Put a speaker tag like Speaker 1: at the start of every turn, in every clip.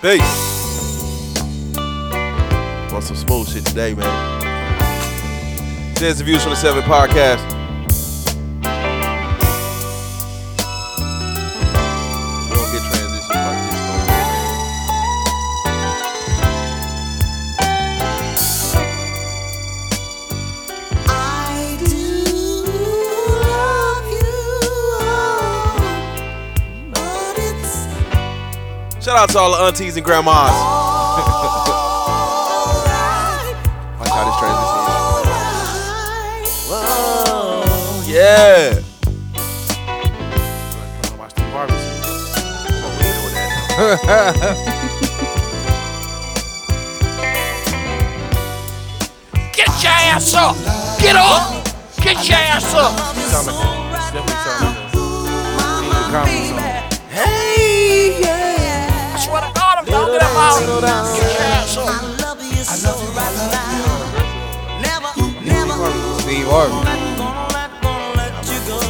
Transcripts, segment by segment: Speaker 1: Peace. Want some smooth shit today, man. There's the Views from the Seven podcast. We don't get transitions like this no more, man.
Speaker 2: I do love you, but it's
Speaker 1: Shout out to all the aunties and grandmas.
Speaker 2: all right,
Speaker 1: Watch how this transition
Speaker 2: all right.
Speaker 1: is. Yeah. Come watch the Barbie show. Come on, we ain't doing that.
Speaker 3: Get your ass up! Get up! Get your ass up!
Speaker 1: Stomach. Definitely stomach.
Speaker 2: Mama,
Speaker 1: comments on
Speaker 2: baby.
Speaker 1: Hey,
Speaker 2: Yeah.
Speaker 3: I swear to God, I'm talking about Get your ass up!
Speaker 2: I love you so right now. Never, never,
Speaker 4: Steve Harvey.
Speaker 2: gonna let, gonna let you go.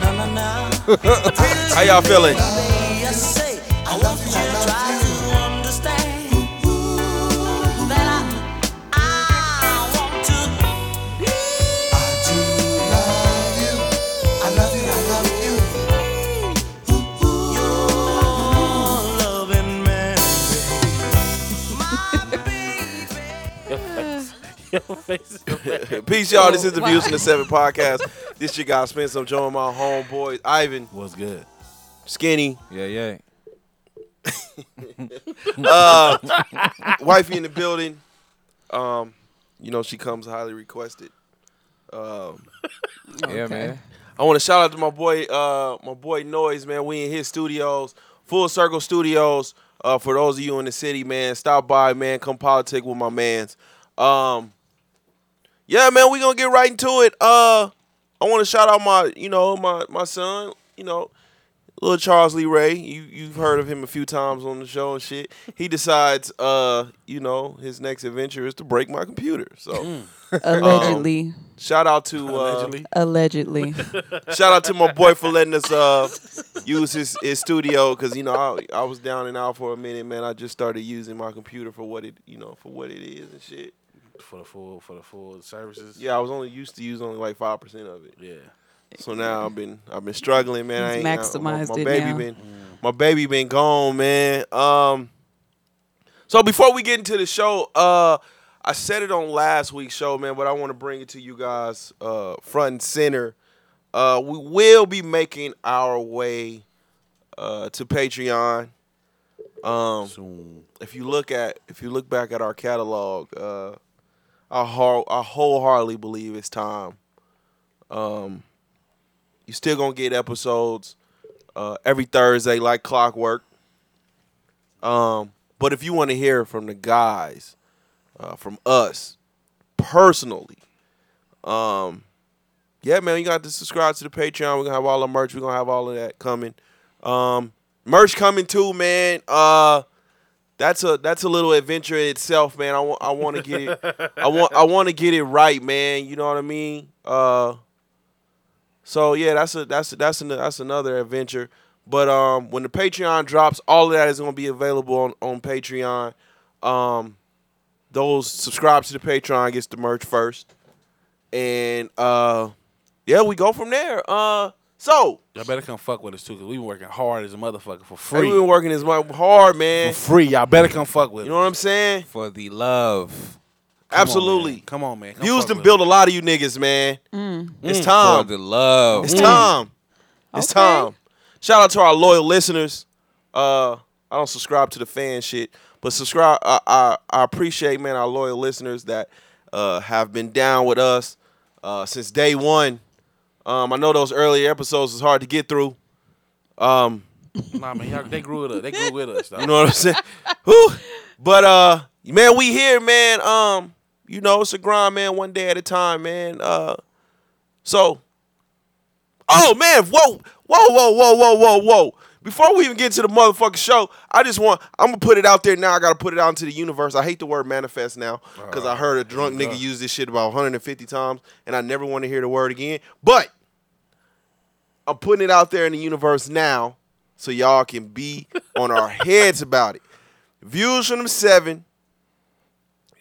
Speaker 2: No, no, no.
Speaker 1: How y'all feeling?
Speaker 2: I say, I want you to try to understand that I, I want to be your loving man, my baby.
Speaker 1: Peace, y'all. This is the Views from the Seven podcast. This your guy Spence. I'm joined by my homeboy Ivan
Speaker 4: What's good?
Speaker 1: Skinny,
Speaker 4: Yeah, yeah.
Speaker 1: Uh, wifey in the building. Um, you know she comes highly requested. Um,
Speaker 4: Yeah, man.
Speaker 1: I want to shout out to my boy, uh, my boy Noise, man. We in his studios, Full Circle Studios. Uh, for those of you in the city, man, stop by, man. Come politic with my man's. Um, yeah, man, we gonna get right into it. Uh, I want to shout out my, you know, my my son, you know, little Charles Lee Ray. You you've heard of him a few times on the show and shit. He decides, uh, you know, his next adventure is to break my computer. So
Speaker 4: um,
Speaker 5: Allegedly.
Speaker 1: shout out to uh,
Speaker 5: Allegedly.
Speaker 1: Shout out to my boy for letting us uh, use his, his studio because you know I, I was down and out for a minute, man. I just started using my computer for what it you know for what it is and shit.
Speaker 6: for the full for the full services.
Speaker 1: Yeah, I was only used to use only like five percent of it,
Speaker 6: Yeah.
Speaker 1: so now I've been I've been struggling, man. I
Speaker 5: He's
Speaker 1: ain't, I- my-
Speaker 5: maximized
Speaker 1: my,
Speaker 5: it
Speaker 1: baby
Speaker 5: now.
Speaker 1: been my baby been gone, man. Um, so before we get into the show, uh, I said it on last week's show, man, but I want to bring it to you guys uh, front and center. Uh, we will be making our way uh, to Patreon. Um, if you look at if you look back at our catalog, uh, I, har- I wholeheartedly believe it's time. Um, you still gonna get episodes uh, every Thursday like clockwork. Um, but if you want to hear from the guys, uh, from us personally, um, yeah, man, you got to subscribe to the Patreon. We're gonna have all the merch. We're gonna have all of that coming. Um, merch coming too, man. Uh, that's a that's a little adventure in itself, man. I want I want to get it. I want I want to get it right, man. You know what I mean? Uh, so yeah, that's a that's a, that's an, that's another adventure. But um, when the Patreon drops, all of that is going to be available on on Patreon. Um, those subscribe to the Patreon gets the merch first, and uh, yeah, we go from there. Uh, so
Speaker 6: Y'all better come fuck with us too, cause we been working hard as a motherfucker for
Speaker 1: we've
Speaker 6: free.
Speaker 1: been working this month hard,
Speaker 6: For
Speaker 1: man.
Speaker 6: free. Y'all better come fuck with
Speaker 1: You
Speaker 6: us.
Speaker 1: know what I'm saying?
Speaker 4: For the love.
Speaker 6: Come on,
Speaker 1: Absolutely.
Speaker 6: man. Come on, man. Come
Speaker 1: Views
Speaker 6: fuck
Speaker 1: them
Speaker 6: with Mm.
Speaker 1: build a lot of you niggas, man. It's
Speaker 4: For
Speaker 1: time.
Speaker 4: the love.
Speaker 1: It's time. It's
Speaker 5: Okay.
Speaker 1: time. Shout out to our loyal listeners. Uh, I don't subscribe to the fan shit, but subscribe. I I, I appreciate man our loyal listeners that uh, have been down with us uh, since day one. Um, I know those earlier episodes was hard to get through. Um,
Speaker 6: us. Nah, man. Y'all, they grew with us. They grew with us. Though.
Speaker 1: you know what I'm saying? Whew. But uh, man, we here, man. Um, you know, it's a grind, man, one day at a time, man. Uh, so, oh man, whoa, whoa, whoa, whoa, whoa, whoa, whoa. Before we even get to the motherfucking show, I just want I'm gonna put it out there now. I gotta put it out into the universe. I hate the word manifest now because I heard a drunk nigga use this shit about 150 times, and I never want to hear the word again. But I'm putting it out there in the universe now so y'all can be on our heads about it. Views from them seven.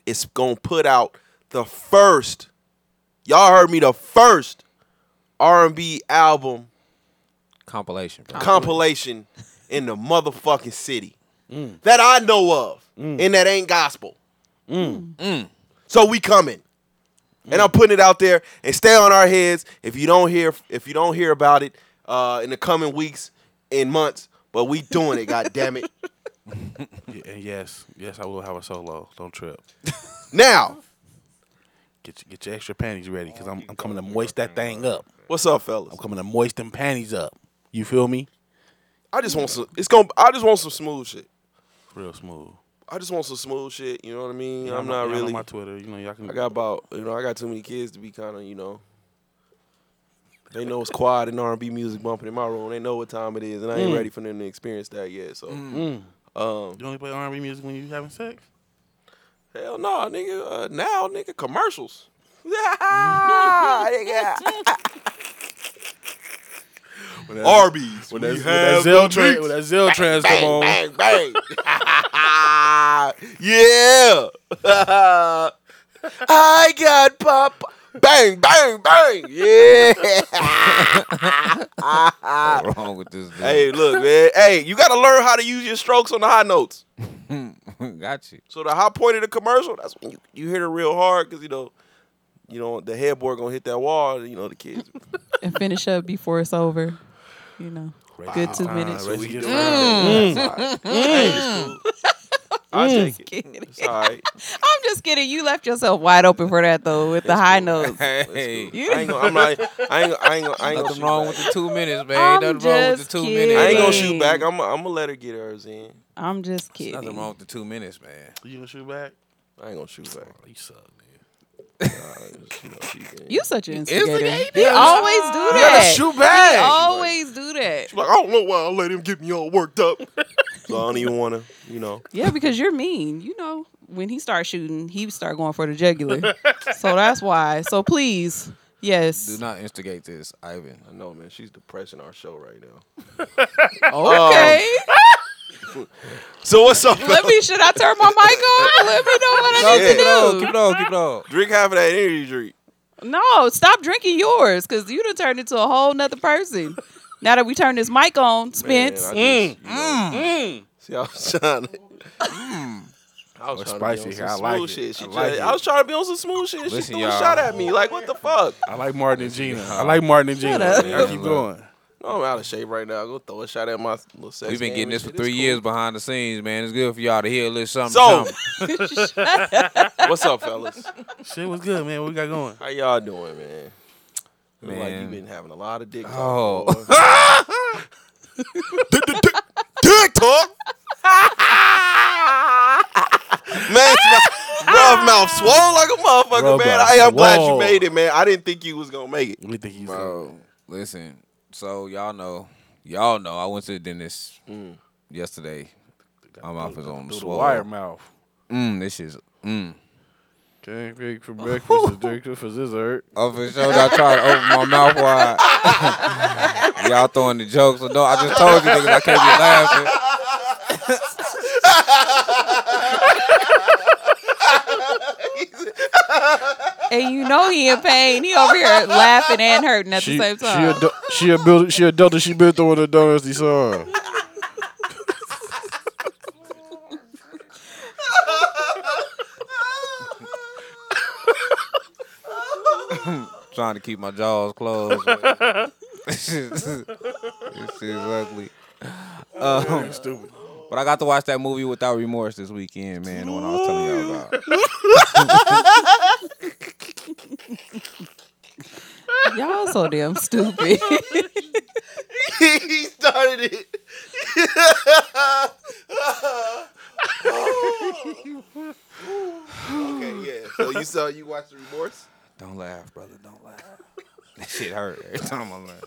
Speaker 1: It's gonna put out the first. Y'all heard me. The first R and B album
Speaker 4: Compilation, bro.
Speaker 1: compilation in the motherfucking city that I know of, and that ain't gospel. Mm. So we coming, and I'm putting it out there and stay on our heads. If you don't hear, if you don't hear about it uh, in the coming weeks and months, but we doing it. God damn it!
Speaker 6: Y- And yes, yes, I will have a solo. Don't trip.
Speaker 1: Now,
Speaker 6: Get your, get your extra panties ready, cause I'm I'm coming to moist that thing up.
Speaker 1: what's up, fellas?
Speaker 6: I'm coming to moist them panties up. You feel me?
Speaker 1: I just want some. It's gonna. I just want some smooth shit.
Speaker 6: Real smooth.
Speaker 1: I just want some smooth shit. You know what I mean?
Speaker 6: Y'all
Speaker 1: I'm
Speaker 6: know-
Speaker 1: not
Speaker 6: y'all know
Speaker 1: really.
Speaker 6: my Twitter. You know y'all can.
Speaker 1: I got about you know I got too many kids to be kind of you know. They know it's quiet and R&B music bumping in my room. They know what time it is, and I ain't ready for them to experience that yet. So, um,
Speaker 6: You only play R&B music when you having sex.
Speaker 1: hell no, nigga. Uh, now, nigga, commercials. nigga. Arby's. When
Speaker 6: That's, that Zell trend, that Zell trans come on.
Speaker 1: bang, bang. yeah. I got pop. Bang, bang, bang. Yeah.
Speaker 4: What's wrong with this dude?
Speaker 1: hey, look, man. Hey, you got to learn how to use your strokes on the high notes.
Speaker 4: Got you.
Speaker 1: So the high point of the commercial, that's when you, you hit it real hard because, you know, you know, the headboard gonna hit that wall. and, You know the kids.
Speaker 5: and finish up before it's over. You know, good two minutes.
Speaker 6: Raise your-
Speaker 4: Mm.
Speaker 1: I take it.
Speaker 5: Kidding.
Speaker 1: It's all right.
Speaker 5: I'm just kidding. You left yourself wide open for that though, with the high notes.
Speaker 4: Hey,
Speaker 5: You-
Speaker 1: I ain't gonna. I'm not. I ain't. I ain't. I ain't gonna.
Speaker 4: nothing
Speaker 1: shoot
Speaker 4: wrong
Speaker 1: back.
Speaker 4: with the two minutes, man.
Speaker 5: I'm
Speaker 4: nothing wrong with the
Speaker 5: just
Speaker 4: two
Speaker 5: kidding.
Speaker 4: minutes.
Speaker 1: I ain't gonna
Speaker 4: man.
Speaker 1: shoot back. I'm. I'm gonna let her get hers in.
Speaker 5: I'm just kidding.
Speaker 4: Nothing wrong with the two minutes, man.
Speaker 1: Mm.
Speaker 6: You gonna shoot back?
Speaker 1: I ain't gonna shoot back.
Speaker 6: You suck, nigga.
Speaker 5: You such an instigator.
Speaker 4: instigator.
Speaker 5: He always do that.
Speaker 1: shoot back.
Speaker 5: He always do that.
Speaker 1: Like, I don't know why I let him get me all worked up. so I don't even wanna, you know.
Speaker 5: Yeah, because you're mean. You know, when he starts shooting, he start going for the jugular. so that's why. So please, yes.
Speaker 4: Do not instigate this, Ivan.
Speaker 1: I know, man. She's depressing our show right now.
Speaker 5: Okay.
Speaker 1: So what's up?
Speaker 5: Let
Speaker 1: fellas?
Speaker 5: me. Should I turn my mic on? Let me know what I
Speaker 4: No,
Speaker 5: need
Speaker 4: keep it on,
Speaker 5: to
Speaker 4: keep it on, keep it on.
Speaker 1: drink half of that energy drink.
Speaker 5: do. No, stop drinking yours, because you done turned into a whole nother person. Now that we turn this mic on, Spence.
Speaker 1: Man, I just, you know, mm. See, I was trying to.
Speaker 4: Mm.
Speaker 1: I was
Speaker 6: It's
Speaker 1: trying to be on
Speaker 6: spicy
Speaker 1: some
Speaker 6: here. I like
Speaker 1: smooth
Speaker 6: it.
Speaker 1: shit. She
Speaker 4: I
Speaker 1: tried- I,
Speaker 4: like it.
Speaker 1: was trying to be on some smooth shit. she
Speaker 4: Listen,
Speaker 1: threw a
Speaker 4: y'all.
Speaker 1: shot at me. Like, what the fuck?
Speaker 6: I like Martin and Gina. I like Martin and Gina.
Speaker 5: up.
Speaker 6: I keep going.
Speaker 1: No, I'm out of shape right now. Go throw a shot at my little sex.
Speaker 4: We've been
Speaker 1: game and
Speaker 4: getting this for
Speaker 1: shit. It's
Speaker 4: three
Speaker 1: cool.
Speaker 4: years behind the scenes, man. It's good for y'all to hear a little something.
Speaker 1: So,
Speaker 4: something.
Speaker 1: what's up, fellas?
Speaker 6: Shit was good, man. What we got going?
Speaker 1: How y'all doing, man? Look Like you
Speaker 4: Man.
Speaker 1: been having a lot of dick talk.
Speaker 4: Oh.
Speaker 1: boy. dick, dick, dick talk. man, it's my rough mouth swole like a motherfucker,
Speaker 6: Rough
Speaker 1: man. I
Speaker 6: mouth
Speaker 1: am glad you
Speaker 6: swole.
Speaker 1: made it, man. I didn't think you was gonna make it.
Speaker 6: We think he's
Speaker 4: Bro, listen. So y'all know, y'all know. I went to the dentist yesterday. My mouth is on the
Speaker 6: through the wire
Speaker 4: swell.
Speaker 6: mouth.
Speaker 4: Mm, this is mm.
Speaker 6: Can't bake for breakfast, addicted for dessert.
Speaker 4: Oh, for sure. I tried to open my mouth wide. y'all throwing the jokes. So no, I just told you niggas I can't be laughing.
Speaker 5: And you know he in pain. He over here laughing and hurting at the same time.
Speaker 6: she a build, she a delta. She been throwing the donuts these on.
Speaker 4: Trying to keep my jaws closed. but- this is ugly. Um,
Speaker 6: Stupid.
Speaker 4: But I got to watch that movie without remorse this weekend, man. The one I was telling y'all about.
Speaker 5: Y'all so damn stupid.
Speaker 1: he started it. okay, yeah. So you saw you watched the remorse?
Speaker 4: Don't laugh, brother. Don't laugh. That shit hurt every time I laugh.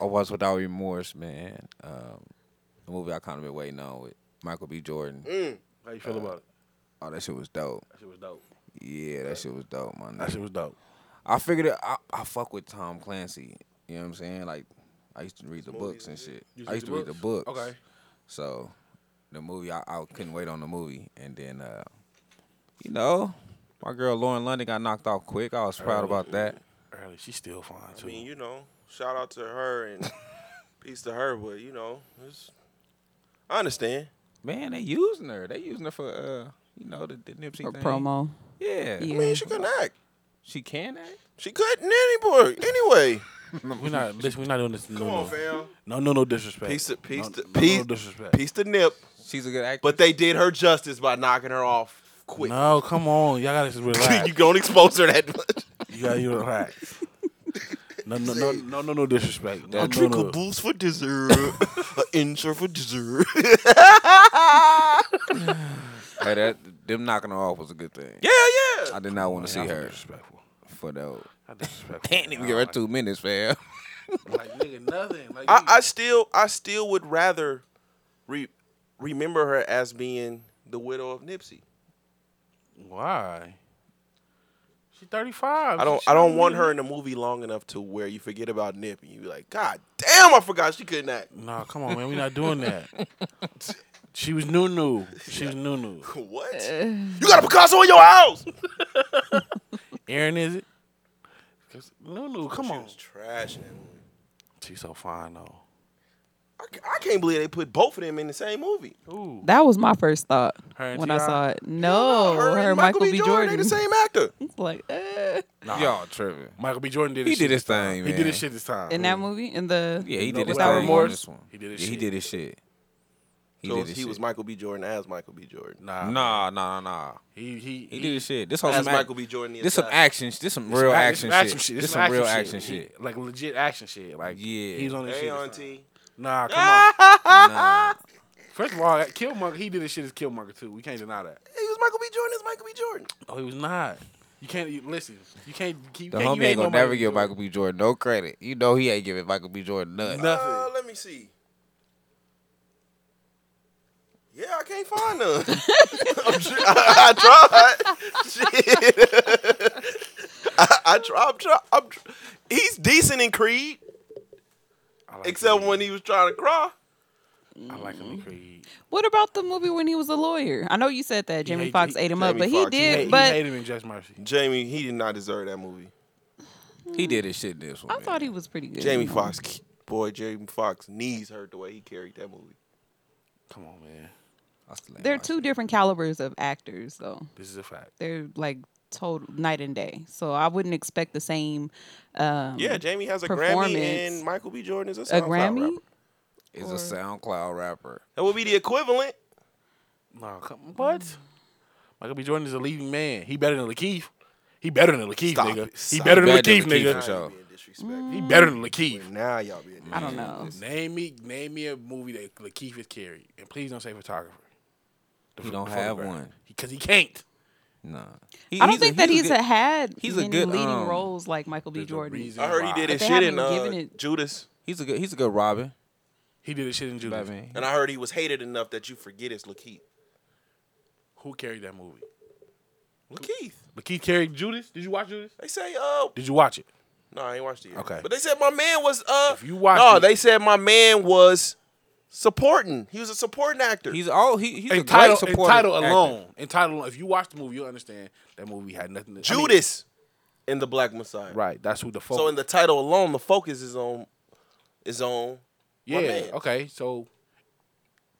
Speaker 4: I watched without remorse, man. Um, a movie I kind of been waiting on with Michael B. Jordan.
Speaker 6: How you feel about it?
Speaker 4: Oh, that shit was dope.
Speaker 6: That shit was dope.
Speaker 4: Yeah, that shit was dope, my
Speaker 6: That
Speaker 4: nigga.
Speaker 6: shit was dope.
Speaker 4: I figured it, I, I fuck with Tom Clancy. You know what I'm saying? Like, I used to read the books and shit.
Speaker 6: You
Speaker 4: I used to read the books.
Speaker 6: Okay.
Speaker 4: So the movie, I, I couldn't wait on the movie, and then uh, you know, my girl Lauren London got knocked off quick. I was proud about that.
Speaker 6: Early, she's still fine
Speaker 1: I
Speaker 6: too.
Speaker 1: mean, you know, shout out to her and peace to her, but you know, it's, I understand.
Speaker 4: Man, they using her. They using her for uh, you know, the, the Nipsey
Speaker 5: Or
Speaker 4: thing.
Speaker 5: promo.
Speaker 4: Yeah.
Speaker 5: Yeah.
Speaker 1: I mean, she couldn't act.
Speaker 4: She can act.
Speaker 1: She couldn't anymore. Anyway,
Speaker 6: we're not. Listen, we're not doing this. No,
Speaker 1: come
Speaker 6: no.
Speaker 1: on, fam.
Speaker 6: No, no, no disrespect.
Speaker 1: Peace to peace
Speaker 6: no,
Speaker 1: to
Speaker 6: no,
Speaker 1: peace
Speaker 6: No disrespect.
Speaker 1: peace to Nip.
Speaker 4: She's a good actress.
Speaker 1: But they did her justice by knocking her off quick.
Speaker 6: No, come on, y'all gotta just relax.
Speaker 1: you don't expose her that much.
Speaker 6: you gotta you relax. No, no, no, no, no, no disrespect. No,
Speaker 1: I
Speaker 6: no,
Speaker 1: drink a
Speaker 6: no.
Speaker 1: booze for dessert, an insert for dessert.
Speaker 4: hey, that them knocking her off was a good thing.
Speaker 1: yeah, yeah.
Speaker 4: I did not want to see
Speaker 6: Y'all
Speaker 4: her
Speaker 6: Disrespectful.
Speaker 4: for though.
Speaker 6: Y'all disrespectful.
Speaker 4: Can't even give her two minutes, fam.
Speaker 6: Like nigga, nothing. Like,
Speaker 1: I, I still, I still would rather re- remember her as being the widow of Nipsey.
Speaker 6: why? She thirty five.
Speaker 1: I don't, I don't want her in the movie long enough to where you forget about Nip and you be like, God damn, I forgot she couldn't act.
Speaker 6: Nah, come on, man. We're not doing that. she was new, new. She was new, new.
Speaker 1: What? you got a Picasso in your house?
Speaker 6: Aaron, is it? 'Cause New, new. Come
Speaker 1: she
Speaker 6: on.
Speaker 1: was trash in that movie.
Speaker 6: She's so fine though.
Speaker 1: I, ca- I can't believe they put both of them in the same movie.
Speaker 6: Ooh.
Speaker 5: That was my first thought
Speaker 6: Her and
Speaker 5: when I
Speaker 6: T.I.?
Speaker 5: saw it. No, Oh, her,
Speaker 1: and
Speaker 5: Michael, B. Jordan.
Speaker 1: They the same actor.
Speaker 5: It's like, uh.
Speaker 4: Y'all tripping.
Speaker 6: Michael B. Jordan did.
Speaker 4: He
Speaker 6: His
Speaker 4: did
Speaker 6: shit
Speaker 4: his
Speaker 6: this time.
Speaker 4: thing,
Speaker 6: He
Speaker 4: man.
Speaker 6: did his shit this time.
Speaker 5: in that movie, in the
Speaker 4: Yeah, he
Speaker 6: No,
Speaker 4: did his
Speaker 5: without
Speaker 4: thing on
Speaker 5: remorse.
Speaker 4: this one.
Speaker 6: He did his
Speaker 4: yeah,
Speaker 6: shit.
Speaker 4: He did his shit. He
Speaker 1: so
Speaker 4: did
Speaker 1: he
Speaker 4: his shit.
Speaker 1: was Michael B. Jordan as Michael B. Jordan.
Speaker 6: Nah,
Speaker 4: Nah, nah, nah.
Speaker 6: He he
Speaker 4: He did his shit. This whole
Speaker 1: As
Speaker 4: some
Speaker 1: Michael B. Jordan. the
Speaker 4: This some
Speaker 1: assassin.
Speaker 4: action. This some real
Speaker 6: act-
Speaker 4: action, shit. This, some, real action shit.
Speaker 6: Like legit action shit. Like
Speaker 4: Yeah.
Speaker 6: he's on his
Speaker 1: Hey,
Speaker 6: shit.
Speaker 1: auntie.
Speaker 6: Nah, come on.
Speaker 4: Nah.
Speaker 6: First of all, Killmonger, he did his shit as Killmonger too. We can't deny that.
Speaker 1: He was Michael B. Jordan as Michael B. Jordan.
Speaker 6: Oh, he was not. You can't you, listen. You can't keep.
Speaker 4: The
Speaker 6: you
Speaker 4: homie ain't gonna
Speaker 6: no Michael
Speaker 4: never give
Speaker 6: Jordan.
Speaker 4: Michael B. Jordan no credit. You know he ain't giving Michael B. Jordan nothing.
Speaker 6: Nothing.
Speaker 1: Uh, let me see. Yeah, I can't find none. I'm tr- I, I tried. Shit. I, I tried. I'm try, I'm tr- He's decent in Creed,
Speaker 6: I like
Speaker 1: except
Speaker 6: him.
Speaker 1: when he was trying to cry.
Speaker 6: I like him in Creed.
Speaker 5: What about the movie when he was a lawyer? I know you said that Jamie
Speaker 6: hate-
Speaker 5: Foxx
Speaker 6: he-
Speaker 5: ate him up,
Speaker 1: Jamie
Speaker 5: but he
Speaker 1: Foxx, he
Speaker 5: did.
Speaker 6: Hey,
Speaker 5: but
Speaker 6: he hated him in Just Mercy.
Speaker 1: Jamie, he did not deserve that movie.
Speaker 4: He did his shit this one.
Speaker 5: I thought he was pretty good.
Speaker 1: Jamie Foxx, boy, Jamie Foxx knees hurt the way he carried that movie.
Speaker 6: Come on, man.
Speaker 5: They're two different calibers of actors, though.
Speaker 6: This is a fact.
Speaker 5: They're like total night and day. So I wouldn't expect the same. Um,
Speaker 1: Yeah, Jamie has a Grammy,
Speaker 5: Performance.
Speaker 1: and Michael B. Jordan is a,
Speaker 5: a
Speaker 1: SoundCloud
Speaker 5: Grammy.
Speaker 1: rapper.
Speaker 4: Is a SoundCloud rapper.
Speaker 1: That would be the equivalent.
Speaker 6: Nah, come what? Michael B. Jordan is a leading man. He better than Lakeith. He better than Lakeith,
Speaker 1: Stop
Speaker 6: nigga.
Speaker 1: it.
Speaker 6: He
Speaker 1: Stop
Speaker 6: better than
Speaker 4: it. Better
Speaker 6: Lakeith,
Speaker 4: than Lakeith,
Speaker 6: nigga.
Speaker 4: for sure.
Speaker 1: disrespectful.
Speaker 6: He better than Lakeith.
Speaker 1: Now y'all being
Speaker 5: Mm. I don't know.
Speaker 6: Name me, name me a movie that Lakeith is carried, and please don't say photographer. The
Speaker 4: He
Speaker 6: ph-
Speaker 4: don't
Speaker 6: the
Speaker 4: have
Speaker 6: photographer.
Speaker 4: one.
Speaker 6: because he, can't.
Speaker 4: Nah.
Speaker 5: I don't think that he's
Speaker 4: a.
Speaker 5: a, had
Speaker 4: he's a
Speaker 5: many
Speaker 4: good,
Speaker 5: leading
Speaker 4: um,
Speaker 5: roles like Michael B.
Speaker 6: There's a
Speaker 5: Jordan.
Speaker 6: reason
Speaker 1: I heard
Speaker 6: why.
Speaker 1: he did his
Speaker 5: they
Speaker 1: shit
Speaker 5: haven't
Speaker 1: in uh,
Speaker 5: given it-
Speaker 1: Judas,
Speaker 4: He's a good. He's a good Robin.
Speaker 6: He did his shit in Judas.
Speaker 4: Batman.
Speaker 1: and I heard he was hated enough that you forget it's Lakeith.
Speaker 6: Who carried that movie?
Speaker 1: Lakeith.
Speaker 6: Lakeith carried Judas. Did you watch Judas?
Speaker 1: They say, oh,
Speaker 6: Did you watch it?
Speaker 1: no, I ain't watched it. Yet.
Speaker 6: Okay.
Speaker 1: but they said my man was. uh
Speaker 6: If you watched
Speaker 1: no,
Speaker 6: it-
Speaker 1: they said my man was supporting. He was a supporting actor.
Speaker 4: He's all. He, he's a
Speaker 6: Entitled,
Speaker 4: great supporting
Speaker 6: entitled
Speaker 4: actor.
Speaker 6: alone. Entitled alone. If you watch the movie, you'll understand that movie had nothing. to I mean,
Speaker 1: Judas in the Black Messiah.
Speaker 6: right. That's who the focus.
Speaker 1: So in the title alone, the focus is on is on
Speaker 6: yeah.
Speaker 1: man.
Speaker 6: Okay. So.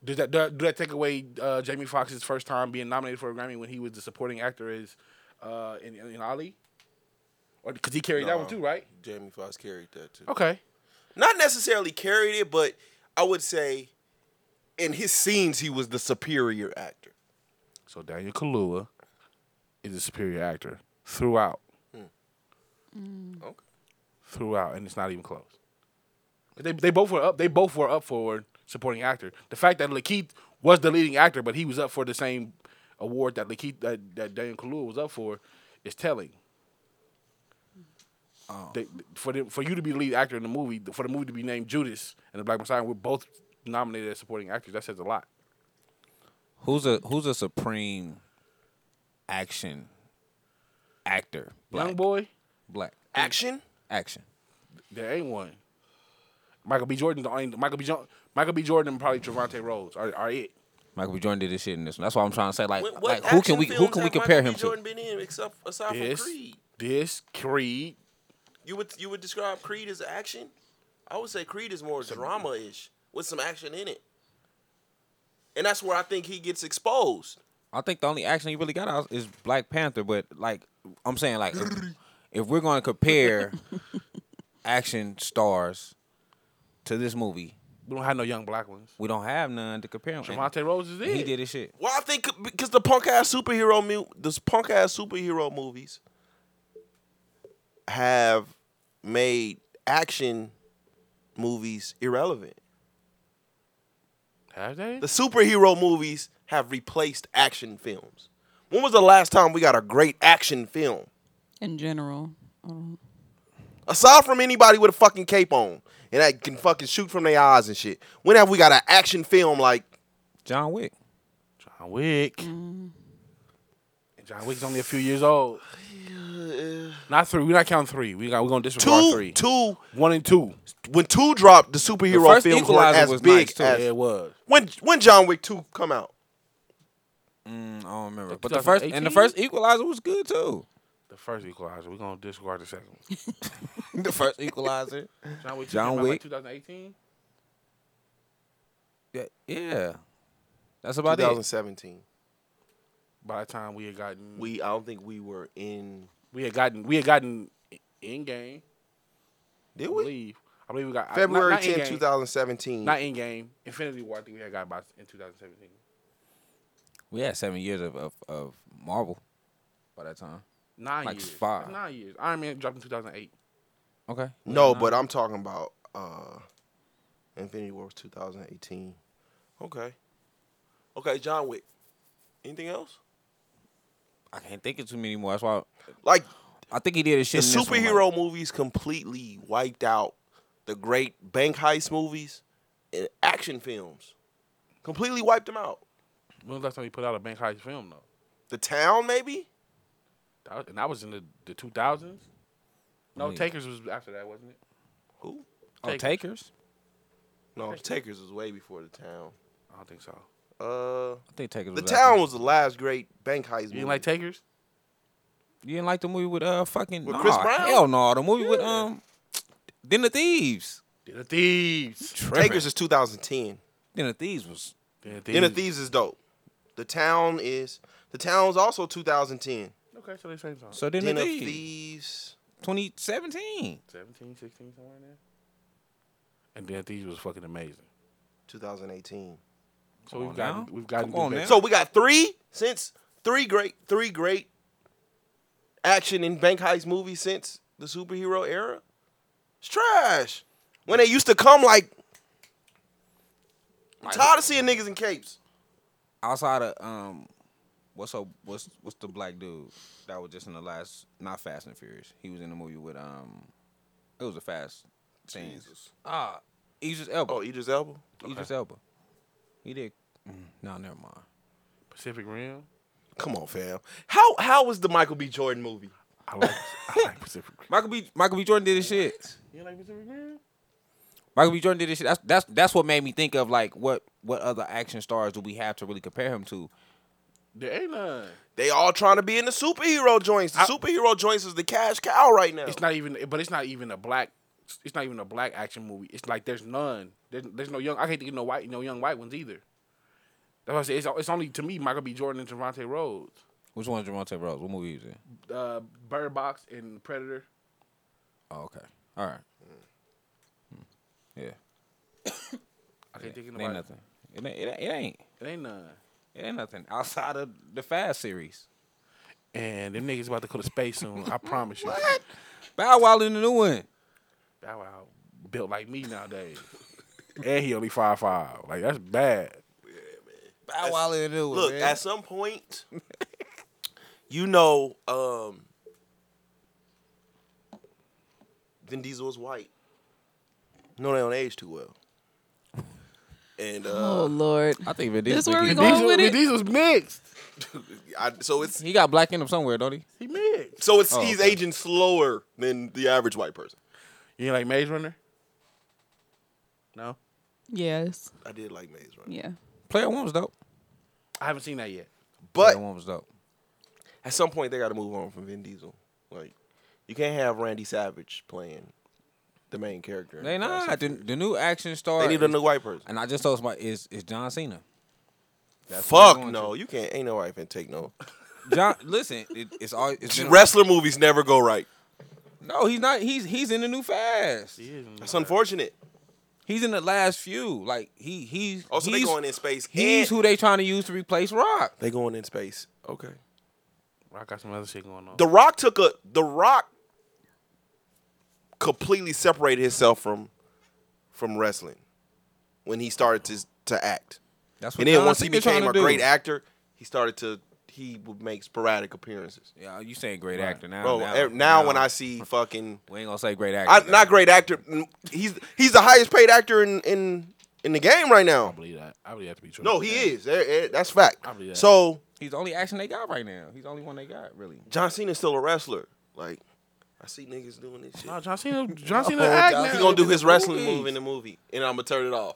Speaker 6: Does that do, do that take away uh, Jamie Foxx's first time being nominated for a Grammy when he was the supporting actor as uh, in, in Ali? Or because he carried that one
Speaker 1: No.
Speaker 6: too, right?
Speaker 1: Jamie Foxx carried that too.
Speaker 6: Okay.
Speaker 1: Not necessarily carried it, but I would say in his scenes he was the superior actor.
Speaker 6: Mm. So Daniel Kalua is a superior actor throughout,
Speaker 1: Okay.
Speaker 6: throughout, and it's not even close. They, they both were up. They both were up for supporting actor. The fact that Lakeith was the leading actor, but he was up for the same award that Lakeith that, that Daniel Kalua was up for, is telling. They, for the, for you to be the lead actor in the movie, for the movie to be named Judas and the Black Messiah, we're both nominated as supporting actors. That says a lot.
Speaker 4: Who's a Who's a supreme action actor? Black.
Speaker 6: Young boy,
Speaker 4: Black
Speaker 1: Action?
Speaker 4: action.
Speaker 6: there ain't one. Michael B. Jordan, the only Michael B. Jo- Michael B. Jordan, and probably Trevante Rhodes are, are it.
Speaker 4: Michael B. Jordan did this shit in this one. That's why I'm trying to say, like,
Speaker 1: What- what
Speaker 4: like who
Speaker 1: action
Speaker 4: can we who
Speaker 1: films
Speaker 4: can we
Speaker 1: have
Speaker 4: compare
Speaker 1: Michael
Speaker 4: him
Speaker 1: B.
Speaker 4: to?
Speaker 1: Jordan been in except aside
Speaker 6: This,
Speaker 1: from Creed.
Speaker 6: this Creed.
Speaker 1: You would you would describe Creed as action? I would say Creed is more drama ish with some action in it. And that's where I think he gets exposed.
Speaker 4: I think the only action he really got out is Black Panther. But like I'm saying, like if, if we're going to compare action stars to this movie,
Speaker 6: We don't have no young black ones.
Speaker 4: we don't have none to compare him. And-
Speaker 6: Trevante Rhodes is it.
Speaker 4: and he did his shit.
Speaker 1: Well, I think because the punk ass superhero mu- this punk ass superhero movies have made action movies irrelevant.
Speaker 6: Have they?
Speaker 1: The superhero movies have replaced action films. When was the last time we got a great action film?
Speaker 5: in general. Um,
Speaker 1: Aside from anybody with a fucking cape on and that can fucking shoot from their eyes and shit. When have we got an action film like
Speaker 4: John Wick.
Speaker 6: John Wick. John Wick's only a few years old. Not three. We're not counting three. We got. We're gonna disregard
Speaker 1: two,
Speaker 6: three.
Speaker 1: two?
Speaker 6: One and two.
Speaker 1: When two dropped, the superhero
Speaker 4: first
Speaker 1: films were
Speaker 4: Equalizer
Speaker 1: as
Speaker 4: was
Speaker 1: big
Speaker 4: nice, too.
Speaker 1: as
Speaker 6: Yeah, it was.
Speaker 1: when when John Wick two come out.
Speaker 4: Mm, I don't remember. But the first and the
Speaker 6: 2018?
Speaker 4: first Equalizer was good too.
Speaker 6: The first Equalizer. We're gonna disregard the second. one.
Speaker 4: the first Equalizer.
Speaker 6: John Wick.
Speaker 4: John
Speaker 6: came out, like,
Speaker 4: Wick.
Speaker 6: 2018.
Speaker 4: Yeah, yeah. That's about it.
Speaker 1: 2017.
Speaker 6: By the time we had gotten, we
Speaker 1: We I don't think we were in.
Speaker 6: we had gotten, we had gotten in game.
Speaker 1: Did
Speaker 6: I
Speaker 1: we?
Speaker 6: believe. I believe we got
Speaker 1: February
Speaker 6: not, not
Speaker 1: 10,
Speaker 6: Endgame.
Speaker 1: 2017.
Speaker 6: Not in game. Infinity War. I think we had got about in 2017.
Speaker 4: We had seven years of, of, of Marvel by that time.
Speaker 6: Nine
Speaker 4: Like
Speaker 6: years.
Speaker 4: five.
Speaker 6: That's Nine years. Iron Man dropped in 2008.
Speaker 4: Okay.
Speaker 1: no, but I'm talking about uh Infinity War was 2018. Okay. Okay, John Wick. Anything else?
Speaker 4: I can't think of too many more. That's why
Speaker 1: Like
Speaker 4: I think he did his
Speaker 1: the
Speaker 4: shit. in this one, like-
Speaker 1: superhero movies completely wiped out the great bank heist movies and action films. Completely wiped them out.
Speaker 6: When was the last time you put out a bank heist film though?
Speaker 1: The town maybe?
Speaker 6: That was- and that was in the the 2000s. No,
Speaker 4: Nigga.
Speaker 6: Takers was after that, wasn't it?
Speaker 1: Who?
Speaker 4: Oh, Takers.
Speaker 1: No, Takers was way before the town.
Speaker 6: I don't think so.
Speaker 1: Uh
Speaker 4: I think Takers.
Speaker 1: The
Speaker 4: was after.
Speaker 1: Town was the last great bank heist movie.
Speaker 6: You didn't like Takers?
Speaker 4: You didn't like the movie with uh fucking
Speaker 1: With
Speaker 4: nah,
Speaker 1: Chris Brown?
Speaker 4: Hell no, the movie with um, then the thieves.
Speaker 6: Then the Thieves.
Speaker 1: Takers is 2010.
Speaker 4: Then the thieves was
Speaker 6: Then the
Speaker 1: Then the Thieves is dope. The Town is The Town's also 2010.
Speaker 6: Okay, so they same song.
Speaker 4: so then
Speaker 1: Den
Speaker 4: the
Speaker 1: of
Speaker 4: thieves.
Speaker 1: Thieves.
Speaker 4: 2017.
Speaker 6: 17, 16, somewhere in there. And then Thieves was fucking amazing.
Speaker 1: 2018.
Speaker 6: So
Speaker 4: Come
Speaker 6: we've
Speaker 4: on
Speaker 6: gotten
Speaker 4: now.
Speaker 6: we've gotten
Speaker 4: Come on
Speaker 6: good
Speaker 4: now.
Speaker 6: bank-
Speaker 1: So we got three since three great three great action and bank heist movies since the superhero era. It's trash. When they used to come like I'm tired of seeing niggas in capes.
Speaker 4: Outside of um, what's up? What's what's the black dude that was just in the last? Not Fast and Furious. He was in the movie with um, it was a fast. Scene. Ah, Idris Elba.
Speaker 1: Oh, Idris Elba.
Speaker 4: Idris Elba. He did. No, never mind.
Speaker 6: Pacific Rim.
Speaker 1: Come on, fam. How how was the Michael B. Jordan movie?
Speaker 6: I like I like Pacific Rim.
Speaker 4: Michael B. Michael B. Jordan did his shit.
Speaker 6: You like Pacific Rim?
Speaker 4: Michael B. Jordan did his shit. That's that's that's what made me think of like what what other action stars do we have to really compare him to?
Speaker 6: There ain't none.
Speaker 1: They all trying to be in the superhero joints. The
Speaker 6: I-
Speaker 1: superhero joints is the cash cow right now.
Speaker 6: It's not even, but it's not even a black. It's not even a black action movie. It's like there's none. There's, there's no young. I can't think of no white, no young white ones either. That's why I say it's, it's only to me Michael B. Jordan and Javante Rhodes,
Speaker 4: Which one's Javante Rose? What movie was in?
Speaker 6: uh, Bird Box and Predator.
Speaker 4: Oh, okay. All right. Hmm. Yeah.
Speaker 6: I can't think of
Speaker 4: It ain't
Speaker 6: nobody.
Speaker 4: nothing. It ain't, it ain't. It ain't.
Speaker 6: It ain't none.
Speaker 4: It ain't nothing outside of the Fast series.
Speaker 6: And them niggas about to go to space soon. I promise you.
Speaker 4: Bow Wow in the new one.
Speaker 6: Bow Wow built like me nowadays. and he only five five. Like that's bad.
Speaker 4: Bow Wow in the new one.
Speaker 1: Look,
Speaker 4: man.
Speaker 1: at some point, you know, um, Vin Diesel is white. No, they don't age too well. And uh,
Speaker 5: oh Lord,
Speaker 4: I think Vin
Speaker 5: This
Speaker 4: Diesel.
Speaker 5: where
Speaker 4: think
Speaker 5: we
Speaker 4: he-
Speaker 5: going
Speaker 6: Diesel,
Speaker 5: with it?
Speaker 6: Diesel's mixed.
Speaker 1: I, so it's
Speaker 4: He got black in him somewhere, don't he?
Speaker 6: He mixed.
Speaker 1: so it's
Speaker 4: Oh,
Speaker 1: he's
Speaker 4: okay.
Speaker 1: aging slower than the average white person.
Speaker 6: You ain't like Maze Runner?
Speaker 4: No.
Speaker 5: Yes.
Speaker 1: I did like Maze Runner.
Speaker 5: Yeah.
Speaker 4: Player One was dope.
Speaker 6: I haven't seen that yet.
Speaker 1: But
Speaker 4: Player One was dope.
Speaker 1: at some point they got to move on from Vin Diesel. Like you can't have Randy Savage playing the main character. in
Speaker 4: They
Speaker 1: Fast
Speaker 4: not
Speaker 1: and
Speaker 4: the,
Speaker 1: Furious.
Speaker 4: the new action star.
Speaker 1: They need a
Speaker 4: is-
Speaker 1: new white person.
Speaker 4: And I just told somebody is is John Cena. That's what
Speaker 1: Fuck
Speaker 4: they're going
Speaker 1: no,
Speaker 4: to.
Speaker 1: you can't. Ain't no white can take no.
Speaker 4: John, listen, it, it's all. It's been,
Speaker 1: Wrestler movies never go right.
Speaker 4: no, he's not. He's he's in the new Fast.
Speaker 1: That's unfortunate.
Speaker 4: He's in the last few. Like he he's
Speaker 1: Also,
Speaker 4: he's,
Speaker 1: Oh, they going in space.
Speaker 4: he's
Speaker 1: and
Speaker 4: who they trying to use to replace Rock.
Speaker 1: they going in space. Okay.
Speaker 6: I got some other shit going on.
Speaker 1: The Rock took a. The Rock completely separated himself from from wrestling when he started to to act.
Speaker 4: That's what
Speaker 1: And then
Speaker 4: John
Speaker 1: once he
Speaker 4: Cena trying
Speaker 1: became
Speaker 4: to
Speaker 1: a
Speaker 4: do.
Speaker 1: great actor, he started to he would make sporadic appearances.
Speaker 4: Yeah, you saying great actor now?
Speaker 1: Bro, e-
Speaker 4: now,
Speaker 1: now, when I see fucking
Speaker 4: we ain't gonna say great actor.
Speaker 1: I,
Speaker 4: now.
Speaker 1: not great actor, mm, he's he's the highest paid actor in in in the game right now.
Speaker 6: I believe that. I believe that to be true.
Speaker 1: No, he is. Eh, eh, That's fact.
Speaker 6: I believe that.
Speaker 1: So
Speaker 4: He's the only action they got right now. He's the only one they got really.
Speaker 1: John Cena's still a wrestler. Like I see niggas doing this shit.
Speaker 6: No, John Cena. John Cena
Speaker 1: Oh,
Speaker 6: act
Speaker 1: John-
Speaker 6: now.
Speaker 1: he gonna do his wrestling
Speaker 4: Movies.
Speaker 1: move in the movie, and I'm gonna turn it off.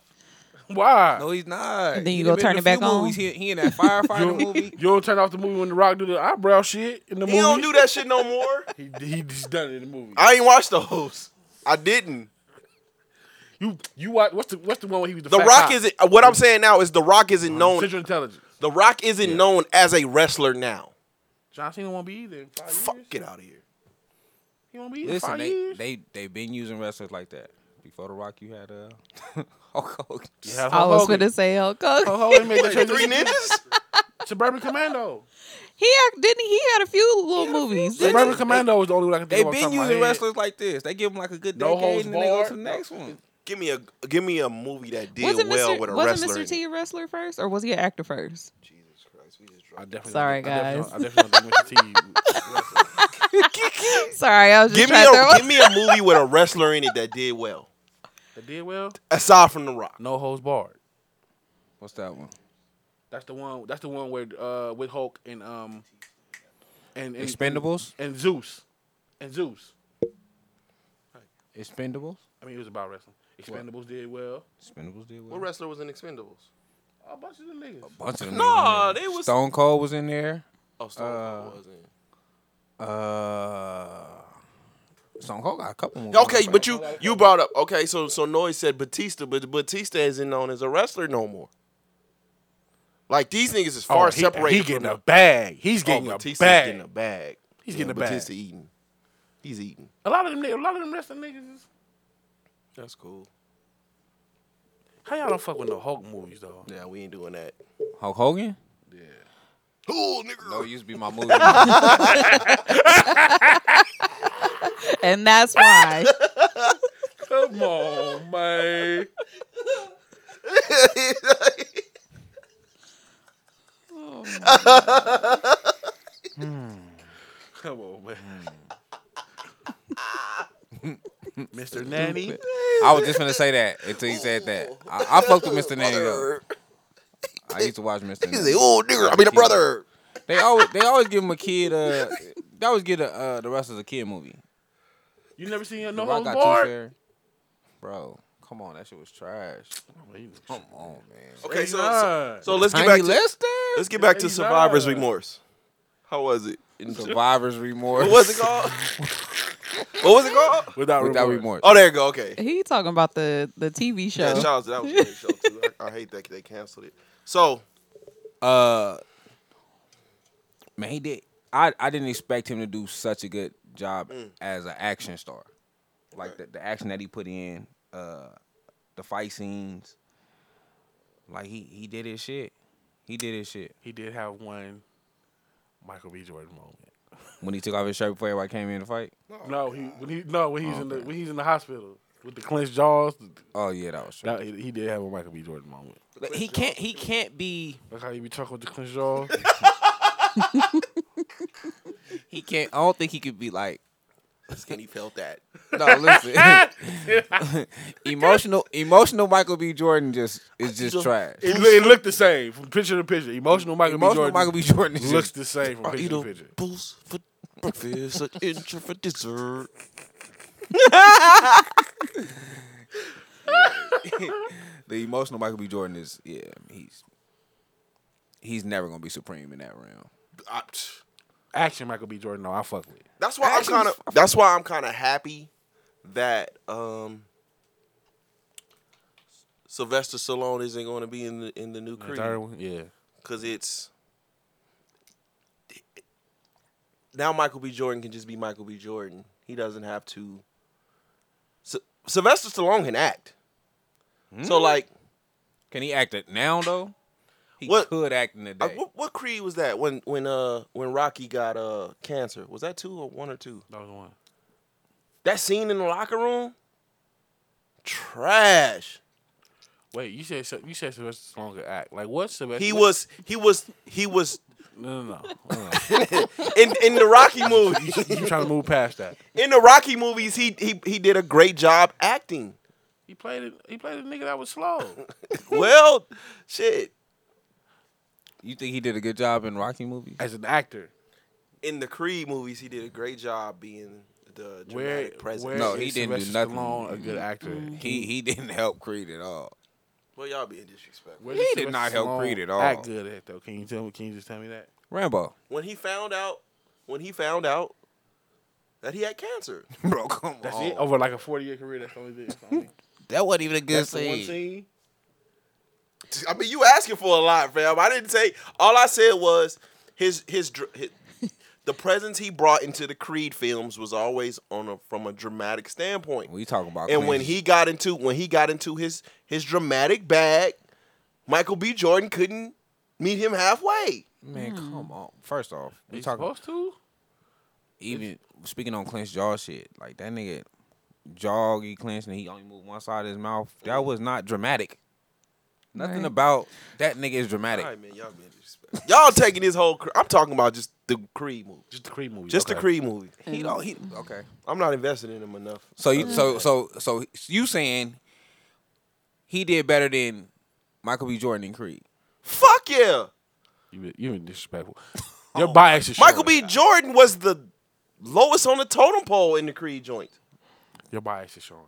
Speaker 6: Why?
Speaker 4: No, he's not.
Speaker 5: And then you
Speaker 4: He
Speaker 5: go
Speaker 4: done been
Speaker 5: turn
Speaker 4: in
Speaker 5: it
Speaker 4: a few
Speaker 5: back on?
Speaker 4: movies. He, he in that firefighter
Speaker 6: you,
Speaker 4: movie.
Speaker 6: you don't turn off the movie when The Rock do the eyebrow shit in the
Speaker 1: He
Speaker 6: movie.
Speaker 1: don't do that shit no more.
Speaker 6: He, he just done it in the movie.
Speaker 1: I ain't watched those. I didn't.
Speaker 6: you you watch what's the what's the one where he was the,
Speaker 1: The
Speaker 6: fat
Speaker 1: Rock
Speaker 6: cop?
Speaker 1: isn't. uh, What I'm saying now is The Rock isn't known.
Speaker 6: Central Intelligence.
Speaker 1: The Rock isn't known as a wrestler now.
Speaker 6: John Cena won't be either. In five
Speaker 1: Fuck,
Speaker 6: years.
Speaker 1: get out of here.
Speaker 6: He won't be either.
Speaker 4: Listen,
Speaker 6: five
Speaker 4: they
Speaker 6: years.
Speaker 4: they they been using wrestlers like that. Before the Rock, you had uh Hulk Hogan.
Speaker 6: yeah,
Speaker 5: I was
Speaker 6: Hogan.
Speaker 5: gonna say Hulk Hogan.
Speaker 6: Hulk Hogan made that
Speaker 1: Three
Speaker 6: transition.
Speaker 1: ninjas?
Speaker 6: Suburban Commando.
Speaker 5: He act, didn't. He had a few little movies. didn't
Speaker 6: Suburban
Speaker 5: he?
Speaker 6: Commando was the only one I can
Speaker 4: They
Speaker 6: think of. off the top
Speaker 4: been
Speaker 6: of my
Speaker 4: using
Speaker 6: head.
Speaker 4: wrestlers like this. They give them like a good
Speaker 6: No holds
Speaker 4: decade, and then they go
Speaker 6: barred.
Speaker 4: to the next one.
Speaker 1: Give me a give me a movie that did
Speaker 5: Wasn't
Speaker 1: well
Speaker 5: Mr.
Speaker 1: with a
Speaker 5: wasn't
Speaker 1: wrestler.
Speaker 5: Mr. T a wrestler first, or was he an actor first?
Speaker 6: I definitely
Speaker 5: Sorry,
Speaker 6: I definitely-
Speaker 5: guys.
Speaker 6: I definitely don't think Mr. T.
Speaker 5: Sorry, I was just
Speaker 1: Give me
Speaker 5: trying to throw
Speaker 1: a give me a movie with a wrestler in it that did well.
Speaker 6: That did well.
Speaker 1: Aside from The Rock.
Speaker 6: No holds barred.
Speaker 4: What's that one?
Speaker 6: That's the one. That's the one where uh, with Hulk and um and, and
Speaker 4: Expendables.
Speaker 6: and Zeus and Zeus.
Speaker 4: Expendables.
Speaker 6: I mean, it was about wrestling. Expendables did well.
Speaker 4: Expendables did well.
Speaker 1: What wrestler was in Expendables?
Speaker 6: A bunch of the niggas.
Speaker 4: Bunch of them
Speaker 1: Nah,
Speaker 4: in there.
Speaker 1: they was-
Speaker 4: Stone Cold was in there.
Speaker 1: Oh, Stone Cold was in.
Speaker 4: Uh, Stone Cold got a couple more.
Speaker 1: Okay, but you you brought up okay. So so Noy said Batista, but Batista isn't known as a wrestler no more. Like these niggas is far
Speaker 6: Oh, he,
Speaker 1: separated.
Speaker 6: He getting
Speaker 1: from
Speaker 6: a bag. He's
Speaker 1: the,
Speaker 6: getting
Speaker 1: oh,
Speaker 6: a
Speaker 1: Batista's
Speaker 6: bag.
Speaker 1: getting a bag.
Speaker 6: He's
Speaker 1: Yeah,
Speaker 6: getting a bag.
Speaker 1: Batista eating. He's eating.
Speaker 6: A lot of them. nigg- A lot of them wrestling niggas. Is,
Speaker 1: That's cool.
Speaker 6: how y'all don't fuck with no Hulk movies though?
Speaker 1: Yeah, we ain't doing that.
Speaker 4: Hulk Hogan.
Speaker 1: Oh, nigga.
Speaker 4: No, it used to be my movie. Hulk
Speaker 5: and that's why.
Speaker 6: Come on, man. Come on, man. Mr. Nanny.
Speaker 4: I was just gonna say that until you said that. I, I fucked with Mr. Nanny though. I used to watch Mr.
Speaker 1: He's
Speaker 4: Nanny.
Speaker 1: like, oh, nigga. I mean, a brother.
Speaker 4: They always they always give him a kid. Uh, they always give the uh, the wrestlers a kid movie.
Speaker 6: You never seen no
Speaker 4: Rock
Speaker 6: holds
Speaker 4: got
Speaker 6: barred?
Speaker 4: fair. Bro, come on, that shit was trash. Come on, man.
Speaker 1: Okay, so so,
Speaker 6: Nah.
Speaker 1: so let's get
Speaker 4: Tiny
Speaker 1: back to
Speaker 4: Lester?
Speaker 1: let's get back to
Speaker 6: He's
Speaker 1: survivor's
Speaker 6: not.
Speaker 1: remorse. How was it? In- what
Speaker 4: Survivor's remorse.
Speaker 1: was it called? what was it called?
Speaker 6: Without,
Speaker 4: Without
Speaker 6: remorse.
Speaker 4: remorse.
Speaker 1: Oh, there you go. Okay.
Speaker 5: he talking about the the TV
Speaker 1: Yeah,
Speaker 5: show.
Speaker 1: shout out to that was a great show too. I, I hate that they canceled it. So
Speaker 4: Uh, man, he did. I I didn't expect him to do such a good job as an action star. Like the, the action that he put in, uh, the fight scenes. Like he he did his shit. He did his shit
Speaker 6: He did have one Michael B. Jordan moment.
Speaker 4: when he took off his shirt before everybody came in to fight.
Speaker 6: no, he when he no when he's in the when he's in the hospital with the clenched jaws.
Speaker 4: Oh yeah, that was true.
Speaker 6: That, he, he did have a Michael B. Jordan moment.
Speaker 4: Like, he can't he can't be
Speaker 6: Like how you be talking with the clenched jaws.
Speaker 4: he can't. I don't think he could be like
Speaker 1: Skinny felt that.
Speaker 4: No, listen. emotional, emotional Michael B. Jordan just is just trash.
Speaker 6: it, loo- it looked the same from picture to picture. Emotional Michael
Speaker 4: Emotional
Speaker 6: B. Jordan.
Speaker 4: Michael B. Jordan is
Speaker 6: looks
Speaker 4: just,
Speaker 6: the same from picture to picture.
Speaker 1: boost for breakfast, an inch for dessert.
Speaker 4: the emotional Michael B. Jordan is yeah, he's he's never gonna be supreme in that realm.
Speaker 1: I- psh.
Speaker 6: Action Michael B. Jordan, no, I fuck with. it.
Speaker 1: that's why I'm
Speaker 4: Action's
Speaker 1: kind of. That's why I'm kind of happy that um, Sylvester Stallone isn't going to be in the in the new Creed.
Speaker 6: Third one, yeah.
Speaker 1: because it's now Michael B. Jordan can just be Michael B. Jordan. He doesn't have to. Sy- Sylvester Stallone can act, so like
Speaker 4: Can he act it now though? He
Speaker 1: What-
Speaker 4: could act in the
Speaker 1: uh,
Speaker 4: day.
Speaker 1: what, what creed was that when when uh when Rocky got uh cancer? Was that two or one or two?
Speaker 6: That was the one.
Speaker 1: That scene in the locker room, trash.
Speaker 6: Wait, you said Sy- you said Sylvester Stallone could act. Like what Sylvester?
Speaker 1: He was he was he was
Speaker 6: no no no. no.
Speaker 1: in in the Rocky movies.
Speaker 6: you trying to move past that?
Speaker 1: In the Rocky movies, he he he did a great job acting.
Speaker 6: He played it. He played a nigga that was slow.
Speaker 1: Well, shit.
Speaker 4: you think he did a good job in Rocky movies?
Speaker 6: As an actor,
Speaker 1: in the Creed movies, he did a great job being the dramatic
Speaker 6: where
Speaker 1: presence.
Speaker 6: where
Speaker 4: No,
Speaker 6: is
Speaker 4: he didn't do
Speaker 6: Sylvester
Speaker 4: nothing.
Speaker 6: Stallone
Speaker 4: Mm-hmm.
Speaker 6: a good actor?
Speaker 4: He he didn't help Creed at all.
Speaker 1: well, y'all being disrespectful.
Speaker 6: Where
Speaker 4: He
Speaker 6: does
Speaker 4: did not
Speaker 6: Sylvester
Speaker 4: help Creed
Speaker 6: Stallone
Speaker 4: at all.
Speaker 6: Act good at though. Can you tell me? Can you just tell me that?
Speaker 4: Rambo,
Speaker 1: When he found out, when he found out that he had cancer,
Speaker 4: bro, come
Speaker 6: That's
Speaker 4: on.
Speaker 6: it. Over like a forty year career, that's the only thing. that's the only-
Speaker 4: That wasn't even a good
Speaker 6: That's the one
Speaker 4: scene.
Speaker 6: scene.
Speaker 1: I mean, you asking for a lot, fam. I didn't say. All I said was his his, dr- his the presence he brought into the Creed films was always on a, from a dramatic standpoint.
Speaker 4: We talking about
Speaker 1: and when
Speaker 4: Creed.
Speaker 1: he got into when he got into his his dramatic bag, Michael B. Jordan couldn't meet him halfway.
Speaker 4: man, come on. First off, we
Speaker 6: He's
Speaker 4: talking
Speaker 6: supposed to.
Speaker 4: even speaking on Clint's jaw shit, like that nigga jaw he clenched and he only moved one side of his mouth. That was not dramatic. Nothing
Speaker 5: Right.
Speaker 4: about that nigga is dramatic.
Speaker 1: All right, man, y'all being disrespectful. y'all taking this whole. Cre- I'm talking about just the Creed movie,
Speaker 6: Just the Creed movie.
Speaker 1: just the
Speaker 6: okay.
Speaker 1: Creed movie.
Speaker 4: He don't. He okay.
Speaker 1: I'm not invested in him enough.
Speaker 4: So you so so so you saying he did better than Michael B. Jordan and Creed?
Speaker 1: Fuck yeah,
Speaker 6: You been, you been disrespectful. Your bias is
Speaker 1: Michael
Speaker 6: showing.
Speaker 1: B. Jordan was the lowest on the totem pole in the Creed joint.
Speaker 6: Your bias is showing.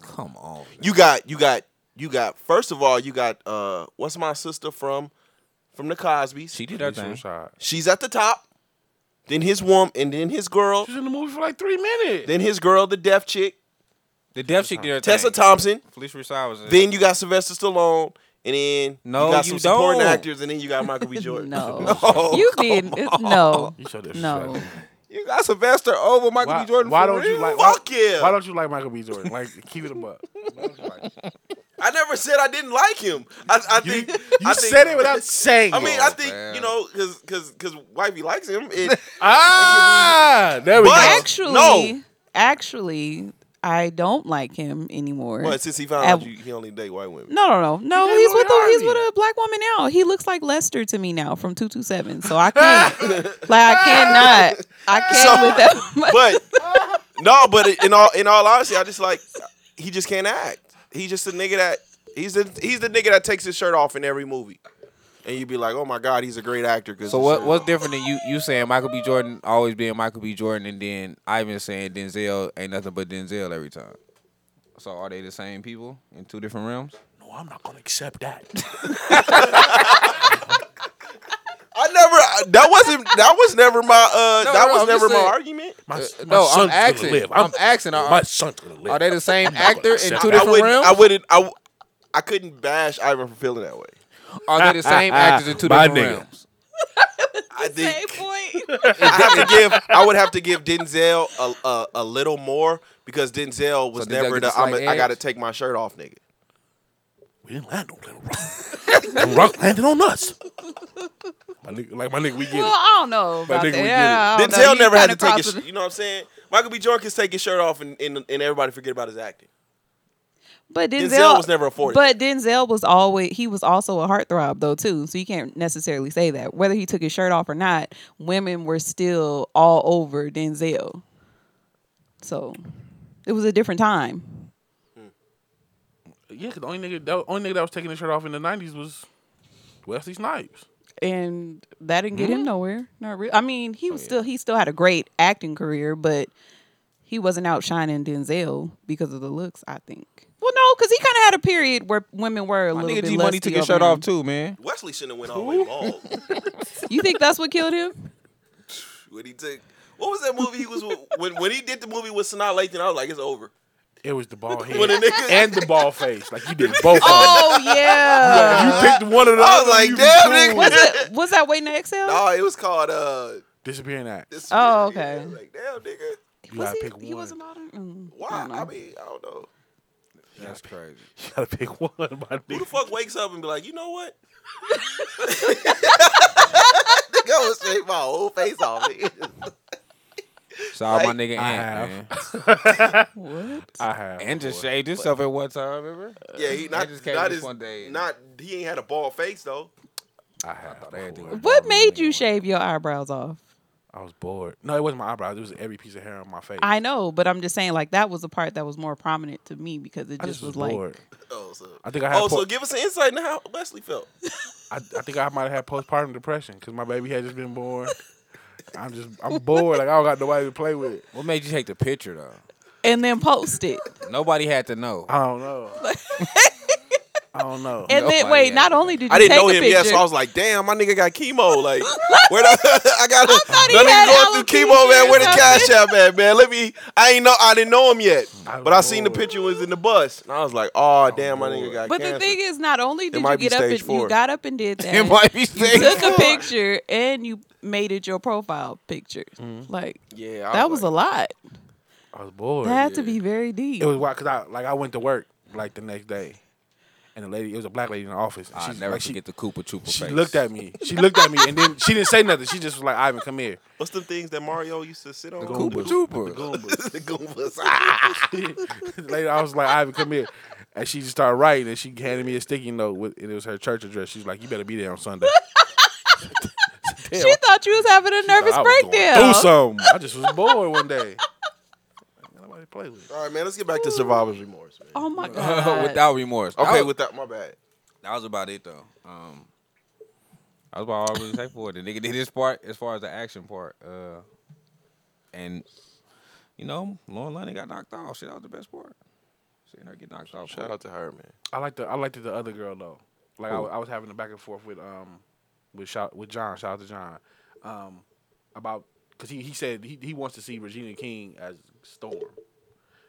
Speaker 4: Come on. man.
Speaker 1: You got, you got, you got. First of all, you got. uh What's my sister from, from the Cosby's?
Speaker 4: she did her
Speaker 6: She's
Speaker 4: thing.
Speaker 6: suicide.
Speaker 1: She's at the top. Then his woman, and then his girl,
Speaker 6: She's in the movie for like three minutes.
Speaker 1: then his girl, the deaf chick,
Speaker 4: The deaf chick did her
Speaker 1: Tessa
Speaker 4: thing.
Speaker 1: Thompson.
Speaker 4: Felicia Rashad was.
Speaker 1: Then you got Sylvester Stallone, and then
Speaker 4: No,
Speaker 1: you got
Speaker 4: you
Speaker 1: some supporting
Speaker 4: don't.
Speaker 1: actors, and then you got Michael B. Jordan.
Speaker 5: No, you did it, no,
Speaker 6: you so disrespectful.
Speaker 5: no.
Speaker 4: you got Sylvester over Michael
Speaker 6: Why,
Speaker 4: B. Jordan.
Speaker 6: why
Speaker 4: for
Speaker 6: don't you
Speaker 4: real?
Speaker 6: like?
Speaker 1: Fuck
Speaker 6: why,
Speaker 1: yeah.
Speaker 6: Why don't you like Michael B. Jordan? Like keep it a buck.
Speaker 1: I never said I didn't like him. I, I
Speaker 6: You,
Speaker 1: think
Speaker 6: you
Speaker 1: I think-
Speaker 6: said it without saying.
Speaker 1: I mean,
Speaker 6: it.
Speaker 1: I think
Speaker 4: Oh, man.
Speaker 1: you know, cause cause cause wifey likes him. It,
Speaker 6: ah, there we
Speaker 1: But-
Speaker 6: go.
Speaker 5: Actually,
Speaker 1: No.
Speaker 5: actually, I don't like him anymore.
Speaker 1: but since he found
Speaker 5: At-
Speaker 1: out you, he only date white women,
Speaker 5: No, no, no, no.
Speaker 6: He did
Speaker 5: He's
Speaker 6: Lori
Speaker 5: with a, he's
Speaker 6: Harvey.
Speaker 5: with a black woman now. He looks like Lester to me now from two two seven. So I can't, like, I cannot, I can't
Speaker 1: So-
Speaker 5: with that.
Speaker 1: but no, but in all in all honesty, I just like he just can't act. He's just a nigga that he's the he's the nigga that takes his shirt off in every movie, and you'd be like, oh my god, he's a great actor. 'cause
Speaker 4: So
Speaker 1: his
Speaker 4: what
Speaker 1: shirt
Speaker 4: what's
Speaker 1: off.
Speaker 4: different than you you saying Michael B. Jordan always being Michael B. Jordan and then Ivan saying Denzel ain't nothing but Denzel every time. So are they the same people in two different realms?
Speaker 6: No, I'm not gonna accept that.
Speaker 1: I never. I- That wasn't. That was never my. Uh,
Speaker 4: No,
Speaker 1: that
Speaker 4: no,
Speaker 1: was
Speaker 4: I'm just
Speaker 1: never my
Speaker 4: saying-
Speaker 1: argument.
Speaker 6: My,
Speaker 4: Uh, no, I'm
Speaker 6: son's gonna
Speaker 4: asking.
Speaker 6: live.
Speaker 4: I'm asking, are-
Speaker 6: my son's gonna live.
Speaker 4: Are they the same actor in
Speaker 6: accept
Speaker 4: two
Speaker 6: that.
Speaker 1: I
Speaker 4: different
Speaker 1: wouldn't. I
Speaker 4: realms?
Speaker 1: wouldn't. I. w- I couldn't bash Ivan for feeling that way.
Speaker 4: Are they the same actors in two
Speaker 6: My
Speaker 4: different
Speaker 6: nigga.
Speaker 4: realms?
Speaker 1: I think
Speaker 5: point.
Speaker 1: I have to give. I would have to give Denzel a a, a little more because Denzel was
Speaker 4: So Denzel
Speaker 1: never
Speaker 4: get
Speaker 1: the.
Speaker 4: the
Speaker 1: I'm a,
Speaker 4: slight
Speaker 1: I got to
Speaker 4: edge?
Speaker 1: take my shirt off, nigga.
Speaker 6: we didn't land on Little Rock. Little Rock landed on us. My nigga, like my nigga, we get
Speaker 5: Well,
Speaker 6: it.
Speaker 5: I don't know
Speaker 6: But
Speaker 5: about
Speaker 6: nigga,
Speaker 5: that.
Speaker 6: we
Speaker 5: Yeah,
Speaker 4: Oh,
Speaker 5: I don't know.
Speaker 1: Denzel
Speaker 5: You
Speaker 1: never had to
Speaker 5: kinda
Speaker 1: take his.
Speaker 5: crossed
Speaker 1: You know what I'm saying? Michael B. Jordan can take his shirt off and, and and everybody forget about his acting.
Speaker 5: But Denzel,
Speaker 1: Denzel was never afforded.
Speaker 5: But Denzel was always he was also a heartthrob though too, so you can't necessarily say that whether he took his shirt off or not. Women were still all over Denzel, so it was a different time.
Speaker 6: Yeah, 'cause the only nigga, the only nigga that was taking his shirt off in the '90s was Wesley Snipes.
Speaker 5: And that didn't
Speaker 4: Mm-hmm.
Speaker 5: get him nowhere. Not real. I mean, he was still he still had a great acting career, but he wasn't outshining Denzel because of the looks. I think Well, no, because he kind of had a period where women were a
Speaker 4: My
Speaker 5: little
Speaker 4: nigga
Speaker 5: bit
Speaker 4: G Money
Speaker 5: lusty
Speaker 4: took his
Speaker 5: over
Speaker 4: shirt
Speaker 5: him.
Speaker 4: off too, man.
Speaker 1: Wesley shouldn't have went all the way long.
Speaker 5: You think that's what killed him?
Speaker 1: when he took, what was that movie he was with? when when he did the movie with Sanaa Lathan? I was like, it's over.
Speaker 6: It was the ball
Speaker 1: When the
Speaker 6: head
Speaker 1: nigga,
Speaker 6: and the ball face. Like you did both. of
Speaker 5: Oh yeah.
Speaker 6: them. You picked one of those.
Speaker 1: I was like, damn
Speaker 5: Was
Speaker 1: nigga.
Speaker 5: it? Was that waiting to exhale?
Speaker 1: No, it was called uh.
Speaker 6: Disappearing act.
Speaker 1: This
Speaker 5: Oh,
Speaker 1: Yeah,
Speaker 5: okay.
Speaker 1: Like damn nigga.
Speaker 6: You
Speaker 5: was
Speaker 6: gotta
Speaker 5: he?
Speaker 6: pick
Speaker 5: he was a
Speaker 6: one.
Speaker 5: modern. Mm,
Speaker 1: Why?
Speaker 5: don't know.
Speaker 1: I mean, I don't know.
Speaker 4: That's crazy.
Speaker 6: You gotta pick one, my
Speaker 1: Who the
Speaker 6: nigga.
Speaker 1: fuck wakes up and be like, you know what? nigga, I would shave my whole face off. nigga.
Speaker 4: Saw my
Speaker 1: Like,
Speaker 4: nigga
Speaker 6: I
Speaker 4: Ant, man.
Speaker 6: have.
Speaker 5: what?
Speaker 6: I have.
Speaker 4: And just shaved himself at one time, remember?
Speaker 1: Yeah, he not
Speaker 4: just came
Speaker 1: not
Speaker 4: this
Speaker 1: his,
Speaker 4: one day and-
Speaker 1: not he ain't had a bald face though.
Speaker 6: I have.
Speaker 4: they had
Speaker 6: before.
Speaker 4: to-
Speaker 5: What made you shave your eyebrows off?
Speaker 6: I was bored. No, it wasn't my eyebrows. It was every piece of hair on my face.
Speaker 5: I know, but I'm just saying, like that was the part that was more prominent to me because it
Speaker 6: I
Speaker 5: just, was, like,
Speaker 1: Oh, so
Speaker 6: I think I had.
Speaker 1: oh,
Speaker 6: po-
Speaker 1: so give us an insight into how Wesley felt.
Speaker 6: I, I think I might have had postpartum depression because my baby had just been born. I'm just I'm bored. Like I don't got nobody to play with.
Speaker 4: What made you take the picture though?
Speaker 5: and then post it,
Speaker 4: Nobody had to know.
Speaker 6: I don't know. I don't know.
Speaker 5: and then
Speaker 4: Nobody
Speaker 5: wait.
Speaker 4: had
Speaker 5: Not
Speaker 4: to
Speaker 5: only did you
Speaker 1: I didn't
Speaker 5: take
Speaker 1: know
Speaker 5: a
Speaker 1: him
Speaker 5: picture,
Speaker 1: yet, so I was like, damn, my nigga got chemo. Like, where the, I got
Speaker 5: thought he
Speaker 1: nothing
Speaker 5: had
Speaker 1: going through
Speaker 5: alopecia
Speaker 1: chemo, man.
Speaker 5: or
Speaker 1: Where the cash
Speaker 5: something.
Speaker 1: app at, man? Let me. I ain't know. I didn't know him yet,
Speaker 6: I'm
Speaker 1: but I seen the
Speaker 6: bored.
Speaker 1: picture was in the bus, and I was like, oh damn, my nigga got
Speaker 5: but
Speaker 1: cancer.
Speaker 5: the thing is, not only did you
Speaker 1: might be
Speaker 5: get up
Speaker 1: stage
Speaker 5: and
Speaker 1: four.
Speaker 5: you got up and did that,
Speaker 4: it might be
Speaker 5: you
Speaker 4: stage
Speaker 5: took a
Speaker 4: four.
Speaker 5: picture and you made it your profile picture. Like
Speaker 1: yeah, I
Speaker 5: that was
Speaker 1: like,
Speaker 5: a lot.
Speaker 6: I was bored.
Speaker 5: That had to be very deep.
Speaker 6: It was wild because I like I went to work like the next day, and the lady it was a black lady in the office. and
Speaker 4: I
Speaker 6: she's
Speaker 4: never
Speaker 6: like,
Speaker 4: forget
Speaker 6: she,
Speaker 4: the Cooper Trooper
Speaker 6: she
Speaker 4: face.
Speaker 6: looked at me. She looked at me, and then she didn't say nothing. She just was like, "Ivan, come here."
Speaker 1: What's the things that Mario used to sit on? The
Speaker 4: Cooper Trooper.
Speaker 1: Goombas. the Goombas. Ah.
Speaker 6: Later, I was like, "Ivan, come here," and she just started writing, and she handed me a sticky note with, and it was her church address. She's like, "You better be there on Sunday."
Speaker 5: she thought you was having a nervous
Speaker 6: I was going
Speaker 5: breakdown.
Speaker 6: through something. I just was bored one day. Ain't Nobody play with.
Speaker 1: All right, man. Let's get back to survivor's remorse, man.
Speaker 5: Oh my god!
Speaker 4: Without remorse. That
Speaker 1: Okay,
Speaker 4: was-
Speaker 1: without my bad.
Speaker 4: That was about it though. Um, that was about all I really say for it. The nigga did his part as far as the action part. Uh, and you know, Lauren London got knocked off. Shit, that was the best part. Seeing her get knocked off.
Speaker 1: Shout out to her, man.
Speaker 6: I liked the I liked the other girl though. Like I,
Speaker 4: Who?
Speaker 6: wa- I was having a back and forth with um with shout with John. Shout out to John. Um, about because he he said he he wants to see Regina King as Storm.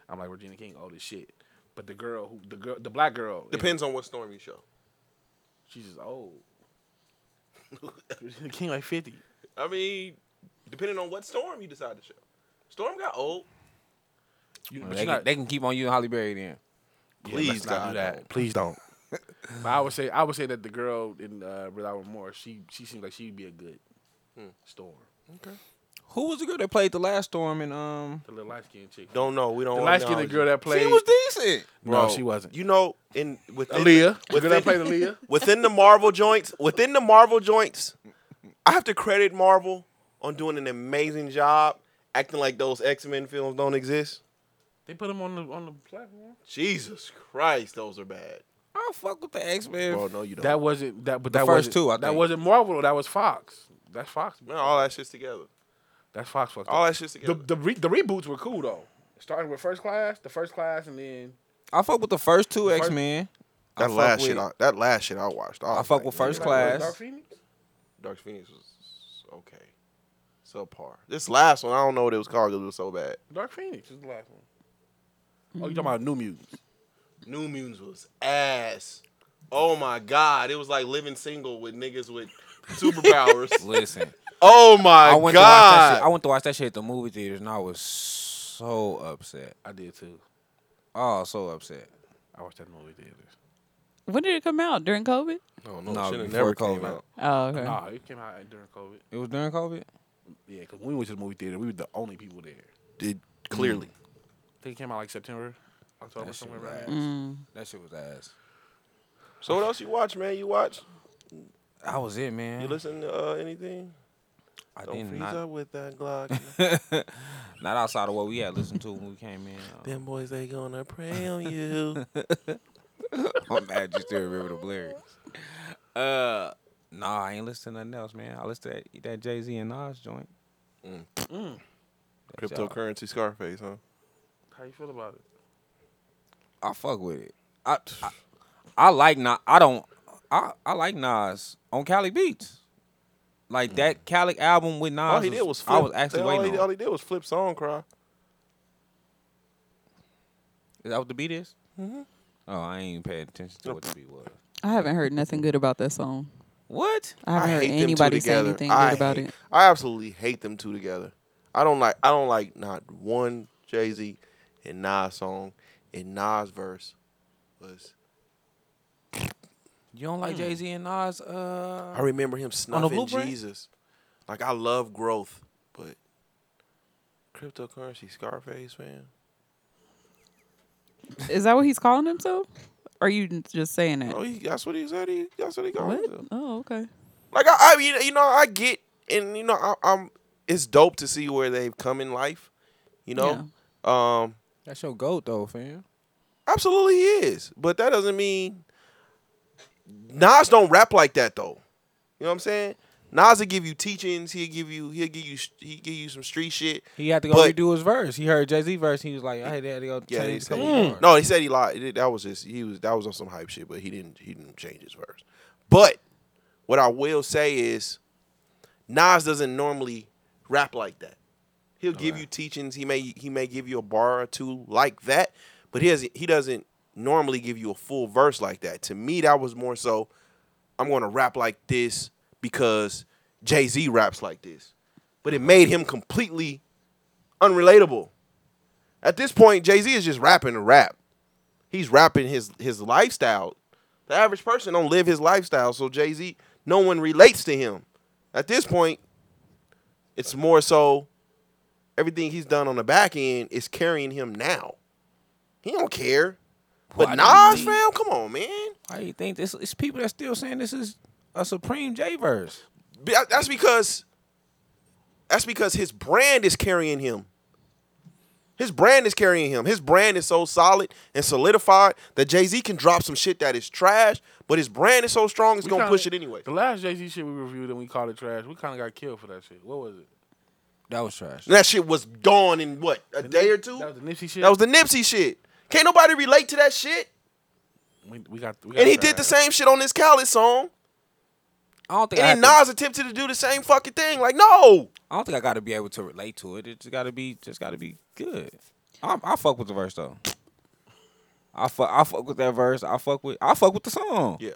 Speaker 6: I'm like Regina King, old as shit. But the girl who the girl the black girl in-
Speaker 1: Depends on what storm you show.
Speaker 6: She's just old. Regina King like fifty.
Speaker 1: I mean, depending on what storm you decide to show. Storm got old.
Speaker 6: You,
Speaker 4: Well,
Speaker 6: but
Speaker 4: they,
Speaker 6: you're
Speaker 4: can,
Speaker 6: not-
Speaker 4: they can keep on you and Holly Berry then.
Speaker 6: yeah,
Speaker 1: Please,
Speaker 6: let's not do
Speaker 1: God,
Speaker 6: that.
Speaker 1: no.
Speaker 6: Please don't. but I would say I would say that the girl in uh, Without Remorse, she she seems like she'd be a good Hmm. Storm.
Speaker 4: Who was the girl that played the last storm and um?
Speaker 6: The little light skinned chick.
Speaker 1: Don't know. We don't.
Speaker 6: The
Speaker 1: wanna
Speaker 6: light skinned
Speaker 1: acknowledge
Speaker 6: girl
Speaker 1: it.
Speaker 6: that played.
Speaker 4: Oh, She was decent.
Speaker 6: no, she wasn't.
Speaker 1: You know, in within
Speaker 6: Aaliyah. The girl
Speaker 1: within,
Speaker 6: that played Aaliyah.
Speaker 1: within the Marvel joints, within the Marvel joints, I have to credit Marvel on doing an amazing job acting like those X Men films don't exist.
Speaker 6: They put him on the on the platform.
Speaker 1: Jesus Christ, those are bad.
Speaker 4: I don't fuck with the X Men.
Speaker 1: Bro, no, you don't.
Speaker 6: That wasn't that, but
Speaker 4: The
Speaker 6: that
Speaker 4: first
Speaker 6: wasn't,
Speaker 4: two, I
Speaker 6: that
Speaker 4: think.
Speaker 6: wasn't Marvel. That was Fox. That's Fox.
Speaker 1: Man, all that shit's together.
Speaker 6: That's Fox. Fucked
Speaker 4: Oh,
Speaker 1: All
Speaker 6: up.
Speaker 1: that shit's
Speaker 6: The
Speaker 1: together.
Speaker 6: the, re, the reboots were cool though. Starting with first class, the first class, and then
Speaker 4: I fuck with the first two
Speaker 6: first-
Speaker 4: X Men. I
Speaker 1: that
Speaker 4: fuck
Speaker 1: last
Speaker 4: with-
Speaker 1: shit, I, that last shit I watched.
Speaker 4: I
Speaker 1: was
Speaker 4: fuck
Speaker 1: like,
Speaker 4: with
Speaker 1: man,
Speaker 4: First
Speaker 1: that-
Speaker 4: Class.
Speaker 6: Dark Phoenix.
Speaker 1: Dark Phoenix was okay, subpar. This last one, I don't know what it was called because it was so bad.
Speaker 6: Dark Phoenix is the last one. Oh, you talking about New Mutants?
Speaker 1: New Mutants was ass. Oh my god, it was like living single with niggas with superpowers.
Speaker 4: Listen,
Speaker 1: oh my
Speaker 4: I went to watch that shit. I
Speaker 1: god.
Speaker 4: went to watch that shit at the movie theaters and I was so upset.
Speaker 6: I did too.
Speaker 4: Oh, so upset.
Speaker 6: I watched that in the movie theaters.
Speaker 5: when did it come out? During COVID?
Speaker 1: Oh, No,
Speaker 4: No,
Speaker 1: shit
Speaker 4: before COVID.
Speaker 5: Oh, okay.
Speaker 6: Nah, it came out during COVID.
Speaker 4: It was during COVID.
Speaker 6: Yeah, because we went to the movie theater, we were the only people there.
Speaker 1: Did clearly.
Speaker 6: I think it came out like September, October,
Speaker 4: That shit
Speaker 6: somewhere
Speaker 4: was
Speaker 6: around
Speaker 4: ass.
Speaker 6: there.
Speaker 5: Mm.
Speaker 4: That shit was ass.
Speaker 1: So what else you watch, man? You watch?
Speaker 4: That was it, man.
Speaker 1: You listen to uh, anything?
Speaker 4: Um, I
Speaker 1: Don't
Speaker 4: didn't
Speaker 1: freeze
Speaker 4: not,
Speaker 1: up with that Glock.
Speaker 4: not outside of what we had listened to when we came in. Uh,
Speaker 1: Them boys, they gonna prey on you.
Speaker 4: I'm mad just to remember the lyrics. Uh, nah, I ain't listening to nothing else, man. I listened to that, that Jay Z and Nas joint.
Speaker 1: Mm.
Speaker 4: That y'all-
Speaker 1: Cryptocurrency Scarface, huh?
Speaker 6: How you feel about it?
Speaker 4: I fuck with it. I I, I like Nas. I don't. I, I like Nas on Cali Beats. Like that Cali album with Nas.
Speaker 1: Mm. All he did was flip.
Speaker 4: I was actually
Speaker 1: all, he,
Speaker 4: waiting. on.
Speaker 1: all he did was flip song cry.
Speaker 4: Is that what the beat is? Mm-hmm. Oh, I ain't paying attention to what the beat was.
Speaker 5: I haven't heard nothing good about that song.
Speaker 4: What?
Speaker 5: I haven't heard
Speaker 1: hate them two
Speaker 5: anybody say
Speaker 1: together.
Speaker 5: anything
Speaker 1: I
Speaker 5: good about
Speaker 1: hate-
Speaker 5: it.
Speaker 1: I absolutely hate them two together. I don't like. I don't like not one Jay Z and Nas song and Nas verse was. Mm.
Speaker 4: You don't like Jay Z and Nas? Uh,
Speaker 1: I remember him snuffing
Speaker 4: Blueprint?
Speaker 1: Jesus. Like I love growth, but cryptocurrency Scarface man.
Speaker 5: Is that what he's calling himself? Or are you n- just saying that?
Speaker 1: Oh, he, that's what he said. He that's what he called
Speaker 5: What?
Speaker 1: himself.
Speaker 5: Oh, okay.
Speaker 1: Like I, I, you know- you know, I get, and you know, I, I'm. It's dope to see where they've come in life. You know, um,
Speaker 4: that's your goat though, fam.
Speaker 1: absolutely he is, but that doesn't mean Nas don't rap like that though. You know what I'm saying? Nas will give you teachings. He'll give you. He'll give you. He will give you some street shit.
Speaker 4: He had to go
Speaker 1: But-
Speaker 4: redo his verse. He heard Jay Z verse. He was like, I had to go
Speaker 1: Yeah, he
Speaker 4: change a
Speaker 1: said,
Speaker 4: couple bars.
Speaker 1: no, he said he lied. It- That was just he was that was on some hype shit, but he didn't he didn't change his verse. But what I will say is, Nas doesn't normally rap like that. He'll give you teachings. He may he may give you a bar or two like that, but he doesn't he doesn't normally give you a full verse like that. To me, that was more so. I'm going to rap like this because Jay Z raps like this, but it made him completely unrelatable. At this point, Jay Z is just rapping a rap. He's rapping his his lifestyle. The average person don't live his lifestyle, so Jay Z, no one relates to him. At this point, it's more so everything he's done on the back end is carrying him now. He don't care. But
Speaker 4: Why do
Speaker 1: Nas,
Speaker 4: you
Speaker 1: fam, come on, man.
Speaker 4: Why do you think this? It's people that still saying this is a Supreme J verse.
Speaker 1: Be- uh, That's because that's because his brand is carrying him. His brand is carrying him. His brand is so solid and solidified that Jay Z can drop some shit that is trash, but his brand is so strong it's
Speaker 6: We
Speaker 1: gonna
Speaker 6: kinda-
Speaker 1: push it anyway.
Speaker 6: The last Jay Z shit we reviewed and we called it trash. We kind of got killed for that shit. What was it?
Speaker 4: That was trash.
Speaker 1: And that shit was gone in what a
Speaker 6: The
Speaker 1: day
Speaker 6: Nip-
Speaker 1: or two.
Speaker 6: That was the Nipsey shit.
Speaker 1: That was the Nipsey shit. Can't nobody relate to that shit.
Speaker 6: we, we got. We got
Speaker 1: And he did the
Speaker 6: trash.
Speaker 1: same shit on this Khaled song.
Speaker 4: I don't think. I,
Speaker 1: And then
Speaker 4: have
Speaker 1: Nas
Speaker 4: to-
Speaker 1: attempted to do the same fucking thing. Like, no.
Speaker 4: I don't think I got to be able to relate to it. It's got to be just got to be good. I, I fuck with the verse though. I fuck. I fuck with that verse. I fuck with. I fuck with the song.
Speaker 1: Yeah.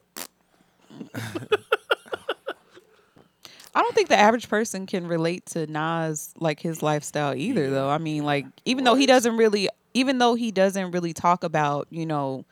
Speaker 5: I don't think the average person can relate to Nas like his lifestyle either though. I mean like even though he doesn't really even though he doesn't really talk about, you know,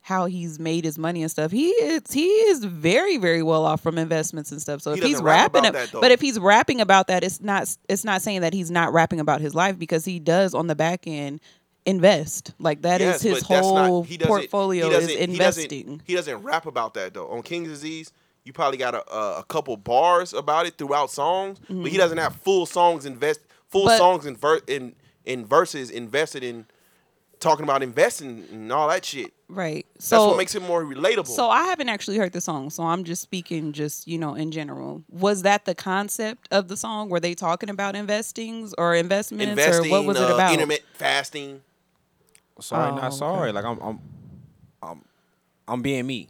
Speaker 5: how he's made his money and stuff. He is he is very very well off from investments and stuff. So
Speaker 1: He
Speaker 5: if he's
Speaker 1: doesn't rap
Speaker 5: rapping
Speaker 1: about
Speaker 5: ab-
Speaker 1: that, though.
Speaker 5: but if he's rapping about that it's not it's not saying that he's not rapping about his life because he does on the back end invest. Like that is
Speaker 1: Yes,
Speaker 5: his
Speaker 1: but that's not-
Speaker 5: whole
Speaker 1: he doesn't-
Speaker 5: portfolio
Speaker 1: he
Speaker 5: is
Speaker 1: doesn't- He
Speaker 5: investing.
Speaker 1: doesn't, he doesn't rap about that though. On King's Disease, you probably got a, a, a couple bars about it throughout songs, but he doesn't have full songs invest full
Speaker 5: Mm-hmm. But-
Speaker 1: songs in, ver- in in verses invested in talking about investing and all that shit.
Speaker 5: Right. So
Speaker 1: That's what makes him more relatable.
Speaker 5: So I haven't actually heard the song, so I'm just speaking just, you know, in general. Was that the concept of the song? Were they talking about investings or investments
Speaker 1: investing,
Speaker 5: or what was it
Speaker 1: uh,
Speaker 5: about?
Speaker 1: intermittent fasting.
Speaker 4: Sorry,
Speaker 5: Oh,
Speaker 4: not
Speaker 5: okay.
Speaker 4: sorry. Like I'm, I'm, I'm, I'm being me.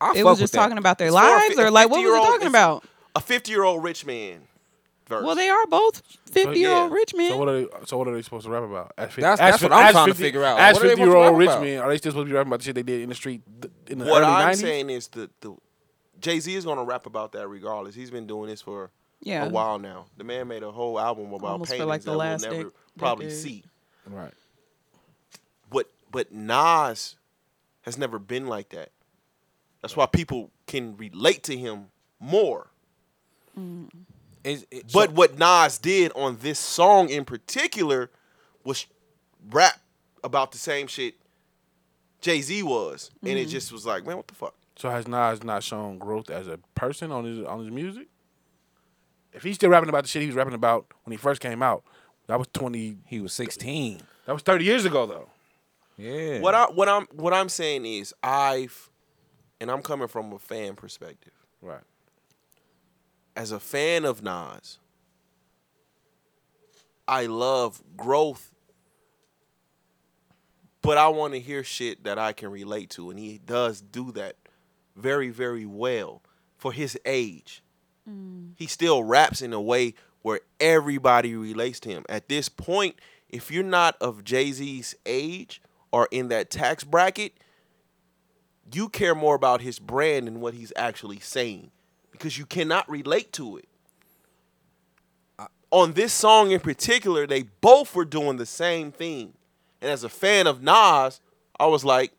Speaker 4: I
Speaker 5: it
Speaker 4: fuck
Speaker 5: was
Speaker 4: with
Speaker 5: just
Speaker 4: that.
Speaker 5: talking about their
Speaker 1: It's for a
Speaker 5: lives
Speaker 1: fi-
Speaker 5: or like what was it
Speaker 1: 50-year-old
Speaker 5: talking about?
Speaker 1: A fifty year old rich man. Verse.
Speaker 5: Well, they are both 50 year old
Speaker 1: Oh, yeah.
Speaker 5: rich men.
Speaker 6: So what are they? So what are they supposed to rap about? As fif-
Speaker 4: That's-
Speaker 6: as
Speaker 4: that's
Speaker 6: fif-
Speaker 4: what I'm
Speaker 6: as
Speaker 4: trying to figure out.
Speaker 6: As
Speaker 4: What are they
Speaker 6: fifty year old
Speaker 4: supposed to
Speaker 6: rich
Speaker 4: rap about?
Speaker 6: men, are they still supposed to be rapping about the shit they did in the street th- in the
Speaker 1: what
Speaker 6: early
Speaker 1: I'm
Speaker 6: nineties?
Speaker 1: saying is the the Jay Z is gonna rap about that regardless. He's been doing this for
Speaker 5: Yeah.
Speaker 1: a while now. The man made a whole album about
Speaker 5: Almost for,
Speaker 1: paintings
Speaker 5: like, the
Speaker 1: that
Speaker 5: last
Speaker 1: we'll never
Speaker 5: dec-
Speaker 1: probably
Speaker 5: decade.
Speaker 1: see.
Speaker 6: Right.
Speaker 1: But but Nas has never been like that. That's why people can relate to him more.
Speaker 4: It's- it's-
Speaker 1: But what Nas did on this song in particular was rap about the same shit Jay Z was, and it
Speaker 5: Mm-hmm.
Speaker 1: just was like, man, what the fuck?
Speaker 6: So has Nas not shown growth as a person on his on his music? If he's still rapping about the shit he was rapping about when he first came out, that was twenty.
Speaker 4: he was 16.
Speaker 6: That was thirty years ago though.
Speaker 4: Yeah.
Speaker 1: What I what I'm what I'm saying is I've and I'm coming from a fan perspective.
Speaker 6: Right.
Speaker 1: As a fan of Nas, I love growth but I want to hear shit that I can relate to, and he does do that very, very well for his age. He still raps in a way where everybody relates to him. At this point, if you're not of Jay Z's age or in that tax bracket, you care more about his brand and what he's actually saying because you cannot relate to it. On this song in particular, they both were doing the same thing. And as a fan of Nas, I was like,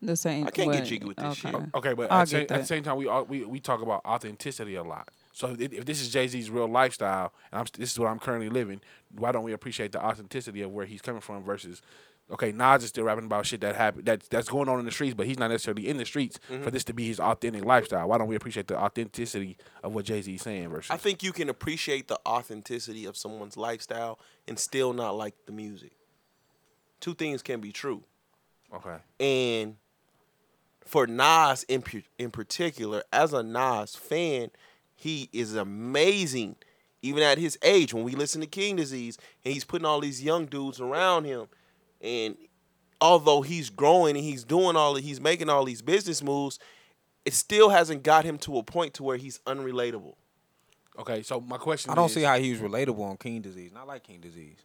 Speaker 5: The same.
Speaker 1: I can't get
Speaker 5: way.
Speaker 1: jiggy with this shit.
Speaker 6: Okay, but
Speaker 5: I'll
Speaker 6: at, the same,
Speaker 5: get
Speaker 6: at the
Speaker 5: that.
Speaker 6: same time, we, all, we we talk about authenticity a lot. So if, if this is Jay Z's real lifestyle, and I'm, this is what I'm currently living, why don't we appreciate the authenticity of where he's coming from versus, okay, Nas is still rapping about shit that happened that that's going on in the streets, but he's not necessarily in the streets for this to be his authentic lifestyle. Why don't we appreciate the authenticity of what Jay Z's saying versus?
Speaker 1: I think you can appreciate the authenticity of someone's lifestyle and still not like the music. Two things can be true.
Speaker 6: okay,
Speaker 1: And for Nas in, pu- in particular, as a Nas fan, he is amazing. Even at his age, when we listen to King Disease, and he's putting all these young dudes around him, and although he's growing and he's doing all he's making all these business moves, it still hasn't got him to a point to where he's unrelatable.
Speaker 6: okay. So my question,
Speaker 4: I don't
Speaker 6: is-
Speaker 4: see how he was relatable on King Disease. Not like King Disease.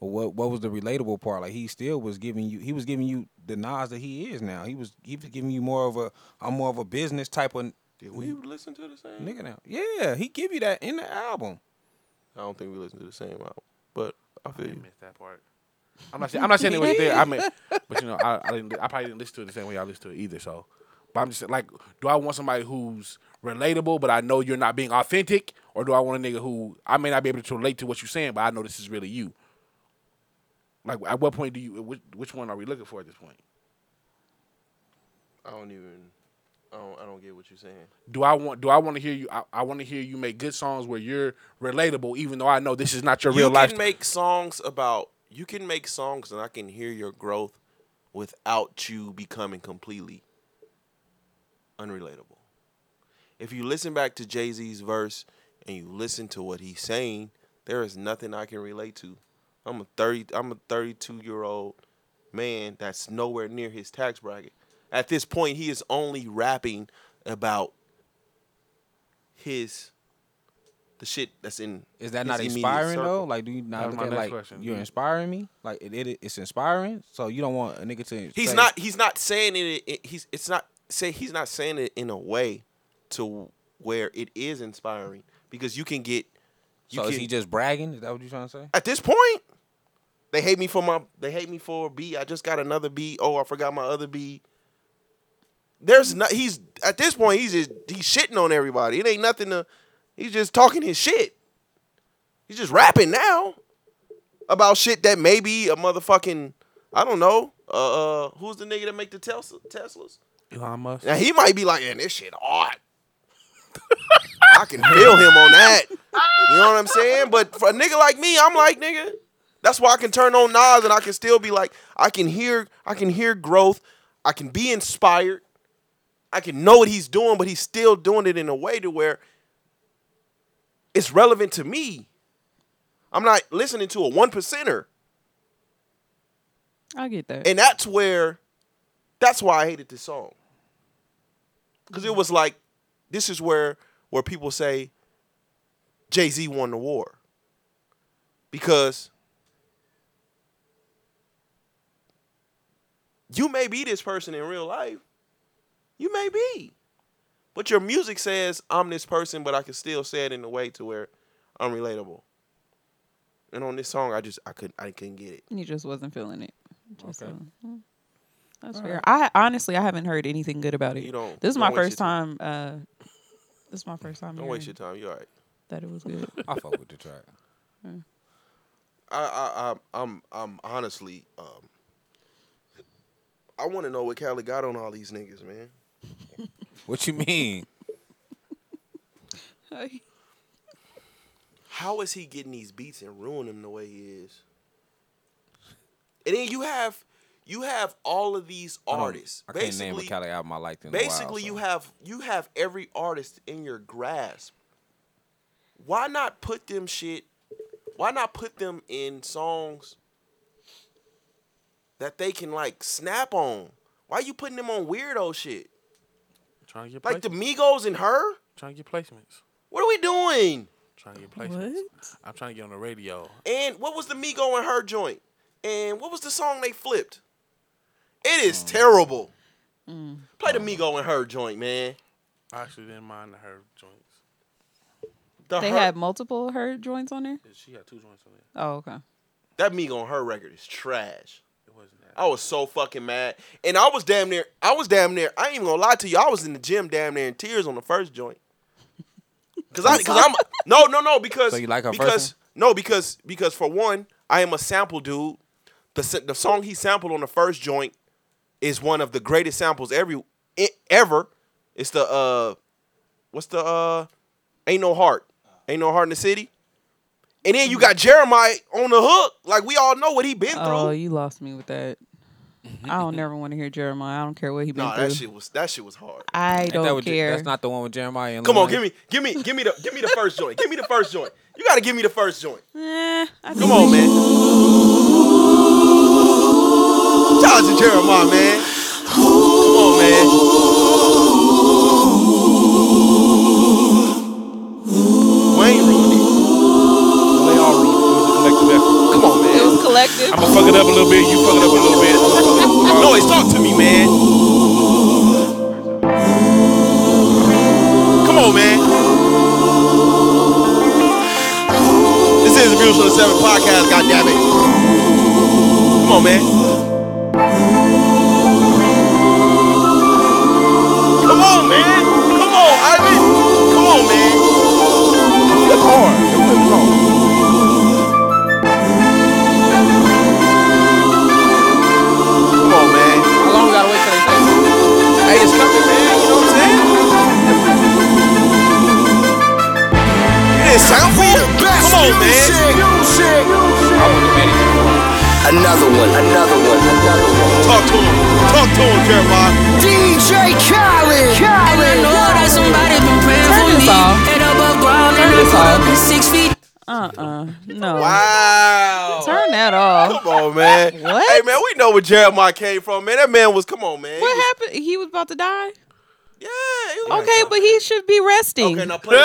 Speaker 4: But what what was the relatable part? Like he still was giving you he was giving you the Nas that he is now. He was he was giving you more of a I'm more of a business type of
Speaker 1: Did we listen to the same?
Speaker 4: nigga now. Yeah, he give you that in the album.
Speaker 1: I don't think we listened to the same album, but I feel you.
Speaker 6: missed that part. I'm not saying I'm not saying it was there. I mean, but you know, I, I didn't. I probably didn't listen to it the same way I listened to it either. So, but I'm just like, do I want somebody who's relatable, but I know you're not being authentic, or do I want a nigga who I may not be able to relate to what you're saying, but I know this is really you? Like, at what point do you? Which, which one are we looking for at this point?
Speaker 1: I don't even. I don't. I don't get what you're saying.
Speaker 6: Do I want? Do I want to hear you? I, I want to hear you make good songs where you're relatable, even though I know this is not your real
Speaker 1: you
Speaker 6: life.
Speaker 1: can make songs about you can make songs and i can hear your growth without you becoming completely unrelatable if you listen back to jay-z's verse and you listen to what he's saying there is nothing i can relate to i'm a 30 i'm a 32 year old man that's nowhere near his tax bracket at this point he is only rapping about his the shit that's in
Speaker 4: Is that
Speaker 1: his
Speaker 4: not
Speaker 1: immediate
Speaker 4: inspiring
Speaker 1: circle.
Speaker 4: though? Like do you not
Speaker 6: That's
Speaker 4: look
Speaker 6: my
Speaker 4: at
Speaker 6: next
Speaker 4: like
Speaker 6: question.
Speaker 4: you're
Speaker 1: Mm-hmm.
Speaker 6: Yeah.
Speaker 4: inspiring me? Like it, it it's inspiring. So you don't want a nigga to
Speaker 1: He's
Speaker 4: say-
Speaker 1: not. He's not saying it. it- He's. It's not. Say he's not saying it in a way to where it is inspiring because you can get. You
Speaker 4: So is
Speaker 1: can-
Speaker 4: he just bragging? Is that what you're trying to say?
Speaker 1: at this point? They hate me for my. They hate me for a B. I just got another B. Oh, I forgot my other B. There's not. He's at this point. He's just he's shitting on everybody. It ain't nothing to. He's just talking his shit. He's just rapping now about shit that maybe a motherfucking I don't know. Uh, uh who's the nigga that make the Tesla, Teslas?
Speaker 6: Elon Musk.
Speaker 1: Now he might be like, "Man, this shit hard." I can feel him on that. You know what I'm saying? But for a nigga like me, I'm like, nigga. That's why I can turn on Nas and I can still be like, I can hear, I can hear growth. I can be inspired. I can know what he's doing, but he's still doing it in a way to where it's relevant to me. I'm not listening to a one percenter.
Speaker 5: I get that.
Speaker 1: And that's where, that's why I hated this song. Because it was like, this is where where people say Jay Z won the war. Because you may be this person in real life. You may be. But your music says I'm this person, but I can still say it in a way to where I'm relatable. And on this song, I just I couldn't I couldn't get it.
Speaker 5: and he just wasn't feeling it. Just
Speaker 6: Okay.
Speaker 5: so- mm. that's fair. I honestly I haven't heard anything good about it.
Speaker 1: You don't-
Speaker 5: this is
Speaker 1: don't
Speaker 5: my
Speaker 1: waste your
Speaker 5: first time. Uh, this is my first time.
Speaker 1: Don't waste your
Speaker 5: hearing
Speaker 1: time. You all right.
Speaker 5: That it was good.
Speaker 4: I fuck with the track.
Speaker 1: I, I, I I'm I'm honestly um I want to know what Cali got on all these niggas, man.
Speaker 4: What you mean?
Speaker 1: How is he getting these beats and ruining them the way he is? And then you have you have all of these
Speaker 4: I don't-
Speaker 1: artists.
Speaker 4: I can't name a Cali album I liked in a while,
Speaker 1: basically you
Speaker 4: so.
Speaker 1: have you have every artist in your grasp why not put them shit why not put them in songs that they can like snap on. Why you putting them on weirdo shit?
Speaker 6: Trying to get
Speaker 1: Like
Speaker 6: placements.
Speaker 1: the Migos and her?
Speaker 6: trying to get placements.
Speaker 1: What are we doing?
Speaker 6: Trying to get placements.
Speaker 5: What?
Speaker 6: I'm trying to get on the radio.
Speaker 1: And what was the Migo and her joint? And what was the song they flipped? It is terrible.
Speaker 5: Mm.
Speaker 1: Play the Migo and her joint, man.
Speaker 6: I actually didn't mind her joints.
Speaker 1: The
Speaker 5: They
Speaker 1: her,
Speaker 5: had multiple her joints on there.
Speaker 6: She had two joints on there.
Speaker 5: Oh, okay.
Speaker 1: that Migo and her record is trash.
Speaker 6: It wasn't that.
Speaker 1: I was so fucking mad. And I was damn near, I was damn near, I ain't even gonna lie to you, I was in the gym damn near in tears on the first joint. Cause I, cause I'm, no, no, no, because,
Speaker 4: So you like her first
Speaker 1: because, no, because, because for one, I am a sample dude. The, s- the song he sampled on the first joint is one of the greatest samples every, e- ever. It's the, uh, what's the, uh, Ain't No Heart. Ain't No Heart in the City. And then you got Jeremiah on the hook. Like, we all know what he been
Speaker 5: Oh,
Speaker 1: through.
Speaker 5: you lost me with that. I don't never want to hear Jeremiah. I don't care what he been
Speaker 1: No,
Speaker 5: through.
Speaker 1: Mm-hmm. that shit was that shit was hard.
Speaker 5: I
Speaker 4: Ain't that
Speaker 5: don't
Speaker 4: what you-
Speaker 5: care.
Speaker 4: that's not the one with Jeremiah and
Speaker 1: Come on,
Speaker 4: Lil
Speaker 1: give
Speaker 4: Wayne?
Speaker 1: me, give me, give me the, give me the first joint. Give me the first joint. You gotta give me the first joint.
Speaker 5: Eh, I
Speaker 1: Come
Speaker 5: think-
Speaker 1: on, man. Shout out to Jeremiah, man. Come on, man. Wayne ruined it.
Speaker 6: They all ruined it. It was a collective effort.
Speaker 1: Come on,
Speaker 5: It
Speaker 1: man.
Speaker 5: was collective.
Speaker 6: I'm gonna fuck it up a little bit. You fuck it up a little bit. I'm gonna fuck it up.
Speaker 1: Noise, talk to me, man. Come on, man. This is the Views from the Seven podcast, goddammit. Come on, man. Come on, man. Come on, Ivan. Come on, man.
Speaker 6: It was hard. It was hard.
Speaker 1: Come on, man.
Speaker 4: How long we gotta wait till they say?
Speaker 1: Hey, it's coming, man. You know what I'm saying? It is sound for you. Come on, man.
Speaker 2: Another one, another one, another one.
Speaker 1: Talk to him. Talk to him, Jeremiah.
Speaker 2: DJ Khaled.
Speaker 7: And I know that somebody been praying
Speaker 5: Turn
Speaker 7: for
Speaker 5: this
Speaker 7: me.
Speaker 5: off.
Speaker 7: Head above ground and
Speaker 5: Turn
Speaker 7: I
Speaker 5: this
Speaker 7: put
Speaker 5: off.
Speaker 7: up in six feet.
Speaker 5: Uh-uh. No.
Speaker 1: Wow.
Speaker 5: Turn that off.
Speaker 1: Come on, man.
Speaker 5: What?
Speaker 1: Hey, man, we know where Jeremiah came from, man. That man was, come on, man.
Speaker 5: What
Speaker 1: He was-
Speaker 5: happened? He was about to die.
Speaker 1: Yeah. he was-
Speaker 5: Okay, but he should be resting.
Speaker 1: Okay, now play.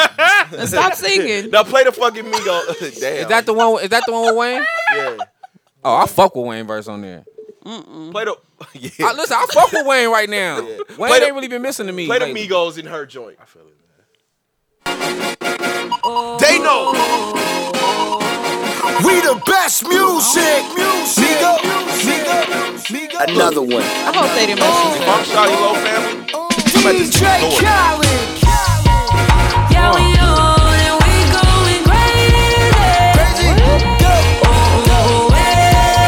Speaker 5: Stop singing.
Speaker 1: now play the fucking Migo. Damn.
Speaker 4: Is that the one? Is that the one with Wayne?
Speaker 1: yeah.
Speaker 4: Oh, I fuck with Wayne verse on there.
Speaker 1: Play the. Yeah.
Speaker 4: I, listen, I fuck with Wayne right now. Wayne
Speaker 1: Play the-
Speaker 4: ain't really been missing to me.
Speaker 1: play the
Speaker 4: lately.
Speaker 1: Migos in her joint. I feel it, man. They know.
Speaker 2: We the best music. Music. Another one.
Speaker 5: I hope they didn't mess this
Speaker 1: I'm
Speaker 5: up.
Speaker 1: Shotty Low family.
Speaker 2: DJ Khaled.
Speaker 7: Yeah, we on and we going crazy.
Speaker 2: Crazy. Go.
Speaker 7: Oh, eh,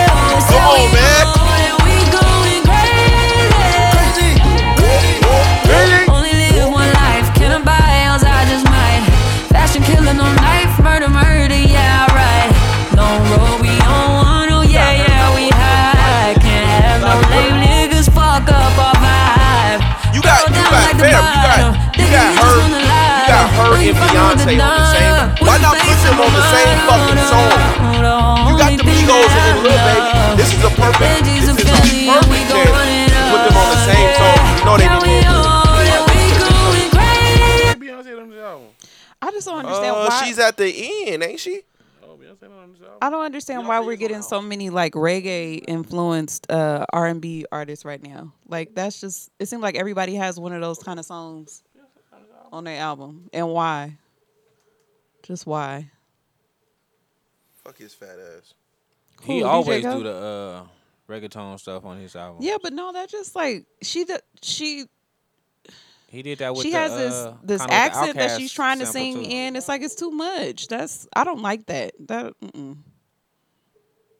Speaker 7: oh, say
Speaker 1: Come on,
Speaker 7: we
Speaker 1: man.
Speaker 7: on and we going crazy.
Speaker 2: Crazy. Really?
Speaker 7: Only live one life, can I buy else I just might. Fashion killer, no knife, murder, murder, yeah, right. Long road, we on one, oh yeah, yeah, we high. Can't have no lame niggas fuck up our vibe.
Speaker 1: You got, you got, fam, you got, you got her, you got her and Beyonce on the same. Why not put them on the same fucking song? You got the Migos and Lil Baby. This is a perfect, this is a perfect chance to put them on the same song. You know they didn't.
Speaker 6: Beyonce on this album.
Speaker 5: I just don't understand
Speaker 1: Uh,
Speaker 5: why.
Speaker 1: she's at the end, ain't she?
Speaker 6: Oh, Beyonce on this album.
Speaker 5: I don't understand why we're getting so many like reggae influenced uh, R and B artists right now. Like that's just it seems like everybody has one of those kind of songs on their album, and why? Just why?
Speaker 1: Fuck his fat ass.
Speaker 5: Who,
Speaker 4: He
Speaker 5: DJ
Speaker 4: always
Speaker 5: Khaled?
Speaker 4: do the uh, reggaeton stuff on his album.
Speaker 5: Yeah, but no, that just like she the, she
Speaker 4: He did that with
Speaker 5: she
Speaker 4: the,
Speaker 5: has this
Speaker 4: uh,
Speaker 5: this
Speaker 4: kinda with the
Speaker 5: accent that
Speaker 4: Outkast
Speaker 5: she's trying to
Speaker 4: sample,
Speaker 5: sing
Speaker 4: too.
Speaker 5: in. It's like it's too much. That's I don't like that. That mm-mm.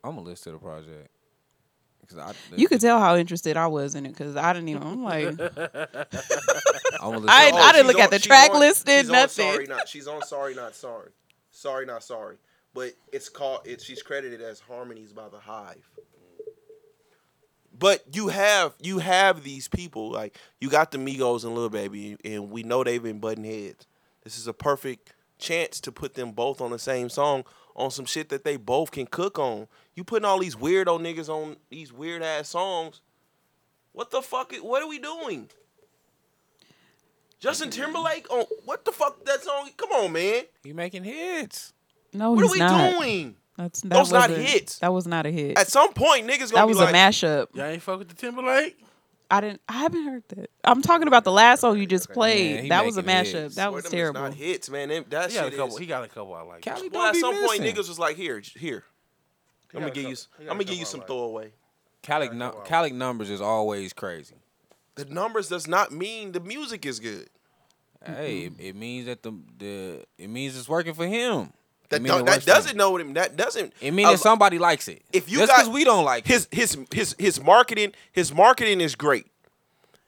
Speaker 4: I'm gonna listen to the project. 'Cause I,
Speaker 5: you could tell how interested I was in it because I didn't even. I'm like,
Speaker 4: I'm gonna
Speaker 5: I-
Speaker 4: listen.
Speaker 5: I
Speaker 4: to-
Speaker 5: didn't look
Speaker 1: she's
Speaker 5: at the track
Speaker 1: she's
Speaker 5: list, did
Speaker 1: she's
Speaker 5: nothing.
Speaker 1: On sorry, not, she's on sorry, not sorry. Sorry, not sorry. But it's called. It, she's credited as harmonies by the Hive. But you have you have these people like you got the Migos and Lil Baby, and we know they've been butting heads. This is a perfect chance to put them both on the same song on some shit that they both can cook on. You putting all these weirdo niggas on these weird ass songs. What the fuck? i- What are we doing? Justin Timberlake on what the fuck that song? Come on, man.
Speaker 4: He making hits.
Speaker 5: No,
Speaker 1: What are
Speaker 5: he's
Speaker 1: we
Speaker 5: not.
Speaker 1: doing?
Speaker 5: That's that
Speaker 1: Those not
Speaker 5: wasn't-
Speaker 1: hits.
Speaker 5: That was not a hit.
Speaker 1: At some point, niggas gonna
Speaker 5: that
Speaker 1: be
Speaker 5: was
Speaker 1: like,
Speaker 5: a mashup.
Speaker 6: Y'all ain't fuck with the Timberlake.
Speaker 5: I didn't. I haven't heard that. I'm talking about the last song you just played.
Speaker 4: he
Speaker 5: that was a
Speaker 4: making
Speaker 5: mashup.
Speaker 4: hits.
Speaker 5: That
Speaker 1: "Boy,
Speaker 5: was
Speaker 1: them is
Speaker 5: terrible.
Speaker 1: Not hits, man. Them- That
Speaker 6: He got
Speaker 1: shit
Speaker 6: a couple.
Speaker 1: is.
Speaker 6: He got a couple I like.
Speaker 4: Cali
Speaker 1: Well,
Speaker 4: don't
Speaker 1: at
Speaker 4: be
Speaker 1: some point,
Speaker 4: missing.
Speaker 1: niggas was like, here, j- here. I'm gonna
Speaker 6: gotta
Speaker 1: give you.
Speaker 6: come- he
Speaker 1: I'm
Speaker 6: gotta
Speaker 1: gonna
Speaker 6: come
Speaker 1: give you
Speaker 6: out
Speaker 1: some
Speaker 6: right.
Speaker 1: throwaway.
Speaker 4: Cali, num- Cali numbers is always crazy.
Speaker 1: The numbers does not mean the music is good.
Speaker 4: Hey,
Speaker 1: Mm-hmm.
Speaker 4: it, it means that the the it means it's working for him. It
Speaker 1: That,
Speaker 4: mean
Speaker 1: don't,
Speaker 4: it
Speaker 1: that
Speaker 4: works for him.
Speaker 1: doesn't know him. That doesn't.
Speaker 4: It means
Speaker 1: a
Speaker 4: that
Speaker 1: lo-
Speaker 4: somebody likes it.
Speaker 1: If you
Speaker 4: just
Speaker 1: got-
Speaker 4: because we don't like it,
Speaker 1: his his his his marketing his marketing is great.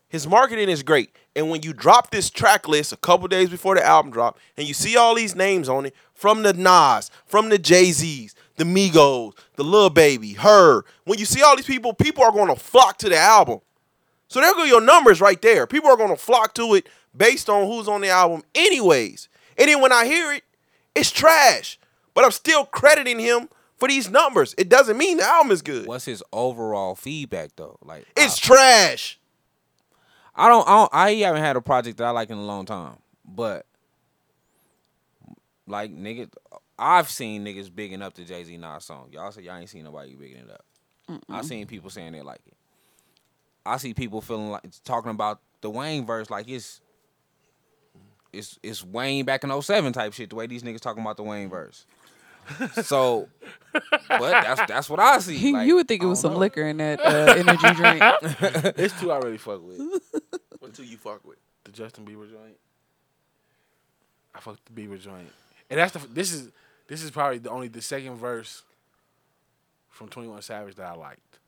Speaker 1: His marketing is great. And when you drop this track list a couple days before the album drop, and you see all these names on it from the Nas, from the Jay Z's, the Migos, the Lil Baby, her. When you see all these people, people are going to flock to the album. So there go your numbers right there. People are going to flock to it based on who's on the album, anyways. And then when I hear it, it's trash. But I'm still crediting him for these numbers. It doesn't mean the album is good.
Speaker 4: what's his overall feedback though? Like uh,
Speaker 1: It's trash.
Speaker 4: I don't, I don't I haven't had a project that I like in a long time. But like nigga I've seen niggas bigging up the Jay Z Nas song. Y'all say y'all ain't seen nobody bigging it up. I seen people saying they like it. I see people feeling like talking about the Wayne verse like it's it's it's Wayne back in 07 type shit, the way these niggas talking about the Wayne verse. so but that's that's what I see. Like,
Speaker 5: you would think it
Speaker 4: I
Speaker 5: was
Speaker 4: don't
Speaker 5: some
Speaker 4: know.
Speaker 5: liquor in that uh, energy drink.
Speaker 6: It's two I really fuck with.
Speaker 1: What two you fuck with?
Speaker 6: the Justin Bieber joint. I fucked the Bieber joint, and that's the f- this is this is probably the only the second verse from Twenty One Savage that I liked.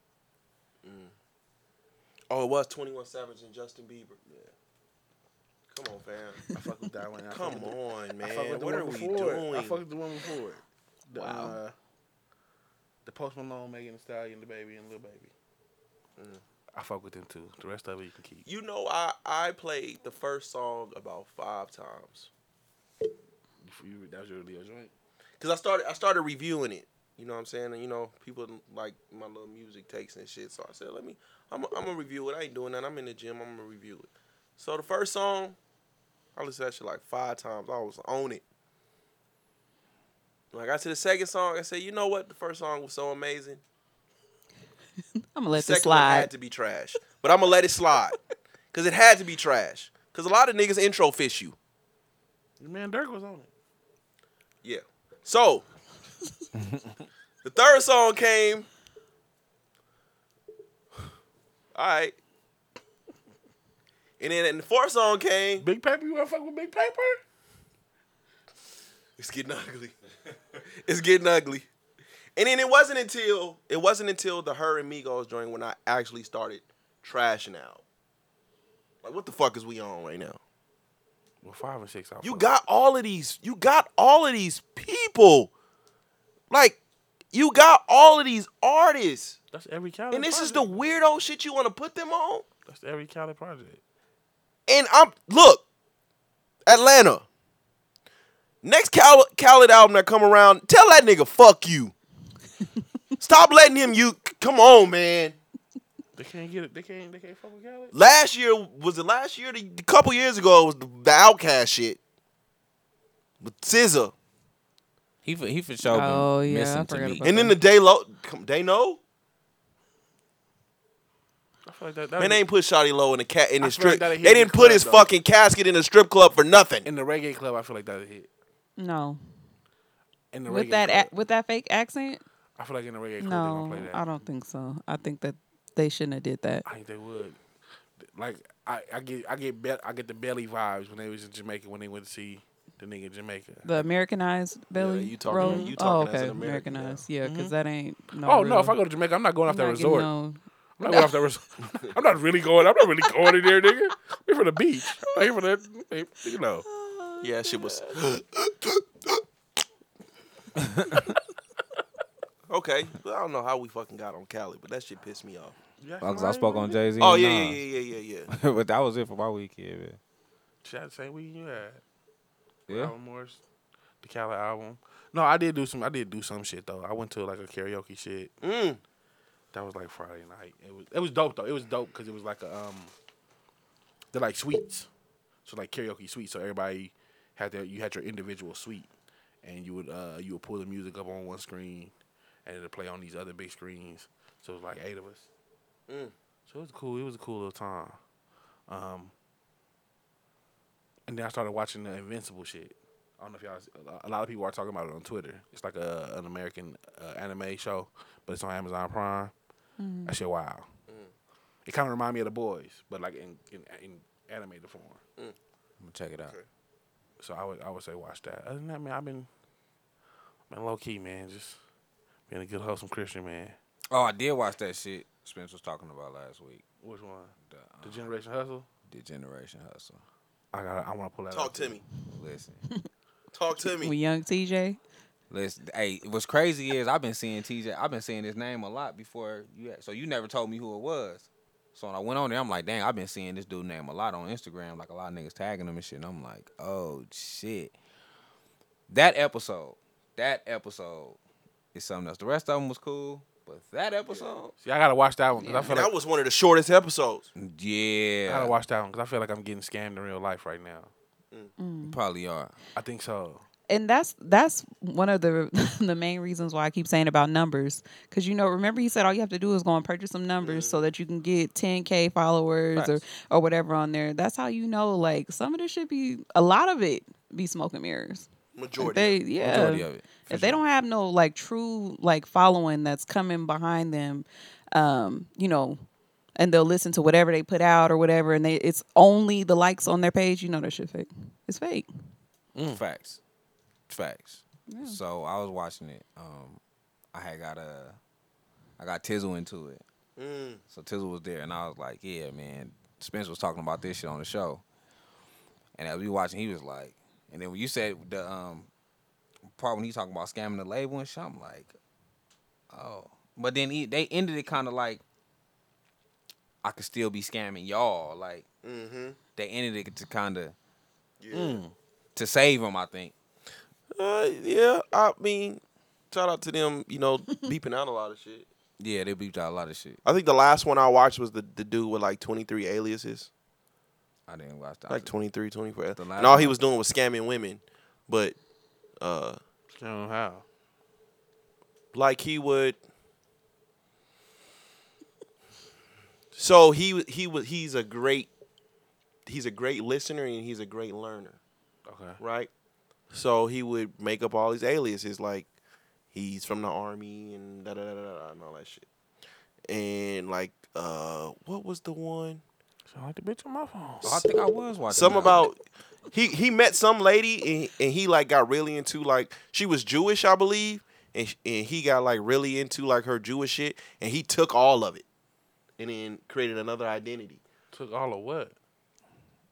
Speaker 1: Oh, it was 21 Savage and Justin Bieber. Yeah. Come on, fam.
Speaker 6: I fucked with that one. I
Speaker 1: Come
Speaker 6: fucked
Speaker 1: on,
Speaker 6: I
Speaker 1: man.
Speaker 6: fucked with the
Speaker 1: What
Speaker 6: one
Speaker 1: are we
Speaker 6: before. I fucked
Speaker 1: doing?
Speaker 6: with the one before. it. The, wow. Uh, the Post Malone, Megan Thee Stallion, the baby, and little baby. Mm. I fuck with them too. The rest of it you can keep.
Speaker 1: You know, I I played the first song about five times
Speaker 6: You, you, that was your Leo joint.
Speaker 1: because I started I started reviewing it. You know what I'm saying? And you know, people like my little music takes and shit. So I said, let me. I'm i I'm gonna review it. I ain't doing that. I'm in the gym. I'm gonna review it. So the first song, I listened to that shit like five times. I was on it. When I got to the second song, I said, you know what? The first song was so amazing.
Speaker 5: I'm gonna let
Speaker 1: Second
Speaker 5: this
Speaker 1: one
Speaker 5: slide.
Speaker 1: had to be trash, but I'm gonna let it slide because it had to be trash. Because a lot of niggas intro fish you.
Speaker 6: Your man Dirk was on it.
Speaker 1: Yeah. So the third song came. All right. And then and the fourth song came.
Speaker 6: Big Paper, you wanna fuck with Big Paper?
Speaker 1: It's getting ugly. it's getting ugly. And then it wasn't until it wasn't until the Her and Migos joint when I actually started trashing out. Like what the fuck is we on right now?
Speaker 6: Well, five and six. I fuck
Speaker 1: You
Speaker 6: with.
Speaker 1: got all of these. You got all of these people. Like, you got all of these artists.
Speaker 6: That's every Cali.
Speaker 1: And this is the
Speaker 6: project.
Speaker 1: weirdo shit you want to put them on?
Speaker 6: That's every Cali project.
Speaker 1: And I'm look, Atlanta. Next Cal- Khaled album that come around, tell that nigga fuck you. Stop letting him you come on, man.
Speaker 6: They can't get it. They can't. They can't fuck with Cali.
Speaker 1: Last year was it last year? The, a couple years ago it was the, the Outcast shit with SZA,
Speaker 4: He for, he for sure been
Speaker 5: Oh, yeah, I
Speaker 4: missing to
Speaker 5: forgot
Speaker 4: me.
Speaker 5: about
Speaker 1: and then the Day Lo, come- they know.
Speaker 6: I feel like that. that
Speaker 1: Man, they ain't put Shotty Low in the cat in the
Speaker 6: feel like
Speaker 1: strip.
Speaker 6: that'd hit
Speaker 1: they
Speaker 6: in the
Speaker 1: didn't put
Speaker 6: club,
Speaker 1: his
Speaker 6: though.
Speaker 1: fucking casket in a strip club for nothing.
Speaker 6: in the reggae club. I feel like that would hit.
Speaker 5: No,
Speaker 6: In the
Speaker 5: with
Speaker 6: reggae
Speaker 5: that
Speaker 6: club,
Speaker 5: ac- with that fake accent.
Speaker 6: I feel like in the reggae club
Speaker 5: No,
Speaker 6: they gonna play that.
Speaker 5: I don't think so. I think that they shouldn't have did that.
Speaker 6: I think they would. Like I, I get, I get, be- I get the belly vibes when they was in Jamaica when they went to see the nigga in Jamaica.
Speaker 5: The Americanized belly
Speaker 1: you talking-
Speaker 5: roll.
Speaker 1: you
Speaker 5: oh,
Speaker 1: talking
Speaker 5: okay,
Speaker 1: as an American, yeah.
Speaker 5: Americanized. Yeah, because that ain't. No
Speaker 6: oh
Speaker 5: real,
Speaker 6: no! If I go to Jamaica, I'm not going off
Speaker 5: I'm
Speaker 6: that
Speaker 5: not getting
Speaker 6: resort.
Speaker 5: no-
Speaker 6: I'm not going off that resort. I'm not really going. I'm not really going in there, nigga. We for the beach. I'm not here for that. You know.
Speaker 1: Yeah, that shit was. okay, well, I don't know how we fucking got on Cali, but that shit pissed me off.
Speaker 4: Because I spoke on Jay Z.
Speaker 1: Oh yeah, yeah, yeah, yeah, yeah, yeah.
Speaker 4: yeah. but that was it for my weekend, man.
Speaker 6: Shout out to say we you had.
Speaker 4: Yeah.
Speaker 6: Alan Morris. the Cali album. No, I did do some. I did do some shit though. I went to like a karaoke shit.
Speaker 1: Mm.
Speaker 6: That was like Friday night. It was it was dope though. It was dope because it was like a um, they're like suites, so like karaoke suites. So everybody had their you had your individual suite, and you would uh you would pull the music up on one screen, and it'd play on these other big screens. So it was like eight of us. So it was cool. It was a cool little time. Um, and then I started watching the Invincible shit. I don't know if y'all. A lot of people are talking about it on Twitter. It's like a an American uh, anime show, but it's on Amazon Prime. That shit, wow. It kind of remind me of The Boys, but like in in, in animated form.
Speaker 4: I'm gonna check it out.
Speaker 6: So I would I would say watch that. Other than that, man, I've been, been low key, man. Just being a good wholesome Christian, man.
Speaker 4: Oh, I did watch that shit Spence was talking about last week.
Speaker 6: Which one?
Speaker 4: The,
Speaker 6: The
Speaker 4: um,
Speaker 6: Generation Hustle.
Speaker 4: the Generation Hustle.
Speaker 6: I got. I want to pull that.
Speaker 1: Talk
Speaker 6: out
Speaker 1: to me.
Speaker 4: Listen,
Speaker 1: Talk to
Speaker 5: With
Speaker 1: me.
Speaker 5: young TJ.
Speaker 4: listen. Hey, what's crazy is I've been seeing TJ. I've been seeing his name a lot before you. had- So you never told me who it was. So when I went on there, I'm like, dang, I've been seeing this dude name a lot on Instagram. Like a lot of niggas tagging him and shit. And I'm like, oh shit. That episode, that episode is something else. The rest of them was cool, but that episode,
Speaker 6: See, I gotta watch that one because I feel
Speaker 1: And
Speaker 6: like
Speaker 1: that was one of the shortest episodes.
Speaker 4: yeah,
Speaker 6: I gotta watch that one because I feel like I'm getting scammed in real life right now.
Speaker 4: You probably are.
Speaker 6: I think so.
Speaker 5: and that's that's one of the the main reasons why I keep saying about numbers because you know remember he said all you have to do is go and purchase some numbers so that you can get 10k followers or
Speaker 4: Facts.
Speaker 5: or whatever on there. That's how you know like some of this should be a lot of it be smoke and mirrors. If
Speaker 1: Majority.
Speaker 5: they
Speaker 1: of it.
Speaker 5: yeah
Speaker 4: Majority of it.
Speaker 5: if they don't have no like true like following that's coming behind them um you know and they'll listen to whatever they put out or whatever and they it's only the likes on their page you know that shit fake it's fake
Speaker 4: Facts. Facts. So I was watching it. Um, I had got a, I got Tizzle into it. So Tizzle was there, and I was like, "Yeah, man." Spence was talking about this shit on the show, and as we watching, he was like, and then when you said the um part when he talking about scamming the label and shit, I'm like, oh. But then he, they ended it kind of like, I could still be scamming y'all. Like
Speaker 1: Mm-hmm.
Speaker 4: they ended it to kind of
Speaker 1: Yeah.
Speaker 4: to save him. I think.
Speaker 1: Uh, yeah. I mean, shout out to them. You know, beeping out a lot of shit.
Speaker 4: Yeah, they beeped out a lot of shit.
Speaker 1: I think the last one I watched was the, the dude with like 23 aliases,
Speaker 4: I didn't watch that.
Speaker 1: like 23, 24.
Speaker 4: The last
Speaker 1: And all he
Speaker 4: one.
Speaker 1: was doing was scamming women, but uh,
Speaker 6: I don't know how.
Speaker 1: like he would. So he w- he was he's a great he's a great listener and he's a great learner,
Speaker 6: Okay.
Speaker 1: right? So he would make up all these aliases like he's from the army and da da da da da and all that shit. And like uh what was the one?
Speaker 6: Sound like the bitch on my phone.
Speaker 4: Oh, I think I was watching.
Speaker 1: Some
Speaker 4: that.
Speaker 1: about he he met some lady and, and he like got really into like she was Jewish I believe and sh- and he got like really into like her Jewish shit and he took all of it and then created another identity
Speaker 6: Took all of what?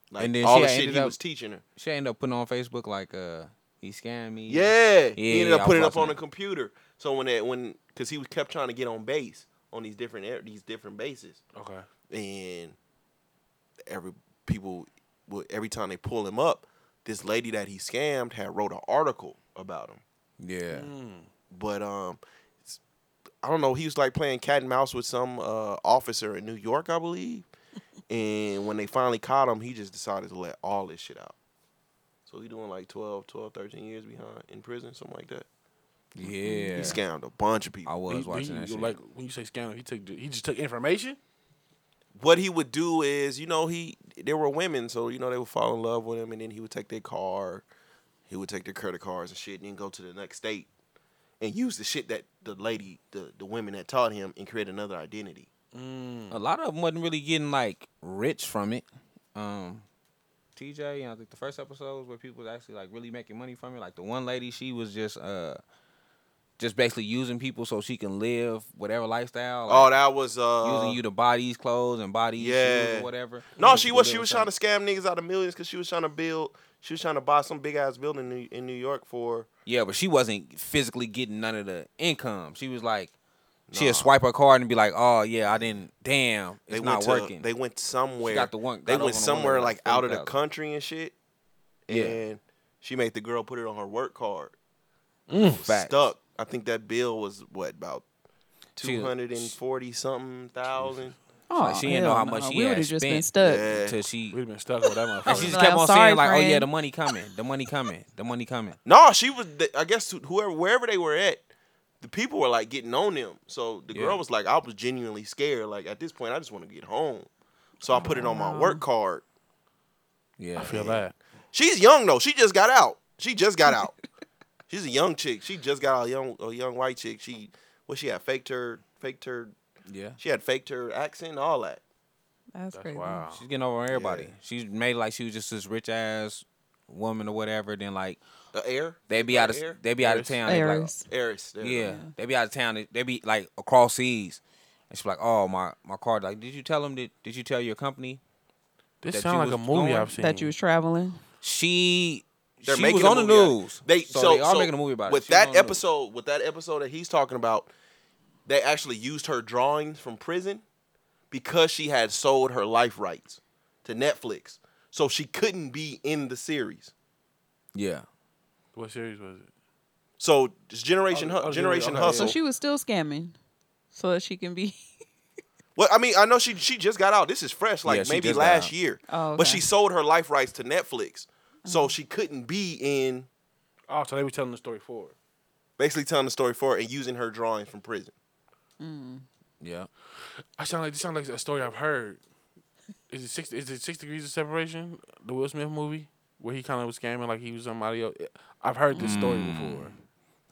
Speaker 1: like
Speaker 4: And then
Speaker 1: all
Speaker 4: she
Speaker 1: the
Speaker 4: had
Speaker 1: shit
Speaker 4: ended
Speaker 1: he
Speaker 4: up-
Speaker 1: was teaching her
Speaker 4: she ended up putting on Facebook like uh he scammed me.
Speaker 1: yeah,
Speaker 4: Yeah,
Speaker 1: he ended
Speaker 4: yeah, I
Speaker 1: up putting it
Speaker 4: was
Speaker 1: up on the
Speaker 4: watching
Speaker 1: computer so when that when because he was kept trying to get on base on these different air- these different bases
Speaker 6: Okay.
Speaker 1: and every people would every time they pull him up this lady that he scammed had wrote an article about him
Speaker 4: Yeah.
Speaker 1: Mm. but um it's- I don't know. He was like playing cat and mouse with some uh, officer in New York, I believe. and when they finally caught him, he just decided to let all this shit out. So he doing like 12, 12, 13 years behind in prison, something like that.
Speaker 4: Yeah.
Speaker 1: He scammed a bunch of
Speaker 4: I
Speaker 1: people.
Speaker 4: was
Speaker 6: He-
Speaker 4: watching
Speaker 6: he-
Speaker 4: that shit.
Speaker 6: Like when you say scam, he took he just took information.
Speaker 1: What he would do is, you know, he there were women, so you know they would fall in love with him, and then he would take their car, he would take their credit cards and shit, and then go to the next state and use the shit that the lady, the the women that taught him, and create another identity.
Speaker 4: a lot of them wasn't really getting like rich from it. Um TJ, you know, I think the first episodes where people was actually like really making money from it. Like the one lady, she was just uh just basically using people so she can live whatever lifestyle.
Speaker 1: Oh,
Speaker 4: Like,
Speaker 1: that was uh,
Speaker 4: using you to buy these clothes and buy these shoes
Speaker 1: Yeah.
Speaker 4: or whatever.
Speaker 1: No,
Speaker 4: Just
Speaker 1: she
Speaker 4: to
Speaker 1: was.
Speaker 4: live
Speaker 1: She was
Speaker 4: something.
Speaker 1: trying to scam niggas out of millions because she was trying to build. She was trying to buy some big ass building in New, in New York for.
Speaker 4: Yeah, but she wasn't physically getting none of the income. She was like,
Speaker 1: Nah.
Speaker 4: she'd swipe her card and be like, "Oh yeah, I didn't. Damn,
Speaker 1: They
Speaker 4: it's not
Speaker 1: went to,
Speaker 4: working."
Speaker 1: They went somewhere.
Speaker 4: got the one- got
Speaker 1: they
Speaker 4: over on the
Speaker 1: went
Speaker 4: one
Speaker 1: somewhere
Speaker 4: with
Speaker 1: like
Speaker 4: like
Speaker 1: out of the
Speaker 4: 40,000.
Speaker 1: country and shit.
Speaker 4: Yeah.
Speaker 1: And She made the girl put it on her work card.
Speaker 4: Facts.
Speaker 1: Stuck. I think that bill was what about
Speaker 4: She-
Speaker 1: two hundred and forty something thousand.
Speaker 5: Oh,
Speaker 4: Like, she didn't know
Speaker 5: hell
Speaker 4: how
Speaker 5: no.
Speaker 4: much she
Speaker 5: we
Speaker 4: had
Speaker 5: would have just been
Speaker 4: spent.
Speaker 5: stuck.
Speaker 1: Yeah.
Speaker 4: Till she,
Speaker 6: We'd have been stuck with that
Speaker 4: and
Speaker 6: motherfucker.
Speaker 4: she just
Speaker 5: Like,
Speaker 4: kept
Speaker 5: I'm
Speaker 4: on
Speaker 5: sorry,
Speaker 4: saying like, "Oh yeah,
Speaker 5: friend.
Speaker 4: the money coming, the money coming, the money coming."
Speaker 1: No, she was. I guess whoever, wherever they were at, the people were like getting on them. So the
Speaker 4: Yeah.
Speaker 1: girl was like, I was genuinely scared. Like at this point, I just want to get home. So I put it on my work card.
Speaker 4: Yeah,
Speaker 6: I feel bad.
Speaker 1: She's young though. She just got out. She just got out. She's a young chick. She just got out. A young, a young white chick. She, what she had faked her, faked her.
Speaker 4: yeah.
Speaker 1: She had faked her accent, all that.
Speaker 5: That's, crazy.
Speaker 6: Wow.
Speaker 4: She's getting over on everybody. She's made like she was just this rich ass woman or whatever. Then like
Speaker 1: The air.
Speaker 4: they be out of
Speaker 1: Air?
Speaker 4: they be out of town. they be like,
Speaker 5: Errors.
Speaker 1: Heiress. there.
Speaker 4: yeah, they be out of town. They- They be like across seas, and she's like, "Oh my my car." Like, did you tell them? Did Did you tell your company?
Speaker 6: This
Speaker 4: That
Speaker 6: sound
Speaker 4: you
Speaker 6: like a
Speaker 4: was
Speaker 6: movie
Speaker 4: going-
Speaker 6: I've seen.
Speaker 5: That you was traveling.
Speaker 4: She
Speaker 1: They're
Speaker 4: she
Speaker 1: making
Speaker 4: was
Speaker 1: a
Speaker 4: on the
Speaker 1: movie out of it.
Speaker 4: news.
Speaker 1: They
Speaker 4: so, they are making a movie about it.
Speaker 1: With
Speaker 4: She was
Speaker 1: that
Speaker 4: on the news.
Speaker 1: episode, with that episode that he's talking about, they actually used her drawings from prison because she had sold her life rights to Netflix, so she couldn't be in the series.
Speaker 4: yeah.
Speaker 6: What series was it?
Speaker 1: So it's Generation
Speaker 6: Oh,
Speaker 1: Hu-
Speaker 6: oh,
Speaker 1: Generation
Speaker 6: okay, yeah.
Speaker 1: Hustle.
Speaker 5: So she was still scamming, so that she can be.
Speaker 1: Well, I mean, I know she she just got out. This is fresh, like
Speaker 4: Yeah, she
Speaker 1: maybe
Speaker 4: just got
Speaker 1: last
Speaker 4: out.
Speaker 1: year.
Speaker 5: Oh,
Speaker 1: But
Speaker 5: okay. Uh-huh.
Speaker 1: she sold her life rights to Netflix, so she couldn't be in
Speaker 6: Oh, so they were telling the story forward.
Speaker 1: basically telling the story for her and using her drawings from prison.
Speaker 4: Yeah.
Speaker 6: I sound like this sound like a story I've heard. Is it six? Is it six degrees of separation? The Will Smith movie where he kind of was scamming like he was somebody else. I've heard this story
Speaker 4: Mm.
Speaker 6: before.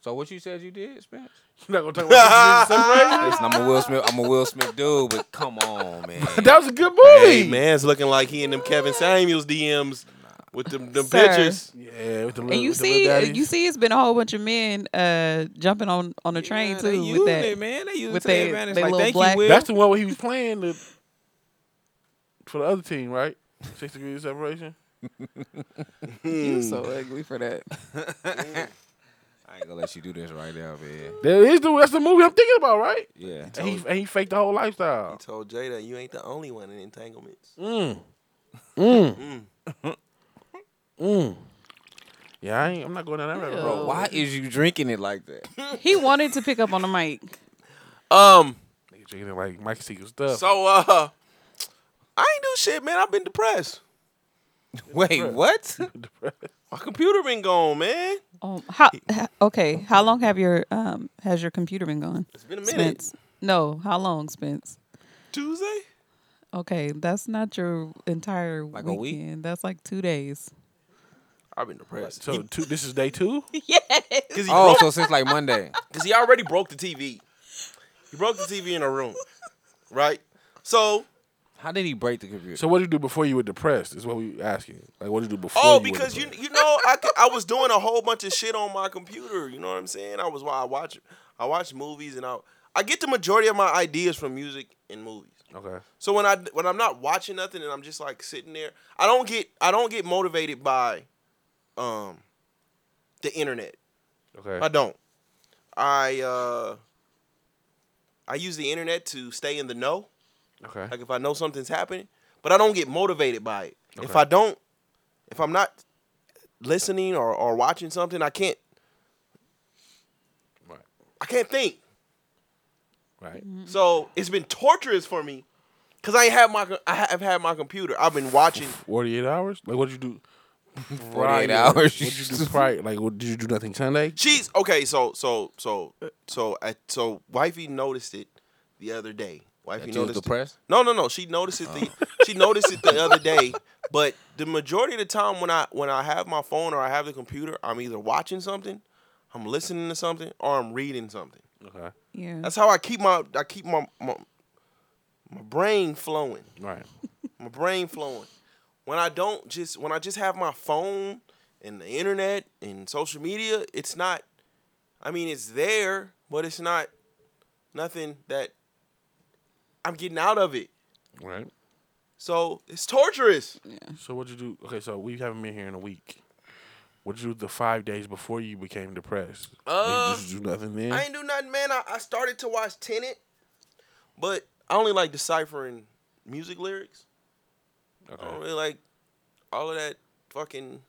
Speaker 4: So what you said you did, Spence?
Speaker 6: You're not gonna talk about six degrees of separation.
Speaker 4: Listen, I'm a Will Smith. I'm a Will Smith dude, but come on, man.
Speaker 6: That was a good movie.
Speaker 1: Hey, man's looking like he in them Kevin Samuels DMs with them, them
Speaker 5: Sir.
Speaker 1: pictures.
Speaker 6: Yeah, with the little,
Speaker 5: And you
Speaker 6: with the little
Speaker 5: see,
Speaker 6: daddies.
Speaker 5: you see, it's been a whole bunch of men uh, jumping on on the train
Speaker 4: Yeah, they
Speaker 5: too
Speaker 4: using
Speaker 5: with that.
Speaker 4: it, man. They using
Speaker 5: with
Speaker 4: it to their
Speaker 5: they-
Speaker 4: advantage.
Speaker 5: they
Speaker 4: Like,
Speaker 5: little
Speaker 4: thank
Speaker 5: black-
Speaker 4: you, Will.
Speaker 6: That's the one where he was playing the for the other team, right? Six degrees of separation.
Speaker 5: You so ugly for that.
Speaker 4: I ain't gonna let you do this right now, man.
Speaker 6: That is the that's the movie I'm thinking about, right?
Speaker 4: Yeah.
Speaker 6: And he, and he faked the whole lifestyle.
Speaker 1: Told Jada, you ain't the only one in entanglements.
Speaker 6: Yeah, I ain't, I'm not going down that rabbit hole.
Speaker 5: Ew.
Speaker 4: Why is you drinking it like that?
Speaker 5: He wanted to pick up on the mic.
Speaker 1: Um,
Speaker 6: Nigga drinking it like Mike Seagal stuff.
Speaker 1: so uh, I ain't do shit, man. I've been depressed.
Speaker 4: Wait, what?
Speaker 1: My computer been gone, man.
Speaker 5: Um, how? h- Okay. How long have your um has your computer been gone?
Speaker 1: It's been a minute.
Speaker 5: Spence. No. How long, Spence?
Speaker 1: Tuesday.
Speaker 5: Okay, that's not your entire
Speaker 4: Like a week?
Speaker 5: weekend. That's like two days.
Speaker 1: I've been depressed.
Speaker 6: So two, this is day two.
Speaker 1: Cause he,
Speaker 4: Oh,
Speaker 1: broke,
Speaker 4: so since like Monday.
Speaker 1: 'cause he already broke the TV. He broke the TV in a room, right? So
Speaker 4: How did he break the computer?
Speaker 6: So what did you do before you were depressed? Is what we asking. Like what did you do before?
Speaker 1: Oh,
Speaker 6: were
Speaker 1: because you
Speaker 6: depressed?
Speaker 1: you know I, c- I was doing a whole bunch of shit on my computer. You know what I'm saying? I was I watch I watch movies and I I get the majority of my ideas from music and movies.
Speaker 6: okay.
Speaker 1: So when I when I'm not watching nothing and I'm just like sitting there, I don't get I don't get motivated by um the internet. I
Speaker 6: Okay.
Speaker 1: don't. I uh I use the internet to stay in the know.
Speaker 6: Okay.
Speaker 1: Like if I know something's happening, but I don't get motivated by it. If
Speaker 6: Okay.
Speaker 1: I don't, if I'm not listening or, or watching something, I can't.
Speaker 6: Right.
Speaker 1: I can't think.
Speaker 6: Right.
Speaker 1: So it's been torturous for me, cause I ain't have my co- I have had my computer. I've been watching.
Speaker 6: Forty-eight hours. Like what did you do?
Speaker 4: 48
Speaker 6: prior?
Speaker 4: hours.
Speaker 6: What did you do prior? Like what did you do nothing Sunday?
Speaker 1: She's okay. So so so so I, so wifey noticed it the other day. Wifey
Speaker 4: That you was
Speaker 1: noticed. it.
Speaker 4: depressed? Oh.
Speaker 1: No no no. She noticed it the she noticed it the other day. But the majority of the time when I when I have my phone or I have the computer, I'm either watching something, I'm listening to something, or I'm reading something.
Speaker 6: Okay.
Speaker 5: Yeah.
Speaker 1: That's how I keep my I keep my my, my brain flowing
Speaker 6: Right.
Speaker 1: my brain flowing. When I don't just when I just have my phone and the internet and social media, it's not I mean it's there, but it's not nothing that I'm getting out of it.
Speaker 6: Right.
Speaker 1: So it's torturous.
Speaker 6: So what'd you do? Okay, so we haven't been here in a week. What'd you do the five days before you became depressed?
Speaker 1: Uh,
Speaker 6: you just do nothing then.
Speaker 1: I ain't do nothing, man. I, I started to watch Tenet, but I only like deciphering music lyrics. I don't
Speaker 6: okay.
Speaker 1: really like all of that fucking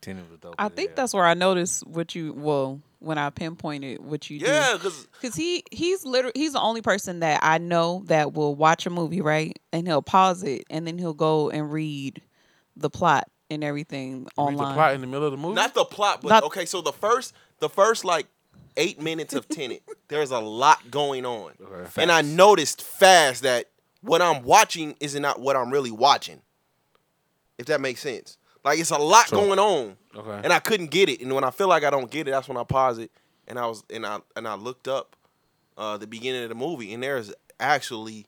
Speaker 4: Tenet was dope.
Speaker 5: I
Speaker 4: as
Speaker 5: think
Speaker 4: hell.
Speaker 5: that's where I noticed what you well when I pinpointed what you do.
Speaker 1: Yeah, because
Speaker 5: Cause he he's literally he's the only person that I know that will watch a movie right, and he'll pause it, and then he'll go and read the plot and everything
Speaker 6: Read
Speaker 5: online.
Speaker 6: the plot in the middle of the movie.
Speaker 1: not the plot, but
Speaker 5: Not-
Speaker 1: okay. So the first, the first like eight minutes of Tenet, there's a lot going on, and I noticed fast that what I'm watching is not what I'm really watching. If that makes sense, like it's a lot going on,
Speaker 6: Okay.
Speaker 1: and I couldn't get it. And when I feel like I don't get it, that's when I pause it, and I was and I and I looked up uh, the beginning of the movie, and there's actually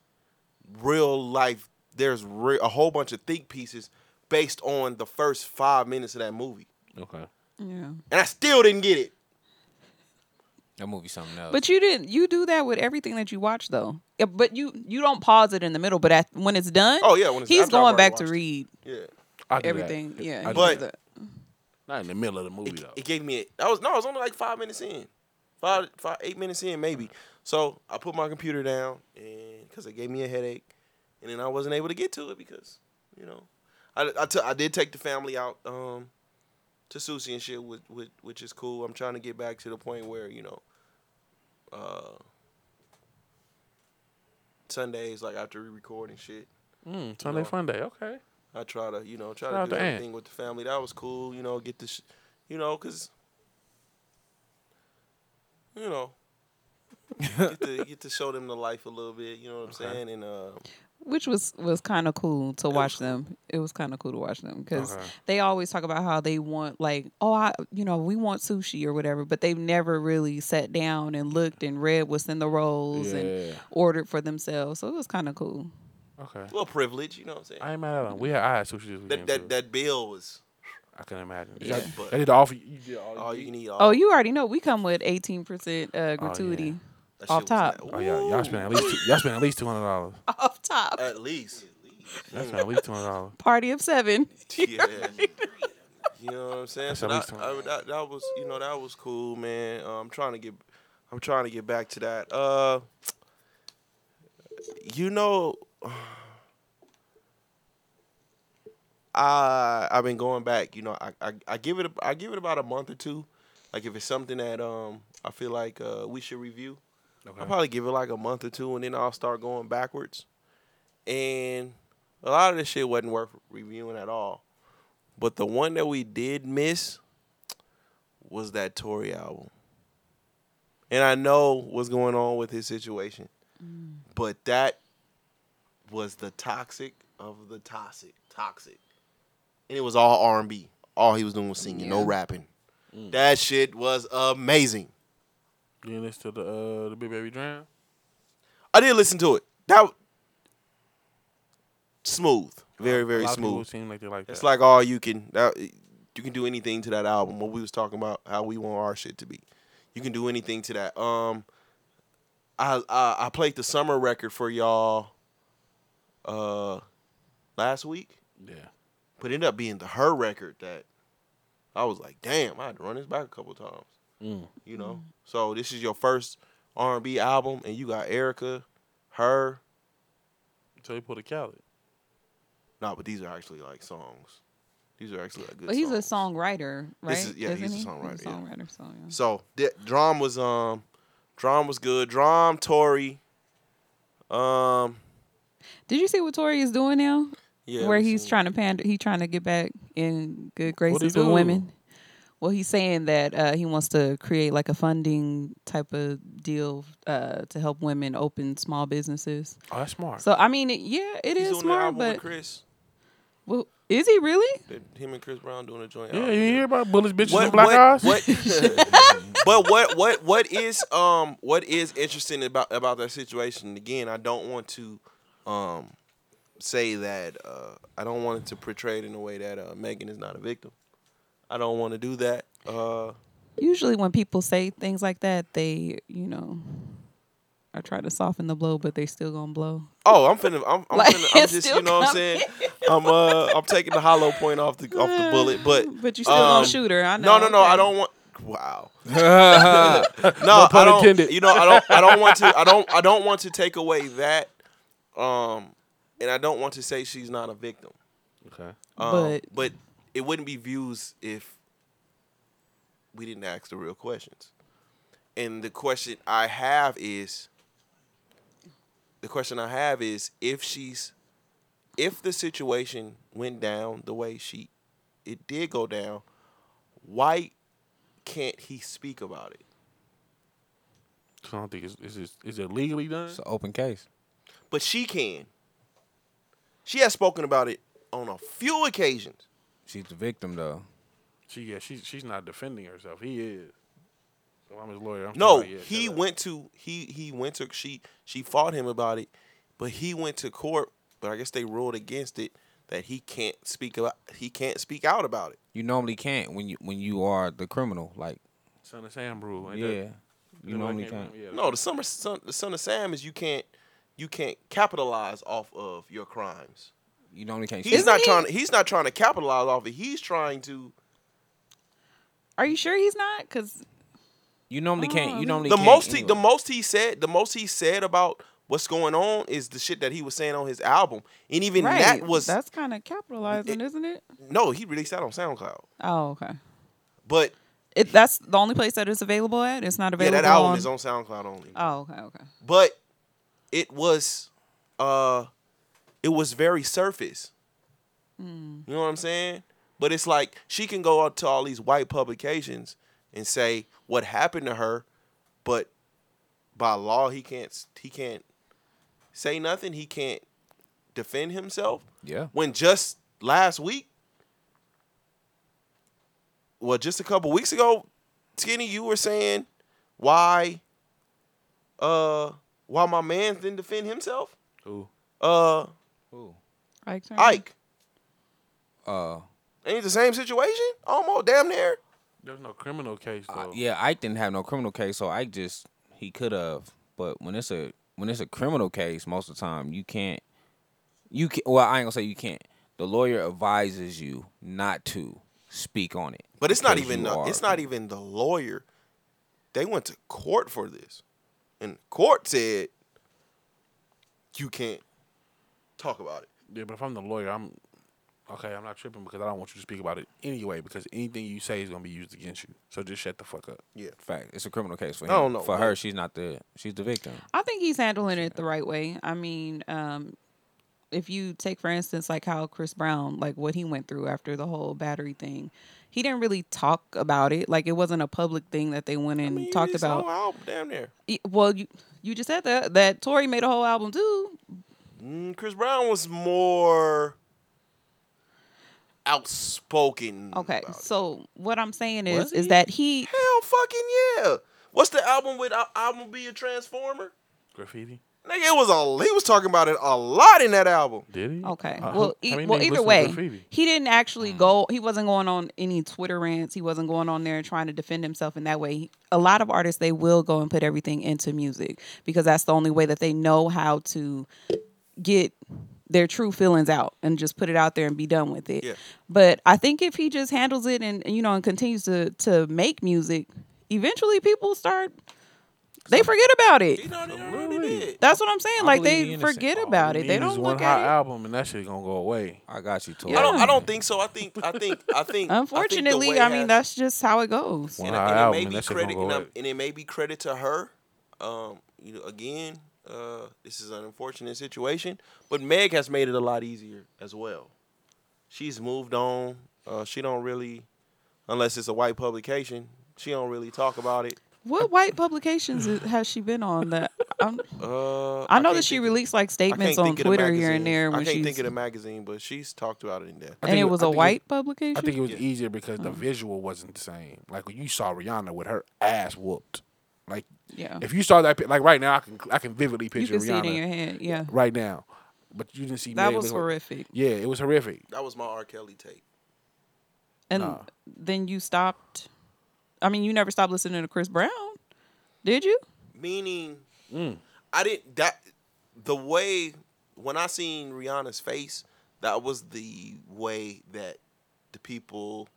Speaker 1: real life. There's re- a whole bunch of think pieces based on the first five minutes of that movie
Speaker 6: okay.
Speaker 5: yeah,
Speaker 1: and I still didn't get it.
Speaker 4: that movie something else.
Speaker 5: but you didn't. You do that with everything that you watch though. Yeah, but you you don't pause it in the middle. But at, when it's done,
Speaker 1: Oh, yeah, when it's-
Speaker 5: he's
Speaker 1: after I've
Speaker 5: going
Speaker 1: already
Speaker 5: back to
Speaker 1: watched it.
Speaker 5: read
Speaker 1: Yeah,
Speaker 6: I do
Speaker 5: everything.
Speaker 6: That.
Speaker 5: Yeah,
Speaker 6: I do
Speaker 5: he
Speaker 1: But-
Speaker 5: does that.
Speaker 6: not in the middle of the movie
Speaker 1: it,
Speaker 6: though.
Speaker 1: it gave me. A, I was no, I was only like five minutes in, five, five, eight minutes in maybe. So I put my computer down, and because it gave me a headache, and then I wasn't able to get to it because you know, I I, t- I did take the family out um to sushi and shit, which, which which is cool. I'm trying to get back to the point where you know, uh, Sundays like after we record and shit.
Speaker 6: mm, Sunday
Speaker 1: know.
Speaker 6: Fun Day. Okay.
Speaker 1: I try to, you know, try
Speaker 6: Shout out
Speaker 1: to do
Speaker 6: to Ant.
Speaker 1: everything with the family. That was cool, you know, get the, sh- you know, cause, you know, get to get to show them the life a little bit. You know what I'm saying? And uh,
Speaker 5: which was was kind of cool to watch them. It was kind of cool to watch them because they always talk about how they want like, oh, I, you know, we want sushi or whatever, but they've never really sat down and looked and read what's in the rolls and
Speaker 6: Yeah.
Speaker 5: ordered for themselves. So it was kind of cool.
Speaker 6: Okay.
Speaker 1: a little privilege. You know what I'm saying?
Speaker 6: I ain't mad at them. We had I had sushi this
Speaker 1: that
Speaker 6: weekend.
Speaker 1: that
Speaker 6: too.
Speaker 1: that bill was
Speaker 6: I can imagine.
Speaker 5: Yeah.
Speaker 6: Y'all-
Speaker 1: But-
Speaker 6: They did all for you. did all,
Speaker 1: all
Speaker 6: you
Speaker 1: you
Speaker 6: did.
Speaker 1: can eat. All
Speaker 5: Oh, you already know we come with eighteen percent
Speaker 1: Oh,
Speaker 5: uh, gratuity
Speaker 1: that shit
Speaker 5: off
Speaker 1: was
Speaker 5: top.
Speaker 1: not-
Speaker 6: Oh yeah, y'all spent at least two, y'all spent at least two hundred dollars.
Speaker 5: off top.
Speaker 1: at least.
Speaker 6: Y'all spent at least two hundred dollars.
Speaker 5: Party of seven.
Speaker 1: Yeah. you know what I'm saying?
Speaker 6: That's
Speaker 1: So that,
Speaker 6: at least
Speaker 1: I- that, that was, you know, that was cool, man. Uh, I'm trying to get, I'm trying to get back to that. Uh, you know, I I've been going back. You know, I, I I give it a, I give it about a month or two. Like if it's something that um I feel like uh we should review, I'll probably give it like a month or two, and then I'll start going backwards. And a lot of this shit wasn't worth reviewing at all. But the one that we did miss was that Tory album. And I know what's going on with his situation. But that was the toxic of the toxic. Toxic. And it was all R and B. All he was doing was singing, no rapping.
Speaker 6: Mm.
Speaker 1: That shit was amazing.
Speaker 6: You didn't listen to the uh, the Big Baby Drown?
Speaker 1: I did listen to it. That w- smooth. Very, very
Speaker 6: a lot Of people
Speaker 1: smooth.
Speaker 6: seem like they like
Speaker 1: It's
Speaker 6: that.
Speaker 1: like all you can that, you can do anything to that album. What we was talking about, how we want our shit to be. You can do anything to that. Um, I I, I played the summer record for y'all. Uh, last week,
Speaker 6: yeah.
Speaker 1: but it ended up being the her record that I was like, damn, I had to run this back a couple times. You know, so this is your first R and B album, and you got Erica, her.
Speaker 6: So they pulled a Khaled.
Speaker 1: Nah, but these are actually like songs. These are actually like good.
Speaker 5: But he's a
Speaker 1: songs.
Speaker 5: songwriter, right?
Speaker 1: This is- yeah, he's a
Speaker 5: Isn't he?
Speaker 1: songwriter,
Speaker 5: He's a
Speaker 1: yeah.
Speaker 5: songwriter. So yeah.
Speaker 1: So that Drum was um, Drum was good. Drum Tory, um,
Speaker 5: Did you see what Tori is doing now?
Speaker 1: yeah,
Speaker 5: where
Speaker 1: we
Speaker 5: he's
Speaker 1: seen-
Speaker 5: trying to pander. He trying to get back in good graces
Speaker 6: he
Speaker 5: with
Speaker 6: do?
Speaker 5: women. Well, he's saying that uh, he wants to create like a funding type of deal uh, to help women open small businesses.
Speaker 6: Oh, that's smart.
Speaker 5: So I mean, it, yeah,
Speaker 1: He's
Speaker 5: it is
Speaker 1: doing the
Speaker 5: smart,
Speaker 1: album with
Speaker 5: but
Speaker 1: Chris.
Speaker 5: well, is he really?
Speaker 1: That him and Chris Brown doing a joint.
Speaker 6: Oh, yeah,
Speaker 1: album.
Speaker 6: you hear about bullets, bitches,
Speaker 1: what,
Speaker 6: and black
Speaker 1: what,
Speaker 6: eyes?
Speaker 1: what- but what what what is um what is interesting about about that situation? Again, I don't want to um say that uh I don't want it to portray it in a way that uh Megan is not a victim. I don't want to do that. Uh
Speaker 5: Usually, when people say things like that, they you know are trying to soften the blow, but they still gonna blow.
Speaker 1: Oh, I'm finna. I'm, I'm,
Speaker 5: Like,
Speaker 1: finna, I'm
Speaker 5: it's
Speaker 1: just.
Speaker 5: still
Speaker 1: You know what I'm saying?
Speaker 5: coming.
Speaker 1: I'm. Uh. I'm taking the hollow point off the off the bullet, but.
Speaker 5: But you still
Speaker 1: um,
Speaker 5: gonna shoot her. I know.
Speaker 1: No, no, no. I
Speaker 5: okay.
Speaker 1: don't want. Wow. no, I don't.
Speaker 6: intended.
Speaker 1: You know, I don't. I don't want to. I don't. I don't want to take away that. Um, and I don't want to say she's not a victim.
Speaker 6: okay.
Speaker 1: Um,
Speaker 5: But-
Speaker 1: but it wouldn't be views if we didn't ask the real questions. And the question I have is the question I have is if she's if the situation went down the way she it did go down, why can't he speak about it?
Speaker 6: So I don't think it's, it's, it's is it legally done?
Speaker 4: It's an open case.
Speaker 1: But she can. She has spoken about it on a few occasions.
Speaker 4: She's the victim though.
Speaker 6: She yeah, she's she's not defending herself. He is. So I'm his lawyer. I'm
Speaker 1: No,
Speaker 6: sorry, yeah,
Speaker 1: he
Speaker 6: shut up.
Speaker 1: went to he he went to she she fought him about it, but he went to court. But I guess they ruled against it that he can't speak about he can't speak out about it.
Speaker 4: You normally can't when you when you are the criminal. Like
Speaker 6: Son of Sam rule. ain't
Speaker 4: yeah,
Speaker 6: that-
Speaker 4: you
Speaker 6: that what I
Speaker 4: normally
Speaker 6: can't
Speaker 4: can't.
Speaker 6: remember? Yeah,
Speaker 1: No, the summer son the son of Sam is you can't you can't capitalize off of your crimes.
Speaker 4: You normally can't.
Speaker 1: He's
Speaker 4: speak.
Speaker 1: not
Speaker 5: he-
Speaker 1: trying he's not trying to capitalize off it. He's trying to
Speaker 5: Are you sure he's not? Because
Speaker 4: You normally can't. You normally
Speaker 1: the
Speaker 4: can't
Speaker 1: most Oh, he,
Speaker 4: anyway.
Speaker 1: the most he said the most he said about what's going on is the shit that he was saying on his album. And even
Speaker 5: right,
Speaker 1: that was
Speaker 5: that's kind of capitalizing,
Speaker 1: It-
Speaker 5: is isn't it?
Speaker 1: no, he released that on SoundCloud.
Speaker 5: Oh, okay.
Speaker 1: But
Speaker 5: It, that's the only place that it's available at. It's not
Speaker 1: yeah,
Speaker 5: available.
Speaker 1: that album is on SoundCloud only.
Speaker 5: Oh, okay, okay.
Speaker 1: but it was uh it was very surface you know what i'm saying but it's like she can go out to all these white publications and say what happened to her but by law he can't s- he can't say nothing he can't defend himself
Speaker 4: Yeah.
Speaker 1: when just last week well just a couple weeks ago skinny you were saying why uh why my man didn't defend himself
Speaker 6: Who?
Speaker 1: uh
Speaker 4: Ooh.
Speaker 5: Ike. Turner?
Speaker 1: ike
Speaker 4: Uh,
Speaker 1: ain't it the same situation almost damn near
Speaker 6: There's no criminal case
Speaker 5: Uh,
Speaker 6: though.
Speaker 4: I- yeah, Ike didn't have no criminal case, so Ike just he could have. But when it's a when it's a criminal case, most of the time you can't. You can well, I ain't gonna say you can't. The lawyer advises you not to speak on it.
Speaker 1: but it's not
Speaker 4: because
Speaker 1: even
Speaker 4: you
Speaker 1: the,
Speaker 4: are-
Speaker 1: it's not e even the lawyer they went to court for this and court said you can't talk about it
Speaker 6: Yeah, but if I'm the lawyer, I'm okay. I'm not tripping because I don't want you to speak about it anyway. Because anything you say is gonna be used against you. So just shut the fuck up.
Speaker 5: Mm,
Speaker 1: yeah
Speaker 4: fact. It's a criminal case for him.
Speaker 1: I don't know,
Speaker 4: For
Speaker 1: but-
Speaker 4: her, she's not the she's the victim.
Speaker 5: I think he's handling it the right way. I mean, um, if you take for instance like how Chris Brown, like what he went through after the whole battery thing, he didn't really talk about it. Like it wasn't a public thing that they went and
Speaker 1: I mean,
Speaker 5: talked
Speaker 1: it's the
Speaker 5: about.
Speaker 1: whole album damn near
Speaker 5: E- Well, you you just said that that Tory made a whole album too.
Speaker 1: Mm, Chris Brown was more outspoken.
Speaker 5: Okay,
Speaker 1: about it.
Speaker 5: so what I'm saying is
Speaker 4: Was
Speaker 5: is
Speaker 4: he?
Speaker 5: that he
Speaker 1: hell fucking yeah. What's the album with I, I'm gonna be a transformer?
Speaker 6: Graffiti.
Speaker 1: Nigga, it was a he was talking about it a lot in that album.
Speaker 6: Did he?
Speaker 5: Okay.
Speaker 4: Uh,
Speaker 6: I
Speaker 5: well,
Speaker 6: hope- I
Speaker 5: e-
Speaker 6: mean,
Speaker 5: well,
Speaker 6: they
Speaker 5: either
Speaker 6: listened to
Speaker 5: way,
Speaker 6: Graffiti.
Speaker 5: he didn't actually
Speaker 4: Mm.
Speaker 5: go. He wasn't going on any Twitter rants. He wasn't going on there trying to defend himself in that way. He- A lot of artists they will go and put everything into music because that's the only way that they know how to get their true feelings out and just put it out there and be done with it.
Speaker 1: Yeah.
Speaker 5: But I think if he just handles it and you know and continues to to make music, eventually people start they forget about
Speaker 1: You
Speaker 5: it.
Speaker 1: know they already did.
Speaker 5: That's what I'm saying. Like
Speaker 4: believe
Speaker 5: they
Speaker 4: he innocent.
Speaker 5: forget
Speaker 4: All we
Speaker 5: about it. They
Speaker 6: Need is
Speaker 5: don't
Speaker 6: one
Speaker 5: look
Speaker 6: hot
Speaker 5: at it.
Speaker 6: album, and that shit gonna go away.
Speaker 4: I got you, Tori.
Speaker 1: I don't I don't think so. I think I think I think I think the way
Speaker 5: Unfortunately, I, mean
Speaker 1: has-
Speaker 5: that's just how it goes.
Speaker 6: Wow.
Speaker 1: and,
Speaker 6: Well,
Speaker 1: and
Speaker 6: album,
Speaker 1: it may
Speaker 6: and
Speaker 1: be
Speaker 6: that shit gonna
Speaker 1: credit,
Speaker 6: go
Speaker 1: and, I'm-
Speaker 6: up.
Speaker 1: and it may be credit to her. Um, you know, again, uh, this is an unfortunate situation, but Meg has made it a lot easier as well. She's moved on. Uh, she don't really, unless it's a white publication, she don't really talk about it.
Speaker 5: What white publications is, has she been on? That I'm,
Speaker 1: Uh,
Speaker 5: I know
Speaker 1: can't
Speaker 5: that she
Speaker 1: think of-
Speaker 5: released like
Speaker 1: I can't
Speaker 5: statements on
Speaker 1: think of the
Speaker 5: Twitter here
Speaker 1: magazine.
Speaker 5: and there
Speaker 1: I
Speaker 5: when
Speaker 1: can't
Speaker 5: she's
Speaker 1: think of the magazine, but she's talked about it in that.
Speaker 6: I
Speaker 5: and
Speaker 6: think-
Speaker 5: it was a
Speaker 6: I think it-
Speaker 5: white Mm. publication.
Speaker 6: I think it was
Speaker 1: Yeah.
Speaker 6: easier because the visual wasn't the same. Like when you saw Rihanna with her ass whooped. Like
Speaker 5: yeah,
Speaker 6: if you saw that, pi- like right now, I can I can vividly
Speaker 5: you
Speaker 6: picture
Speaker 5: can see
Speaker 6: Rihanna
Speaker 5: it in your head. Yeah,
Speaker 6: right now, but you didn't see
Speaker 5: that
Speaker 6: Meg
Speaker 5: was
Speaker 6: looking-
Speaker 5: horrific.
Speaker 6: Yeah, it was horrific.
Speaker 1: That was my R. Kelly tape.
Speaker 5: And
Speaker 6: Nah.
Speaker 5: then you stopped. I mean, you never stopped listening to Chris Brown, did you?
Speaker 1: meaning
Speaker 6: Mm.
Speaker 1: I didn't that the way when I seen Rihanna's face, that was the way that the people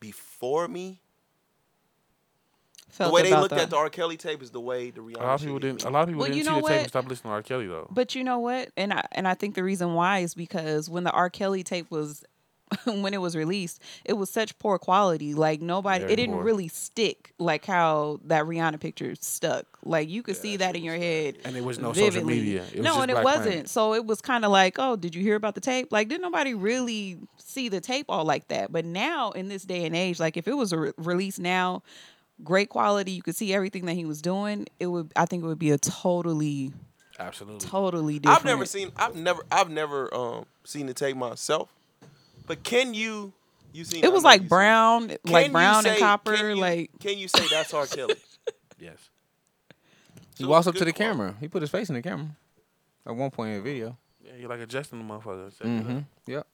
Speaker 1: before me,
Speaker 5: Felt
Speaker 1: the way they
Speaker 5: about
Speaker 1: looked
Speaker 5: that.
Speaker 1: at the R. Kelly tape is the way the Rihanna.
Speaker 6: A lot of
Speaker 1: shit
Speaker 6: people
Speaker 1: is.
Speaker 6: didn't. A lot of people
Speaker 5: Well,
Speaker 6: didn't
Speaker 5: you
Speaker 6: see
Speaker 5: know
Speaker 6: the tape
Speaker 5: what?
Speaker 6: and stop listening to R. Kelly though.
Speaker 5: But you know what? And I and I think the reason why is because when the R. Kelly tape was when it was released, it was such poor quality. Like nobody,
Speaker 6: Very
Speaker 5: it didn't
Speaker 6: poor.
Speaker 5: really stick like how that Rihanna picture stuck. Like you could see that in your head.
Speaker 6: And there was no social media. It was
Speaker 5: no,
Speaker 6: just
Speaker 5: and it
Speaker 6: Black
Speaker 5: wasn't.
Speaker 6: Planet.
Speaker 5: So it was kind of like, oh, did you hear about the tape? Like, did nobody really see the tape all like that? But now in this day and age, like if it was a re- release now, great quality, you could see everything that he was doing. It would, I think, it would be a totally,
Speaker 6: Absolutely.
Speaker 5: totally different.
Speaker 1: I've never seen. I've never. I've never um seen the tape myself. But can you? You seen? I
Speaker 5: It was
Speaker 1: know
Speaker 5: like
Speaker 1: you
Speaker 5: brown,
Speaker 1: seen-
Speaker 5: like
Speaker 1: Can you
Speaker 5: brown
Speaker 1: say-
Speaker 5: and
Speaker 1: can
Speaker 5: copper,
Speaker 1: you-
Speaker 5: like.
Speaker 1: Can you say that's R. Kelly?
Speaker 6: Yes.
Speaker 1: So
Speaker 4: He walks up
Speaker 1: good
Speaker 4: to the
Speaker 1: quality.
Speaker 4: camera. He put his face in the camera. At one point in the video.
Speaker 6: Yeah, you're like adjusting the motherfucker.
Speaker 4: Mm-hmm. Yep.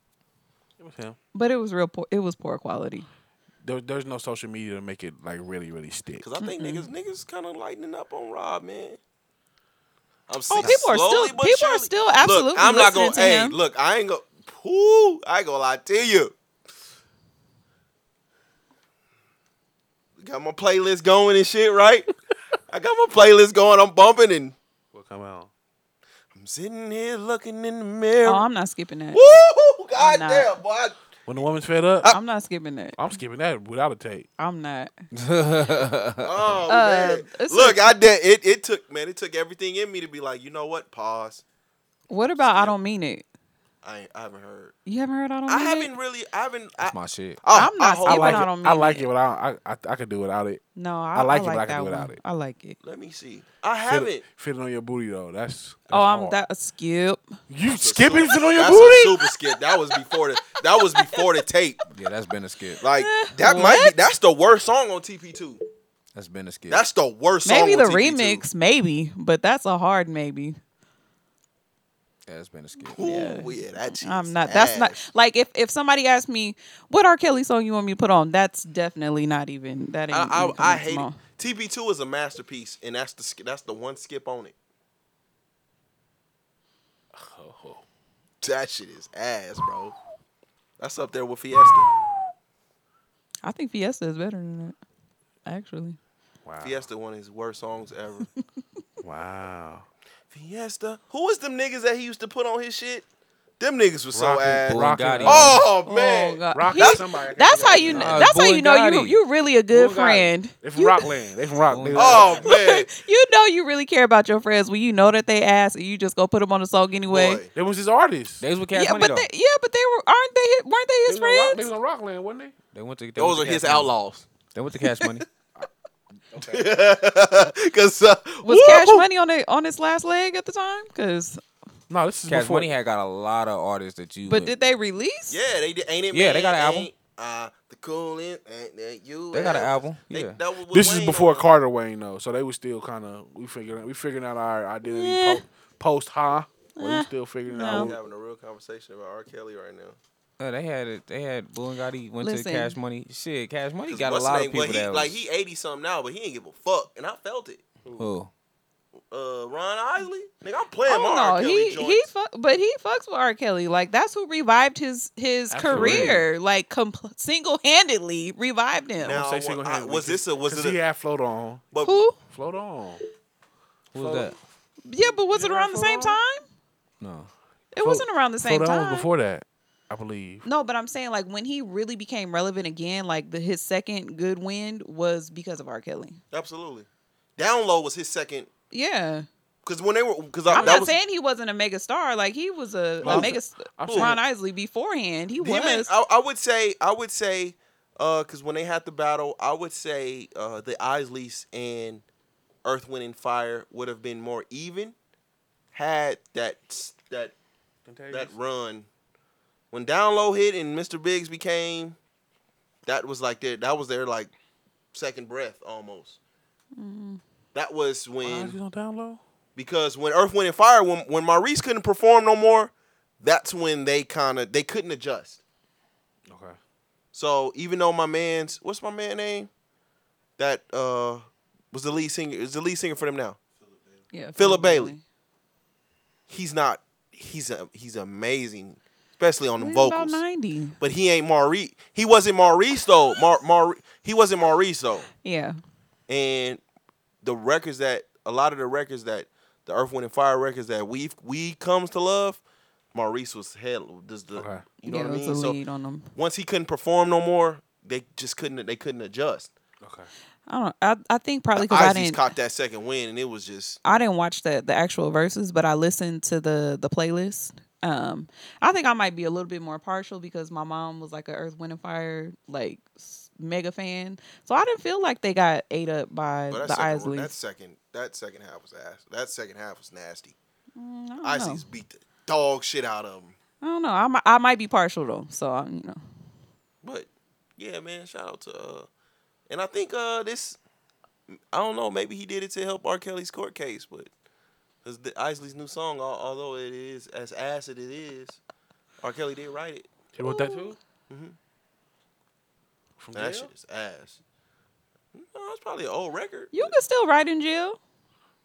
Speaker 6: It was him.
Speaker 5: But it was real poor. It was poor quality.
Speaker 6: There, there's no social media to make it like really, really stick.
Speaker 1: Because I think niggas niggas kind of lightening up on Rob, man. I'm
Speaker 5: Oh,
Speaker 1: saying
Speaker 5: people are
Speaker 1: slowly
Speaker 5: still-
Speaker 1: but
Speaker 5: people are
Speaker 1: surely.
Speaker 5: still absolutely
Speaker 1: Look, I'm not
Speaker 5: listening
Speaker 1: gonna.
Speaker 5: to
Speaker 1: hey,
Speaker 5: him.
Speaker 1: look, I ain't gonna. Whoo, I ain't gonna lie to you. Got my playlist going and shit, right? I got my playlist going. I'm bumping and
Speaker 6: What come out?
Speaker 1: I'm sitting here looking in the mirror.
Speaker 5: Oh, I'm not skipping that.
Speaker 1: Woo!
Speaker 5: I'm
Speaker 1: God
Speaker 5: not.
Speaker 1: damn, boy. I-
Speaker 6: When the woman's fed up,
Speaker 5: I'm not skipping that.
Speaker 6: I'm skipping that without a tape.
Speaker 5: I'm not.
Speaker 1: Oh man.
Speaker 5: Uh, it's
Speaker 1: Look, I did. It, it took man. It took everything in me to be like, you know what? Pause.
Speaker 5: What about I don't mean it?
Speaker 1: I ain't, I haven't heard.
Speaker 5: You haven't heard I don't mean
Speaker 1: I
Speaker 5: it?
Speaker 1: haven't really. I haven't. I,
Speaker 4: My shit.
Speaker 1: I-
Speaker 5: I'm not
Speaker 1: I hope-
Speaker 5: skipping
Speaker 6: I like
Speaker 5: I
Speaker 6: it.
Speaker 5: don't
Speaker 6: I
Speaker 5: mean
Speaker 6: like
Speaker 5: it.
Speaker 6: it without. I, I, I could do without it.
Speaker 5: No, I,
Speaker 6: I like
Speaker 5: I
Speaker 6: it,
Speaker 5: like
Speaker 6: but I can
Speaker 5: that
Speaker 6: do
Speaker 5: one.
Speaker 6: without it.
Speaker 5: I like it.
Speaker 1: Let me see. I
Speaker 6: Fit-
Speaker 1: haven't.
Speaker 6: Fitting on your booty though. That's.
Speaker 5: Oh,
Speaker 6: that's
Speaker 5: I'm
Speaker 6: hard.
Speaker 5: that a skip.
Speaker 6: You skipping fitting on your
Speaker 1: That's
Speaker 6: booty?
Speaker 1: a super skip. That was before the. That was before the tape.
Speaker 4: Yeah, that's been a skip.
Speaker 1: Like that might be. That's the worst song on TP2.
Speaker 4: That's been a skip.
Speaker 1: That's the worst song.
Speaker 5: Maybe
Speaker 1: on
Speaker 5: the
Speaker 1: TP2.
Speaker 5: remix, maybe, but that's a hard maybe.
Speaker 4: yeah, that's been a skip.
Speaker 1: Ooh, yeah, that shit
Speaker 5: I'm
Speaker 1: is
Speaker 5: not. That's
Speaker 1: ass.
Speaker 5: not like if if somebody asked me what R. Kelly song you want me to put on. That's definitely not even that. Ain't
Speaker 1: I,
Speaker 5: even
Speaker 1: I, I
Speaker 5: coming
Speaker 1: hate it.
Speaker 5: tomorrow.
Speaker 1: TP2 is a masterpiece, and that's the sk- that's the one skip on it.
Speaker 5: Oh,
Speaker 1: That shit is ass, bro. That's up there with Fiesta.
Speaker 5: I think Fiesta is better than that. Actually,
Speaker 6: Wow.
Speaker 1: Fiesta one of his worst songs ever.
Speaker 6: Wow.
Speaker 1: Fiesta. Who was them niggas that he used to put on his shit? Them niggas was so
Speaker 6: Rocky
Speaker 1: ass.
Speaker 6: Bull.
Speaker 4: Bugatti.
Speaker 1: Oh
Speaker 5: Oh,
Speaker 1: man.
Speaker 5: God.
Speaker 6: Rock
Speaker 5: He-
Speaker 6: out somebody. I can't
Speaker 5: that's
Speaker 6: do
Speaker 5: how
Speaker 6: that.
Speaker 5: you. kn-
Speaker 4: Uh,
Speaker 5: that's how you know you
Speaker 4: Bugatti.
Speaker 5: you really a good
Speaker 6: Bugatti.
Speaker 5: friend.
Speaker 6: They from
Speaker 5: You,
Speaker 6: Rockland. They from Rockland.
Speaker 1: Oh man.
Speaker 5: you know you really care about your friends when you know that they ask and you just go put them on a song anyway.
Speaker 1: Boy.
Speaker 6: They was his artists.
Speaker 4: They was with Cash
Speaker 5: Yeah,
Speaker 4: Money
Speaker 5: but
Speaker 4: though.
Speaker 5: they, yeah, but they were aren't they hi- weren't they his
Speaker 6: was on Rock- they
Speaker 5: friends?
Speaker 6: was on Rockland, wasn't they?
Speaker 4: They went to. They
Speaker 1: Those are
Speaker 4: went to
Speaker 1: his
Speaker 4: Cash Money.
Speaker 1: outlaws.
Speaker 4: They went to Cash Money.
Speaker 1: Cause uh,
Speaker 5: Was
Speaker 1: woo!
Speaker 5: Cash Money on it on his last leg at the time? Because
Speaker 6: No, this is
Speaker 4: Cash
Speaker 6: before.
Speaker 4: Money had got a lot of artists that you.
Speaker 5: but
Speaker 4: would-
Speaker 5: did they release?
Speaker 1: Mm. Yeah, they did. Ain't it?
Speaker 4: Yeah, they got an
Speaker 1: man?
Speaker 4: album.
Speaker 1: Ain't, Uh, the coolin' ain't that you.
Speaker 4: They got an
Speaker 1: and-
Speaker 4: album,
Speaker 1: They-
Speaker 4: yeah.
Speaker 1: that was with
Speaker 6: this is
Speaker 1: Wayne
Speaker 6: before
Speaker 1: on it.
Speaker 6: Carter Wayne though, so they were still kind of we figuring we figuring out our identity
Speaker 5: Yeah.
Speaker 6: po- post huh. We
Speaker 5: Eh,
Speaker 6: were still figuring
Speaker 5: no.
Speaker 6: out.
Speaker 1: We
Speaker 6: who-
Speaker 1: having a real conversation about R. Kelly right now.
Speaker 4: Uh, they had it. They had Bull and Gotti went
Speaker 5: Listen.
Speaker 4: to Cash Money. Shit, Cash Money
Speaker 1: 'Cause
Speaker 4: got a
Speaker 1: what's
Speaker 4: lot
Speaker 1: his name?
Speaker 4: of people
Speaker 1: Well, he,
Speaker 4: that was.
Speaker 1: like he eighty something now, but he ain't give a fuck, and I felt it.
Speaker 4: who?
Speaker 1: Uh, Ron Isley, nigga, I'm playing
Speaker 5: Oh
Speaker 1: my R.
Speaker 5: no,
Speaker 1: Kelly
Speaker 5: he
Speaker 1: joints.
Speaker 5: he fuck, but he fucks with R. Kelly. Like that's who revived his his
Speaker 6: Absolutely.
Speaker 5: career. Like compl- single handedly revived him.
Speaker 1: Now- I
Speaker 6: I'll say
Speaker 1: want-
Speaker 6: single-handedly,
Speaker 1: I- was this a- was
Speaker 6: 'cause
Speaker 1: it a-
Speaker 6: he had float on?
Speaker 1: but
Speaker 5: Who?
Speaker 6: Float on.
Speaker 4: Who was that?
Speaker 5: Yeah, but was it
Speaker 6: Yeah,
Speaker 5: around the
Speaker 6: for a
Speaker 5: same
Speaker 6: while.
Speaker 5: time?
Speaker 4: No.
Speaker 5: It wasn't around the same
Speaker 6: float on
Speaker 5: time.
Speaker 6: was before that, I believe.
Speaker 5: No, but I'm saying like when he really became relevant again, like the his second good win was because of R. Kelly.
Speaker 1: absolutely, Download was his second.
Speaker 5: Yeah.
Speaker 1: Cause when they were, cause I,
Speaker 5: I'm
Speaker 1: that
Speaker 5: not
Speaker 1: was
Speaker 5: saying he wasn't a mega star. Like he was a, a
Speaker 6: I'm
Speaker 5: mega
Speaker 6: I'm
Speaker 5: Ron
Speaker 6: saying-
Speaker 5: Isley beforehand. He
Speaker 1: Him and-
Speaker 5: was.
Speaker 1: I, I would say, I would say, uh, cause when they had the battle, I would say uh, the Isleys and Earth, Wind, and Fire would have been more even had that that that run when Down Low hit and Mr. Biggs became. That was like their that was their like second breath almost. That was
Speaker 6: Why
Speaker 1: when
Speaker 6: is it on download?
Speaker 1: because when Earth, Wind, and Fire, when when Maurice couldn't perform no more, that's when they kind of they couldn't adjust.
Speaker 6: Okay.
Speaker 1: So even though my man's what's my man name? That uh was the lead singer is the lead singer for them now.
Speaker 5: yeah,
Speaker 1: Philip Bailey. He's not he's a he's amazing, especially on the
Speaker 5: He's about
Speaker 1: vocals.
Speaker 5: ninety.
Speaker 1: But he ain't Maurice. He wasn't Maurice though. Mar, Mar he wasn't Maurice though.
Speaker 5: Yeah.
Speaker 1: And the records that a lot of the records that the Earth Wind and Fire records that we we comes to love, Maurice was head does the
Speaker 6: Okay.
Speaker 1: you know
Speaker 5: yeah,
Speaker 1: what I
Speaker 5: it's
Speaker 1: mean?
Speaker 5: a
Speaker 1: So
Speaker 5: lead on them.
Speaker 1: once he couldn't perform no more, they just couldn't they couldn't adjust.
Speaker 6: Okay.
Speaker 5: I don't. I, I think probably because I
Speaker 1: Izzy's
Speaker 5: didn't.
Speaker 1: caught that second win and it was just
Speaker 5: I didn't watch the the actual verses, but I listened to the the playlist. Um, I think I might be a little bit more partial because my mom was like a Earth, Wind, and Fire like s- mega fan, so I didn't feel like they got ate up by
Speaker 1: but that
Speaker 5: the
Speaker 1: second,
Speaker 5: Isleys.
Speaker 1: that second that second half was ass. That second half was nasty.
Speaker 5: Mm, I don't know.
Speaker 1: Izzy's beat the dog shit out of him.
Speaker 5: I don't know. I might, I might be partial though, so I, you know.
Speaker 1: But yeah, man, shout out to uh and I think uh this I don't know, maybe he did it to help R. Kelly's court case, but because Isley's new song, al- although it is as acid it is, R. Kelly did write it.
Speaker 6: He wrote that too. From
Speaker 1: Mm-hmm. That
Speaker 6: jail?
Speaker 1: shit is ass. No, it's probably an old record.
Speaker 5: You can still write in jail.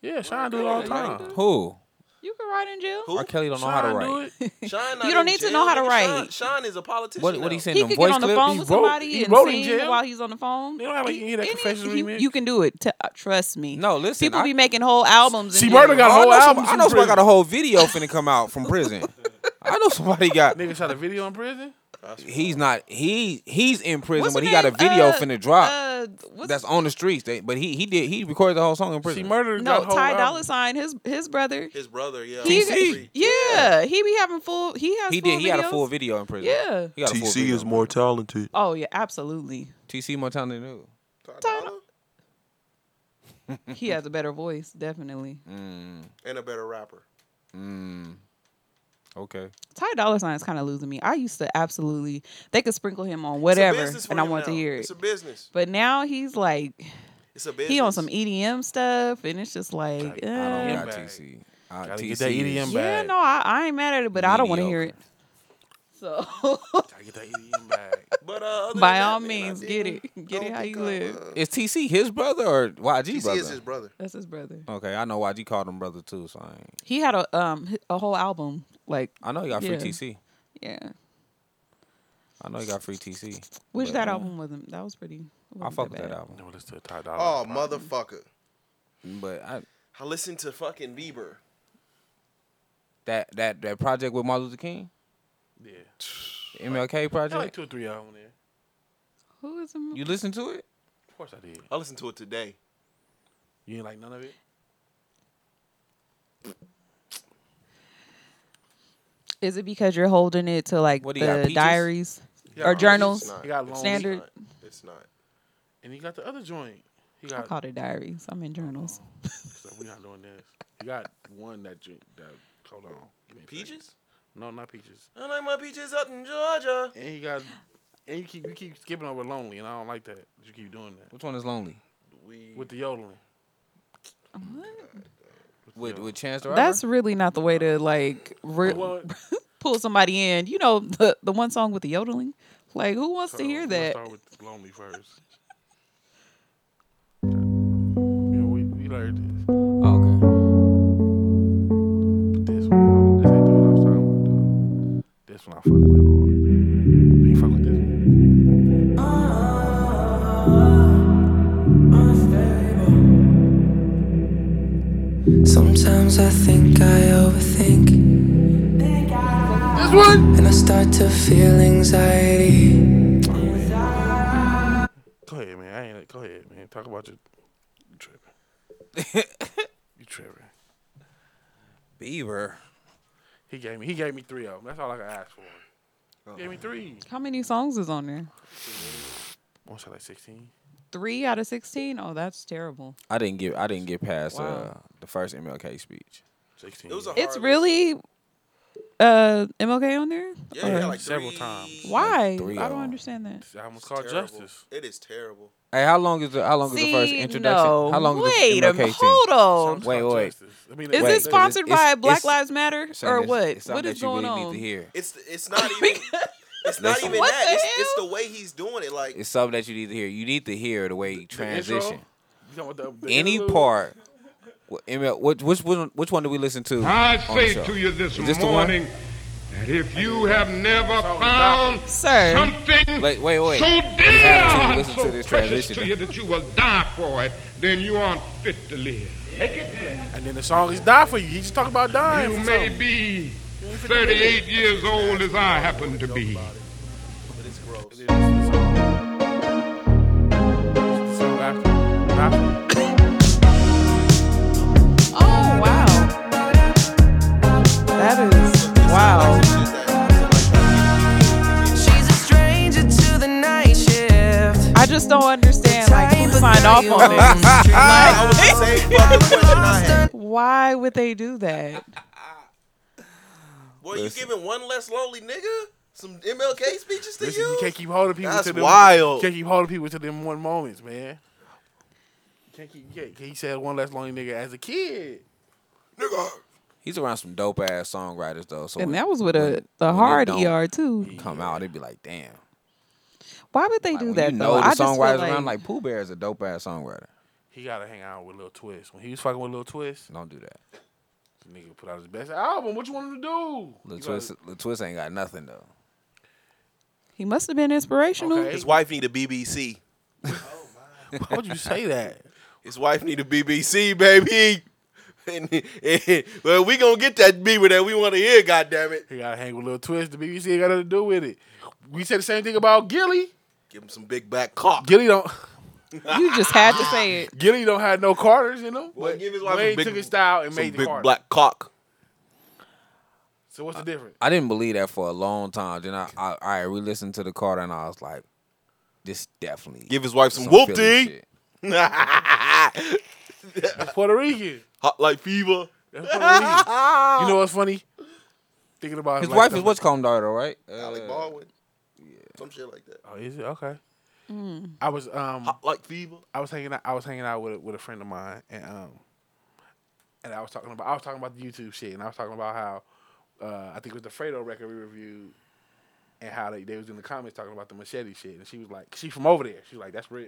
Speaker 6: Yeah, Sean do it all the time.
Speaker 4: Who?
Speaker 5: You can write in jail.
Speaker 1: Who?
Speaker 4: R. Kelly don't know how to
Speaker 6: Sean
Speaker 4: write.
Speaker 6: do it.
Speaker 1: Sean
Speaker 5: You don't need to know how to
Speaker 1: nigga. Sean-
Speaker 5: write.
Speaker 1: Sean, is a politician.
Speaker 4: What what
Speaker 1: now.
Speaker 4: he saying?
Speaker 5: He
Speaker 4: the
Speaker 5: could
Speaker 4: voice
Speaker 5: get on the
Speaker 4: clip?
Speaker 5: phone
Speaker 6: He
Speaker 5: with
Speaker 6: wrote-
Speaker 5: somebody
Speaker 6: he
Speaker 5: and
Speaker 6: wrote in
Speaker 5: sing
Speaker 6: jail.
Speaker 5: while he's on the phone.
Speaker 6: They don't have, like, any of that
Speaker 5: Any-
Speaker 6: Confessions
Speaker 5: he-
Speaker 6: remix.
Speaker 5: You can do it. T- uh, trust me.
Speaker 4: No, listen,
Speaker 5: People
Speaker 4: I-
Speaker 5: be Oh, making whole albums.
Speaker 6: See,
Speaker 5: and
Speaker 6: Murder got a
Speaker 4: I
Speaker 6: whole
Speaker 4: know,
Speaker 6: album.
Speaker 4: some, I know somebody got a whole video finna come out from prison. I know somebody got.
Speaker 6: Niggas had a video in prison.
Speaker 4: He's not. He he's in prison,
Speaker 5: What's
Speaker 4: but
Speaker 5: her
Speaker 4: he got a
Speaker 5: name?
Speaker 4: video
Speaker 5: Uh,
Speaker 4: finna drop.
Speaker 5: Uh, what's,
Speaker 4: that's on the streets. They, but he he did he recorded the whole song in
Speaker 6: See,
Speaker 4: prison.
Speaker 6: murder.
Speaker 5: no
Speaker 6: got a whole
Speaker 5: Ty
Speaker 6: album.
Speaker 5: Dolla Sign. His his brother.
Speaker 1: His brother, yeah.
Speaker 5: He-
Speaker 1: TC.
Speaker 5: yeah, he be having full. He has.
Speaker 4: he
Speaker 5: full
Speaker 4: did. He had a
Speaker 5: videos.
Speaker 4: full video in prison.
Speaker 5: Yeah.
Speaker 4: He got a full video.
Speaker 1: more talented.
Speaker 5: Oh yeah, absolutely.
Speaker 4: TC more time than who?
Speaker 5: Ty- he has a better voice, definitely.
Speaker 1: And a better rapper.
Speaker 4: Okay.
Speaker 5: Ty Dolla Sign is kind of losing me. I used to absolutely. They could sprinkle him on
Speaker 1: It's a
Speaker 5: whatever,
Speaker 1: business for
Speaker 5: and I
Speaker 1: him
Speaker 5: want to
Speaker 1: now.
Speaker 5: hear it.
Speaker 1: It's a business.
Speaker 5: But now he's like
Speaker 1: It's a business.
Speaker 5: he on some EDM stuff, and it's just like,
Speaker 4: I
Speaker 5: uh,
Speaker 4: don't
Speaker 6: Yeah,
Speaker 4: got
Speaker 6: man.
Speaker 4: TC. Uh,
Speaker 6: Gotta
Speaker 4: TC
Speaker 6: get that E EDM
Speaker 4: is-
Speaker 5: yeah,
Speaker 6: bag.
Speaker 5: no, I, I ain't mad at it, but I don't want to hear it.
Speaker 4: Mediocre.
Speaker 5: So,
Speaker 6: Gotta get that E EDM bag.
Speaker 1: But uh, other than
Speaker 5: by
Speaker 1: that,
Speaker 5: all
Speaker 1: man, I
Speaker 5: means, get
Speaker 1: didn't-
Speaker 5: it, get it
Speaker 1: don't
Speaker 5: how
Speaker 1: think I,
Speaker 5: you live.
Speaker 1: uh,
Speaker 4: Is TC his brother or YG
Speaker 1: TC
Speaker 4: brother?
Speaker 1: is his brother.
Speaker 5: That's his brother.
Speaker 4: Okay, I know YG called him brother too. So I, ain't-
Speaker 5: He had a um h- a whole album like
Speaker 4: I know he got free
Speaker 5: Yeah.
Speaker 4: TC.
Speaker 5: yeah.
Speaker 4: I know he got free TC.
Speaker 5: Wish
Speaker 4: But,
Speaker 5: that
Speaker 4: uh,
Speaker 5: album wasn't. That was pretty. it
Speaker 4: I
Speaker 5: wasn't
Speaker 4: fuck
Speaker 5: that
Speaker 4: with that
Speaker 5: bad.
Speaker 4: album,
Speaker 6: No, let's do a Ty Dolla.
Speaker 1: Oh, motherfucker.
Speaker 4: but I,
Speaker 1: I listened to fucking Bieber.
Speaker 4: that that that project with Martin Luther King,
Speaker 6: Yeah.
Speaker 4: the MLK
Speaker 6: I like
Speaker 4: project.
Speaker 6: two or three albums there.
Speaker 5: Who is him?
Speaker 4: You listen to it?
Speaker 6: Of course I did.
Speaker 1: I listened to it today.
Speaker 6: You ain't like none of it.
Speaker 5: Is it because you're holding it to like
Speaker 4: What do you got,
Speaker 5: the
Speaker 4: peaches?
Speaker 5: diaries or
Speaker 1: it's
Speaker 5: journals?
Speaker 1: not.
Speaker 6: He got long.
Speaker 5: Standard.
Speaker 1: It's not.
Speaker 6: And he got the other joint. He
Speaker 5: I
Speaker 6: got.
Speaker 5: called it diaries. I'm in journals.
Speaker 6: So we not doing this. He got one that drink. That hold on. Give me a second.
Speaker 1: Peaches?
Speaker 6: No, not peaches.
Speaker 1: I like my peaches up in Georgia.
Speaker 6: And he got. And you keep you keep skipping over lonely, and I don't like that. You keep doing that
Speaker 4: Which one is Lonely?
Speaker 1: We
Speaker 6: with the yodeling.
Speaker 4: With
Speaker 6: Yeah.
Speaker 4: with Chance the Rapper?
Speaker 5: That's really not the way to like re-
Speaker 6: Well,
Speaker 5: pull somebody in. You know the the one song with the yodeling. Like who wants to
Speaker 6: hold on,
Speaker 5: hear
Speaker 6: let's
Speaker 5: that?
Speaker 6: Start with lonely first. You know, we, we learned this.
Speaker 4: oh,
Speaker 6: But this one, this ain't the one I was talking about. Though. This one I fuck with. Hard. You fuck with this one.
Speaker 8: Sometimes I think I overthink,
Speaker 6: This one.
Speaker 8: and I start to feel anxiety.
Speaker 6: Go ahead, man. I ain't. Go ahead, man. Talk about your you tripping. you tripping.
Speaker 4: okay. Bieber.
Speaker 6: He gave me. He gave me three of them. That's all I can ask for. He
Speaker 5: Oh.
Speaker 6: gave me three.
Speaker 5: How many songs is on there?
Speaker 6: What's that like sixteen?
Speaker 5: Three out of sixteen. Oh, that's terrible.
Speaker 4: I didn't get I didn't get past uh,
Speaker 5: Wow.
Speaker 4: the first MLK speech.
Speaker 6: Sixteen.
Speaker 1: It was a
Speaker 5: It's
Speaker 1: hard
Speaker 5: really uh MLK on there.
Speaker 1: listen. Yeah, yeah,
Speaker 6: Okay.
Speaker 1: like
Speaker 6: Several
Speaker 1: three-
Speaker 6: times.
Speaker 5: Why?
Speaker 4: three
Speaker 5: I
Speaker 4: of
Speaker 5: don't
Speaker 4: 'em.
Speaker 5: understand that.
Speaker 6: This album's called
Speaker 1: terrible.
Speaker 6: Justice.
Speaker 1: It is terrible.
Speaker 4: Hey, how long is the how long is the first
Speaker 5: See,
Speaker 4: introduction?
Speaker 5: no.
Speaker 4: How long
Speaker 5: Wait
Speaker 4: is the
Speaker 5: a
Speaker 4: MLK
Speaker 5: minute.
Speaker 4: thing?
Speaker 5: Hold on.
Speaker 6: It's
Speaker 4: Oh, Wait,
Speaker 6: called
Speaker 4: wait.
Speaker 6: Justice. I mean,
Speaker 5: Is
Speaker 4: Wait,
Speaker 5: it
Speaker 4: this
Speaker 5: sponsored
Speaker 4: it's-
Speaker 5: by Black
Speaker 4: it's-
Speaker 5: Lives Matter
Speaker 4: Son,
Speaker 5: or
Speaker 4: it's-
Speaker 5: what?
Speaker 4: it's something
Speaker 5: What is
Speaker 4: that you
Speaker 5: going
Speaker 4: really
Speaker 5: on?
Speaker 4: Need to hear.
Speaker 1: It's it's not even it's not
Speaker 4: Listen.
Speaker 1: even
Speaker 5: What
Speaker 1: that.
Speaker 5: the
Speaker 1: It's, it's
Speaker 5: hell?
Speaker 1: the way he's doing it. Like
Speaker 4: It's something that you need to hear. You need to hear the way he
Speaker 6: the intro?
Speaker 4: transition.
Speaker 6: You know what the, the
Speaker 4: Any
Speaker 6: interlude?
Speaker 4: part. wh- ML, which which one which one do we listen to?
Speaker 9: I
Speaker 4: on the
Speaker 9: say
Speaker 4: show?
Speaker 9: to you this,
Speaker 4: Is this the one?
Speaker 9: morning that if you have never found
Speaker 5: Sir.
Speaker 9: something
Speaker 4: Wait, wait, wait.
Speaker 9: so
Speaker 4: You
Speaker 9: dear
Speaker 4: have to
Speaker 9: and
Speaker 4: listen to
Speaker 9: so
Speaker 4: this
Speaker 9: precious
Speaker 4: transition.
Speaker 9: to you that you will die for it, then you aren't fit to live.
Speaker 6: And then the song is "Die for You." He just talked about dying.
Speaker 9: You
Speaker 6: for
Speaker 9: may
Speaker 6: something.
Speaker 9: be 38 years old as I happen to be.
Speaker 6: So after, after
Speaker 5: Oh wow. That is wow.
Speaker 7: She's a stranger to the night shift.
Speaker 5: I just don't understand like who signed off on this.
Speaker 1: I was the same fucking question I had.
Speaker 5: Why would they do that?
Speaker 1: Boy, you giving one less lonely nigga some MLK speeches to
Speaker 6: listen, you can't keep holding people
Speaker 1: That's
Speaker 6: to them.
Speaker 1: wild.
Speaker 6: You can't keep holding people to them one moments, man. You Can't keep, you can't, he said one less lonely nigga as a kid.
Speaker 4: He's around some dope ass songwriters though. So
Speaker 5: And
Speaker 4: when-
Speaker 5: that was with a
Speaker 4: when-
Speaker 5: the
Speaker 4: when it
Speaker 5: hard
Speaker 4: don't
Speaker 5: ER too.
Speaker 4: Come out, they'd be like, damn.
Speaker 5: Why would they
Speaker 4: Like,
Speaker 5: do
Speaker 4: when
Speaker 5: that
Speaker 4: you
Speaker 5: though?
Speaker 4: know
Speaker 5: I
Speaker 4: the
Speaker 5: just feel
Speaker 4: songwriters
Speaker 5: like,
Speaker 4: around like Pooh Bear is a dope ass songwriter.
Speaker 6: He gotta hang out with Lil Twist. When he was fucking with Lil Twist,
Speaker 4: Don't do that.
Speaker 6: the nigga put out his best album. What you want him to do?
Speaker 4: Lil
Speaker 6: You gotta-
Speaker 4: Twist, Lil Twist ain't got nothing though.
Speaker 5: he must have been inspirational.
Speaker 6: Okay.
Speaker 1: His wife need a BBC.
Speaker 6: Why would you say that?
Speaker 1: His wife need a BBC, baby. And- and- well, we gonna get that beaver that we want to hear. God damn it!
Speaker 6: He gotta hang with Lil Twist. The BBC ain't got nothing to do with it. We said the same thing about Gilly.
Speaker 1: Give him some big back cock.
Speaker 6: Gilly don't.
Speaker 5: You just had to say it.
Speaker 6: Gilly don't have no Carters in
Speaker 1: Boy,
Speaker 6: him. but
Speaker 1: give his wife a
Speaker 6: Wayne
Speaker 1: big-
Speaker 6: took his style and
Speaker 1: some
Speaker 6: made the
Speaker 1: big
Speaker 6: Carter.
Speaker 1: black cock.
Speaker 6: So what's the difference?
Speaker 4: I didn't believe that for a long time. Then I, I, I re-listened to the Carter and I was like, this definitely
Speaker 1: Give his wife some,
Speaker 4: some
Speaker 1: whoop
Speaker 4: Philly
Speaker 1: whoopty.
Speaker 4: shit.
Speaker 6: That's Puerto Rican.
Speaker 1: Hot like fever.
Speaker 6: That's Puerto Rican. you know what's funny? Thinking about
Speaker 4: His
Speaker 6: like,
Speaker 4: wife
Speaker 6: the-
Speaker 4: is what's called daughter, right? Uh,
Speaker 1: Baldwin. Some shit like that.
Speaker 6: Oh, is it okay? I was um
Speaker 1: Hot like fever.
Speaker 6: I was hanging out I was hanging out with a, with a friend of mine and um and I was talking about I was talking about the YouTube shit and I was talking about how uh, I think it was the Fredo record we reviewed and how they, they was in the comments talking about the machete shit and she was like she from over there she was like that's real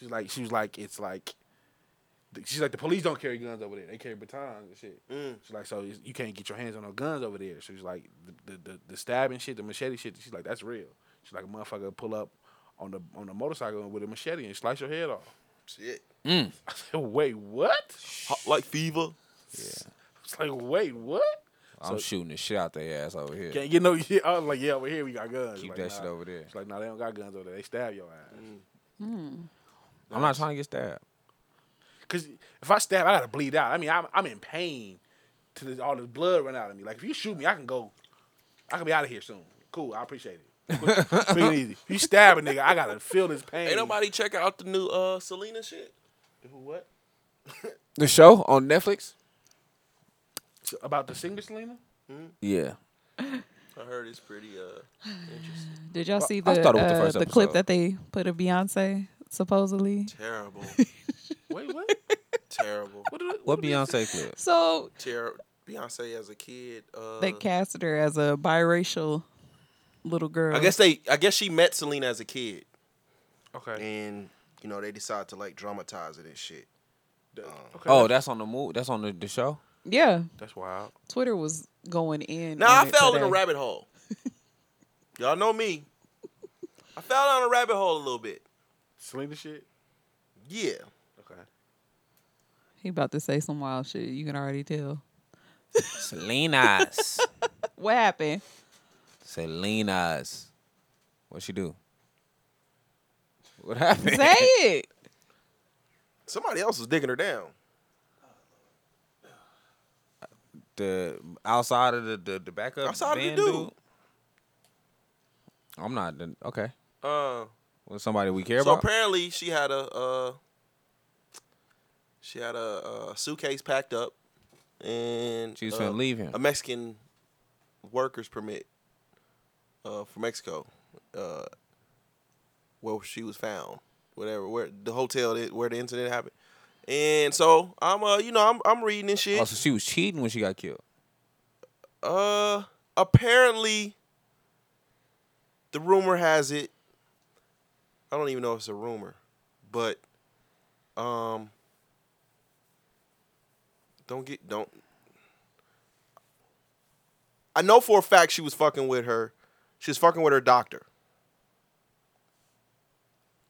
Speaker 6: she's like she was like it's like th- she's like the police don't carry guns over there they carry batons and shit
Speaker 4: Mm.
Speaker 6: she's like so it's- you can't get your hands on no guns over there she's like the the, the the stabbing shit the machete shit she's like that's real she's like a motherfucker pull up on the on the motorcycle with a machete and slice your head off
Speaker 1: Shit.
Speaker 6: I said, wait, what?
Speaker 1: Hot like fever.
Speaker 6: It's like, wait, what?
Speaker 4: I'm shooting the shit out their ass over here.
Speaker 6: Can't get no. Yeah, I was like, yeah, over here we got guns.
Speaker 4: Keep
Speaker 6: Like,
Speaker 4: that
Speaker 6: nah.
Speaker 4: shit over there.
Speaker 6: It's like, no, they don't got guns over there. They stab your ass.
Speaker 4: I'm not trying to get stabbed.
Speaker 6: Cause if I stab, I gotta bleed out. I mean, I'm I'm in pain till this, all this blood run out of me. Like if you shoot me, I can go. I can be out of here soon. Cool, I appreciate it. Quick, quick and easy. You stab a nigga, I gotta feel this pain.
Speaker 1: Ain't nobody check out the new uh Selena shit.
Speaker 6: Who what?
Speaker 4: The show on Netflix?
Speaker 6: About the singer Selena?
Speaker 4: Yeah.
Speaker 1: I heard it's pretty uh interesting.
Speaker 5: Did y'all see the
Speaker 4: I started with the
Speaker 5: uh,
Speaker 4: first
Speaker 5: the, clip
Speaker 4: episode.
Speaker 5: that they put of Beyonce supposedly?
Speaker 1: Terrible.
Speaker 6: Wait, what?
Speaker 1: Terrible.
Speaker 6: What? Did,
Speaker 4: What Beyonce clip?
Speaker 5: So
Speaker 1: Terrible. Beyonce as a kid. Uh,
Speaker 5: they casted her as a biracial little girl.
Speaker 1: I guess they. I guess she met Selena as a kid,
Speaker 6: Okay.
Speaker 1: and you know they decided to like dramatize it and shit.
Speaker 6: okay.
Speaker 4: Oh, that's on the move. That's on the, the show.
Speaker 5: yeah.
Speaker 6: that's wild.
Speaker 5: Twitter was going in.
Speaker 1: Now
Speaker 5: on
Speaker 1: I
Speaker 5: it
Speaker 1: fell in
Speaker 5: today.
Speaker 1: a rabbit hole. Y'all know me. I fell down a rabbit hole a little bit.
Speaker 6: Selena shit.
Speaker 1: Yeah.
Speaker 6: Okay.
Speaker 5: He about to say some wild shit. You can already tell.
Speaker 4: Selena's.
Speaker 5: What happened?
Speaker 4: Selena's. What she do? What happened?
Speaker 5: Say it.
Speaker 1: Somebody else was digging her down.
Speaker 4: the outside of the the, the backup
Speaker 1: Outside of the
Speaker 4: band
Speaker 1: dude.
Speaker 4: I'm not the- okay.
Speaker 1: Uh.
Speaker 4: Was somebody we care
Speaker 1: So
Speaker 4: about?
Speaker 1: apparently she had a uh, she had a, uh suitcase packed up, and
Speaker 4: She was
Speaker 1: uh,
Speaker 4: finna leave him.
Speaker 1: A Mexican workers permit uh, for Mexico, uh, where she was found, whatever, where the hotel that, where the incident happened. And so I'm uh, you know, I'm I'm reading and shit.
Speaker 4: Oh, so she was cheating when she got killed.
Speaker 1: Uh, apparently, the rumor has it. I don't even know if it's a rumor, but um, don't get don't. I know for a fact she was fucking with her. She was fucking with her doctor.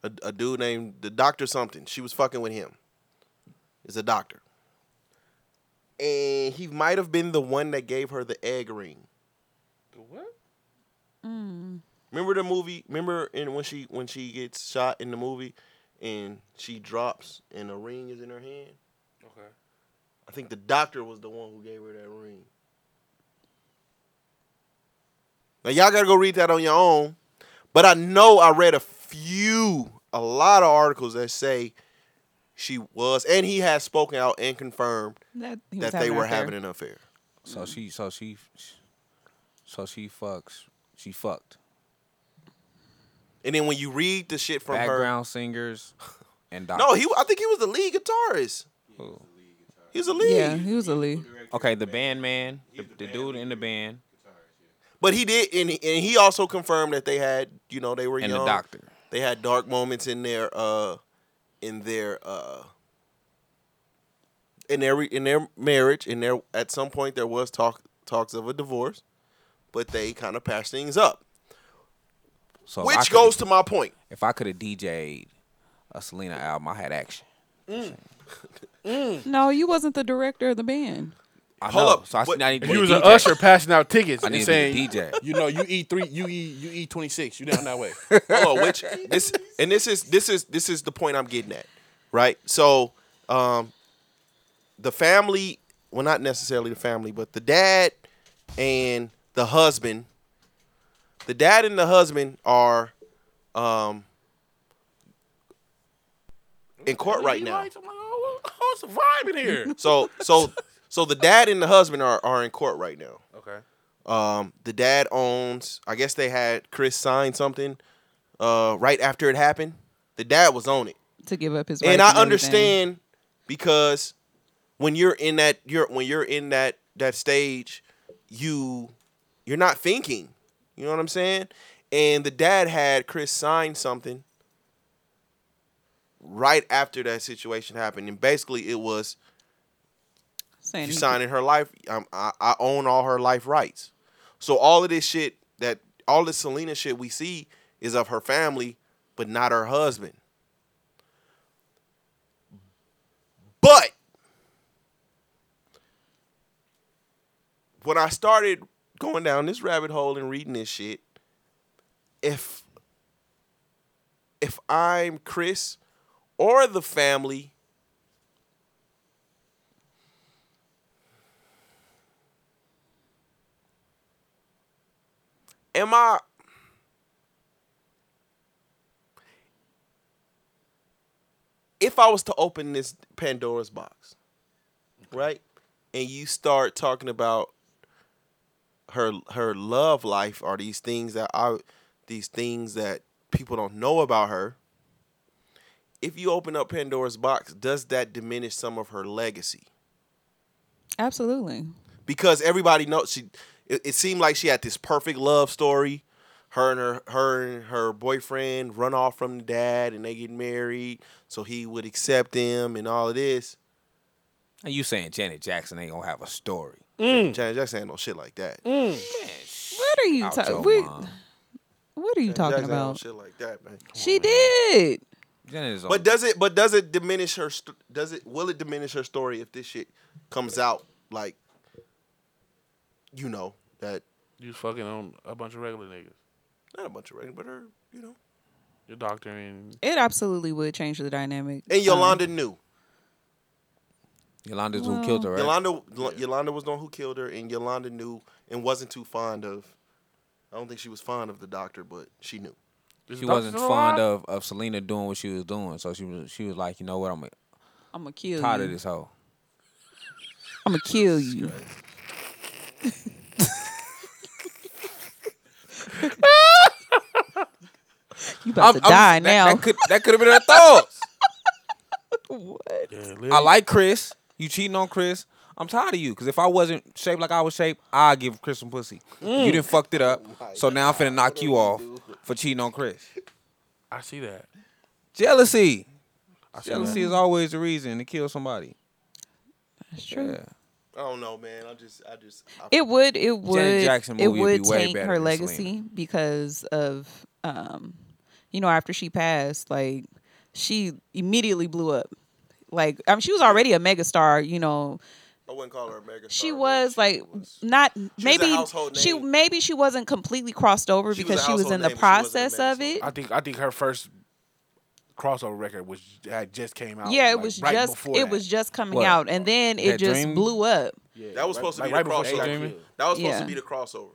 Speaker 1: A, a dude named the doctor something. She was fucking with him. Is a doctor. and he might have been the one that gave her the egg ring.
Speaker 6: What?
Speaker 1: Remember the movie? Remember in when she when she gets shot in the movie, and she drops and a ring is in her hand.
Speaker 6: Okay.
Speaker 1: I think the doctor was the one who gave her that ring. Now y'all gotta go read that on your own. But I know I read a few, a lot of articles that say she was, and he has spoken out and confirmed
Speaker 5: That, he was
Speaker 1: that they
Speaker 5: having
Speaker 1: were
Speaker 5: an affair.
Speaker 1: having an affair.
Speaker 4: So she, so she, so she fucks. She fucked
Speaker 1: And then when you read the shit from
Speaker 4: background singers and
Speaker 1: her,
Speaker 4: doctors.
Speaker 1: no, he. I think he was the lead guitarist.
Speaker 4: Who?
Speaker 1: He was a lead,
Speaker 5: Yeah, he was a lead.
Speaker 4: Okay, the band man, the, the dude in the band,
Speaker 1: but he did, and he, and he also confirmed that they had, you know, they were
Speaker 4: and
Speaker 1: young.
Speaker 4: the doctor.
Speaker 1: They had dark moments in their, uh, in their, uh, in their in their marriage. In their at some point there was talk talks of a divorce, but they kind of patched things up,
Speaker 5: Oh,
Speaker 4: So if I
Speaker 1: which
Speaker 4: could-
Speaker 1: goes to my point.
Speaker 4: if I could have DJ'd a Selena album, I had action.
Speaker 5: No, you wasn't the director of the band.
Speaker 4: I
Speaker 1: Hold
Speaker 4: know.
Speaker 1: up,
Speaker 4: So I, s-
Speaker 1: what-
Speaker 4: now I need to
Speaker 6: If
Speaker 4: be
Speaker 6: you
Speaker 4: a
Speaker 6: was an
Speaker 4: DJ.
Speaker 6: usher passing out tickets
Speaker 4: I
Speaker 6: and
Speaker 4: need to be a
Speaker 6: saying,
Speaker 4: DJ.
Speaker 6: you know, you eat three, you eat, you eat twenty six. You down that way.
Speaker 1: Hold on, which this and this is this is this is the point I'm getting at, right? So, um, the family, well, not necessarily the family, but the dad and the husband, the dad and the husband are, um, in court right now.
Speaker 6: I'm like, oh, what's the vibe in here?
Speaker 1: So, so, so the dad and the husband are are in court right now.
Speaker 6: okay.
Speaker 1: Um, the dad owns. I guess they had Chris sign something, uh, right after it happened. The dad was on it.
Speaker 5: to give up his rights
Speaker 1: and I
Speaker 5: everything.
Speaker 1: understand because when you're in that you're when you're in that that stage, you you're not thinking. You know what I'm saying? And the dad had Chris sign something right after that situation happened, and basically it was
Speaker 5: Saying
Speaker 1: you
Speaker 5: he-
Speaker 1: signing her life. i I, I own all her life rights. So all of this shit that all this Selena shit we see is of her family, but not her husband. But when I started going down this rabbit hole and reading this shit, if if I'm Chris or the family, am I if I was to open this Pandora's box, right? And you start talking about her her love life or these things that I these things that people don't know about her. If you open up Pandora's box, does that diminish some of her legacy?
Speaker 5: absolutely.
Speaker 1: because everybody knows she. It, it seemed like she had this perfect love story. Her and her her and her boyfriend run off from the dad, and they get married, so he would accept them and all of this.
Speaker 4: And you saying Janet Jackson ain't gonna have a story?
Speaker 5: Mm.
Speaker 1: Janet Jackson ain't no shit like that.
Speaker 5: What are you
Speaker 4: Out your
Speaker 5: talking? What,
Speaker 4: mom.
Speaker 5: what are you
Speaker 1: Janet
Speaker 5: talking
Speaker 1: Jackson ain't no
Speaker 5: about?
Speaker 1: shit like that, man.
Speaker 5: She did.
Speaker 4: Janet is on.
Speaker 1: But does it? But does it diminish her? st- Does it? Will it diminish her story if this shit comes out like? You know that
Speaker 6: You was fucking on a bunch of regular niggas.
Speaker 1: not a bunch of rating, but her, you know,
Speaker 6: Your doctor and
Speaker 5: It absolutely would change the dynamic.
Speaker 1: and
Speaker 5: Um,
Speaker 1: Yolanda knew.
Speaker 4: Mm. Yolanda's who killed her, right?
Speaker 1: Yolanda Lo- Yolanda was the one who killed her, and Yolanda knew and wasn't too fond of. I don't think she was fond of the doctor, but she knew.
Speaker 6: Is the
Speaker 4: she
Speaker 6: doctor
Speaker 4: wasn't
Speaker 6: still
Speaker 4: fond
Speaker 6: alive?
Speaker 4: of, of Selena doing what she was doing, so she was she was like, you know what, I'm
Speaker 5: I'm gonna kill
Speaker 4: tired of
Speaker 5: you.
Speaker 4: this hoe.
Speaker 5: I'm gonna kill you. you about to
Speaker 4: I'm-
Speaker 5: die
Speaker 4: that-
Speaker 5: now.
Speaker 4: That could that could have been her thoughts.
Speaker 5: what?
Speaker 4: I like Chris. You cheating on Chris. I'm tired of you. Cause if I wasn't shaped like I was shaped, I'd give Chris some pussy. You didn't fucked it up. so now I'm finna knock you off for cheating on Chris.
Speaker 6: I see that.
Speaker 4: Jealousy. Jealousy is always the reason to kill somebody.
Speaker 5: That's true.
Speaker 4: Yeah.
Speaker 1: I don't know, man. I just, I just, I,
Speaker 5: It would. It would.
Speaker 4: Jackson
Speaker 5: it
Speaker 4: movie would be
Speaker 5: would
Speaker 4: way
Speaker 5: taint
Speaker 4: better
Speaker 5: her
Speaker 4: than
Speaker 5: legacy
Speaker 4: Selena.
Speaker 5: because of, um, you know, after she passed, like she immediately blew up. Like I mean, she was already a megastar, you know,
Speaker 1: I wouldn't call her a mega.
Speaker 5: she
Speaker 1: star, but
Speaker 5: was like
Speaker 1: was-
Speaker 5: not maybe
Speaker 1: household
Speaker 5: she
Speaker 1: name.
Speaker 5: maybe she wasn't completely crossed over
Speaker 1: She was
Speaker 5: because
Speaker 1: a
Speaker 5: she was
Speaker 1: household
Speaker 5: in the
Speaker 1: name, but she wasn't a
Speaker 5: process
Speaker 1: mega
Speaker 5: of
Speaker 1: star.
Speaker 5: it.
Speaker 6: I think I think her first crossover record was had just came out.
Speaker 5: yeah, it
Speaker 6: like,
Speaker 5: was
Speaker 6: right
Speaker 5: just it
Speaker 6: before that.
Speaker 5: was just coming
Speaker 4: What?
Speaker 5: out, and then it
Speaker 4: That
Speaker 5: just
Speaker 4: Dream?
Speaker 5: blew up,
Speaker 1: that was supposed
Speaker 6: like,
Speaker 1: to be
Speaker 6: right
Speaker 1: the
Speaker 6: before she
Speaker 1: crossover.
Speaker 6: got
Speaker 4: Dreaming?
Speaker 6: killed.
Speaker 1: That was supposed
Speaker 5: Yeah.
Speaker 1: to be the crossover.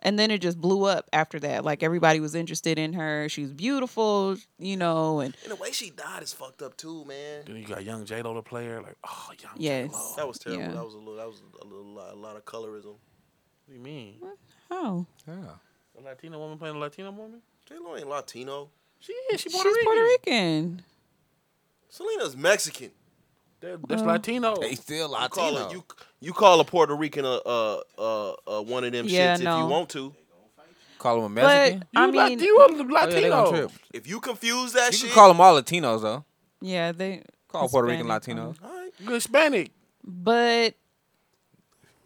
Speaker 5: and then it just blew up after that. Like everybody was interested in her. She was beautiful, you know, and
Speaker 1: And the way she died is fucked up too, man.
Speaker 6: Then you got young J Lo the player, like oh young
Speaker 5: yes.
Speaker 6: J-Lo.
Speaker 1: That was terrible.
Speaker 5: Yeah.
Speaker 1: That was a little. That was a little. lot- A lot of colorism.
Speaker 6: What do you mean?
Speaker 5: Oh,
Speaker 6: A Latino woman playing a Latino woman?
Speaker 1: J Lo ain't Latino.
Speaker 6: She is. She
Speaker 5: she's
Speaker 6: Puerto
Speaker 5: Puerto
Speaker 6: Rican.
Speaker 5: Rican.
Speaker 1: Selena's Mexican.
Speaker 6: That-
Speaker 5: Uh-huh.
Speaker 6: That's Latino.
Speaker 4: They still
Speaker 1: You call
Speaker 4: Latino.
Speaker 1: a, you you call a Puerto Rican a a, a, a one of them
Speaker 5: Yeah,
Speaker 1: shits if
Speaker 5: no.
Speaker 1: you want to.
Speaker 4: Call them a
Speaker 5: But
Speaker 4: Mexican.
Speaker 5: I
Speaker 6: You
Speaker 5: mean,
Speaker 6: Lat- you are
Speaker 4: Oh, yeah, they gonna
Speaker 6: Latino.
Speaker 4: trip.
Speaker 1: If you confuse that
Speaker 4: You
Speaker 1: shit,
Speaker 4: can call them all Latinos though.
Speaker 5: yeah, they
Speaker 4: Call Puerto Rican
Speaker 5: Hispanic,
Speaker 4: Latinos.
Speaker 1: all right,
Speaker 6: You Hispanic.
Speaker 5: but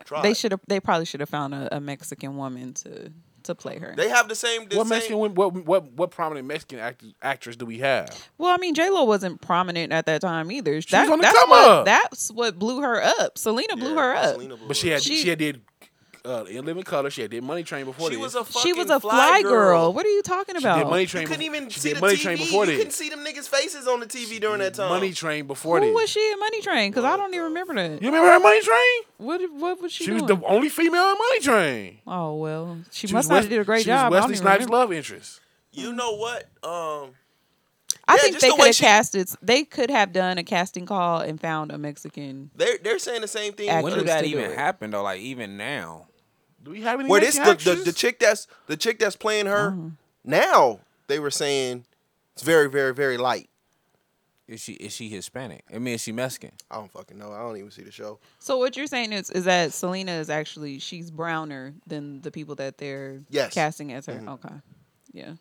Speaker 1: try.
Speaker 5: they
Speaker 1: it.
Speaker 5: should have. They probably should have found a, a Mexican woman to to play her.
Speaker 1: They have the same. The
Speaker 6: What
Speaker 1: same-
Speaker 6: Mexican? women- What what what prominent Mexican act- actress do we have?
Speaker 5: Well, I mean, J Lo wasn't prominent at that time either. She
Speaker 6: on the
Speaker 5: that's
Speaker 6: come
Speaker 5: what,
Speaker 6: up.
Speaker 5: That's what blew her up. Selena blew
Speaker 1: Yeah,
Speaker 5: her up.
Speaker 1: Selena blew
Speaker 6: But she
Speaker 1: her up.
Speaker 6: had she,
Speaker 5: She-
Speaker 6: had did uh, in Living Color. She had did Money Train before
Speaker 1: She
Speaker 6: this.
Speaker 1: was a fucking
Speaker 5: She was a fly, girl. What are you talking
Speaker 6: she
Speaker 5: about?
Speaker 6: did Money Train.
Speaker 1: You couldn't
Speaker 6: befo-
Speaker 1: even
Speaker 6: she
Speaker 1: see
Speaker 6: did
Speaker 1: the
Speaker 6: Money
Speaker 1: TV.
Speaker 6: Train before
Speaker 1: you
Speaker 6: this.
Speaker 1: couldn't see them niggas' faces on the TV during that time.
Speaker 6: Money Train before
Speaker 5: Who
Speaker 6: this.
Speaker 5: was she in Money Train? Because I don't even remember that.
Speaker 6: You remember her Money Train?
Speaker 5: What what was she,
Speaker 6: She
Speaker 5: doing?
Speaker 6: was the only female in Money Train.
Speaker 5: oh well, she,
Speaker 6: She
Speaker 5: must
Speaker 6: was
Speaker 5: not
Speaker 6: Wes-
Speaker 5: have did a great
Speaker 6: she
Speaker 5: job.
Speaker 6: Was
Speaker 5: I,
Speaker 6: Wesley
Speaker 5: don't even
Speaker 6: Snipes'
Speaker 5: remember.
Speaker 6: love interest.
Speaker 1: You know what? Um,
Speaker 5: I
Speaker 1: Yeah,
Speaker 5: think
Speaker 1: just
Speaker 5: they
Speaker 1: the
Speaker 5: could
Speaker 1: way
Speaker 5: have
Speaker 1: she-
Speaker 5: casted. They could have done a casting call and found a Mexican.
Speaker 1: they're they're saying the same thing.
Speaker 5: Actress.
Speaker 1: Where
Speaker 4: When did
Speaker 5: Actors
Speaker 4: that
Speaker 5: to do
Speaker 4: even
Speaker 5: it.
Speaker 4: happen though? Like even now.
Speaker 6: Do we have any?
Speaker 1: where this the,
Speaker 6: Mexican
Speaker 1: the the
Speaker 6: actors?
Speaker 1: chick that's the chick that's playing her
Speaker 5: Mm-hmm.
Speaker 1: now? They were saying it's very very very light.
Speaker 4: Is she is she Hispanic? I mean, is she Mexican?
Speaker 1: I don't fucking know. I don't even see the show.
Speaker 5: So what you're saying is is that Selena is actually she's browner than the people that they're
Speaker 1: Yes. Mm-hmm.
Speaker 5: casting as her. Okay, yeah.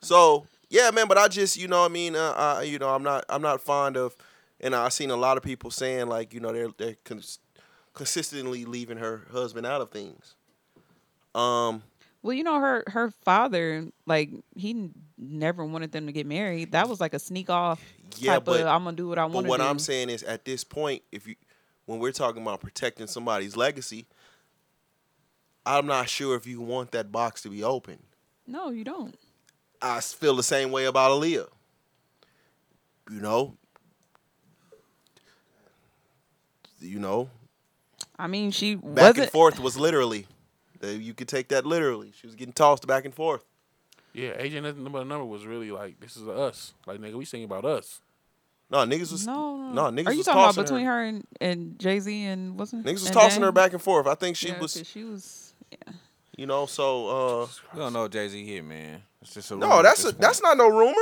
Speaker 1: So yeah, man. But I just you know what I mean uh, I you know I'm not I'm not fond of, and I've seen a lot of people saying like you know they're they're cons- consistently leaving her husband out of things. Um,
Speaker 5: Well, you know her her father like he n- never wanted them to get married. That was like a sneak off.
Speaker 1: Yeah,
Speaker 5: type
Speaker 1: but-
Speaker 5: of, I'm gonna do what I want
Speaker 1: but
Speaker 5: to do.
Speaker 1: what I'm saying is at this point, if you when we're talking about protecting somebody's legacy, I'm not sure if you want that box to be open.
Speaker 5: no, you don't.
Speaker 1: I s- feel the same way about Aaliyah. You know. You know,
Speaker 5: I mean, she
Speaker 1: back
Speaker 5: wasn't.
Speaker 1: and forth was literally. Uh, You could take that literally. She was getting tossed back and forth.
Speaker 6: yeah, AJ nothing but a number was really like this is us. Like nigga, we singing about us.
Speaker 1: No, niggas was
Speaker 5: No, no.
Speaker 1: no niggas
Speaker 5: Are you
Speaker 1: was
Speaker 5: talking about
Speaker 1: tossing
Speaker 5: between
Speaker 1: her.
Speaker 5: her, and, and Jay Z and what's
Speaker 1: Niggas was tossing her back and forth. I think she was,
Speaker 5: She was. Yeah.
Speaker 1: you know. So uh,
Speaker 4: We don't know Jay Z here, man. It's just a rumor
Speaker 1: no,
Speaker 4: at
Speaker 1: Oh, that's
Speaker 4: this
Speaker 1: a
Speaker 4: point.
Speaker 1: that's not no rumor.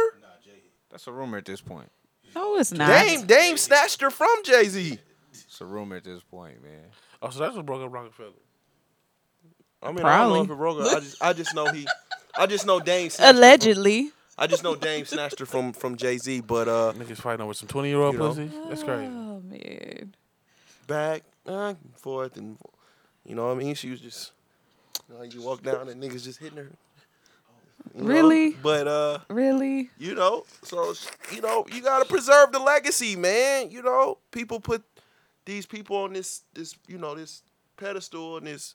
Speaker 4: that's a rumor at this point.
Speaker 5: No, it's not.
Speaker 1: Dame Dame snatched her from Jay Z.
Speaker 4: It's a rumor at this point, man.
Speaker 6: Oh, so that's what broke up Rockefeller.
Speaker 1: I mean, I
Speaker 5: Probably.
Speaker 1: don't know if it Roger. I just I just know he. I just know Dame. Snatched her from,
Speaker 5: Allegedly,
Speaker 1: I just know Dame snatched her from from Jay Z. But uh,
Speaker 6: Niggas fighting over some twenty year old
Speaker 1: You know.
Speaker 6: pussy. That's crazy.
Speaker 5: oh man,
Speaker 1: back uh, and forth and you know what I mean. She was just. You, know, you walk down and niggas just hitting her. you know?
Speaker 5: Really?
Speaker 1: But uh.
Speaker 5: really?
Speaker 1: You know, so you know, you gotta preserve the legacy, man. You know, people put these people on this this you know this pedestal and this.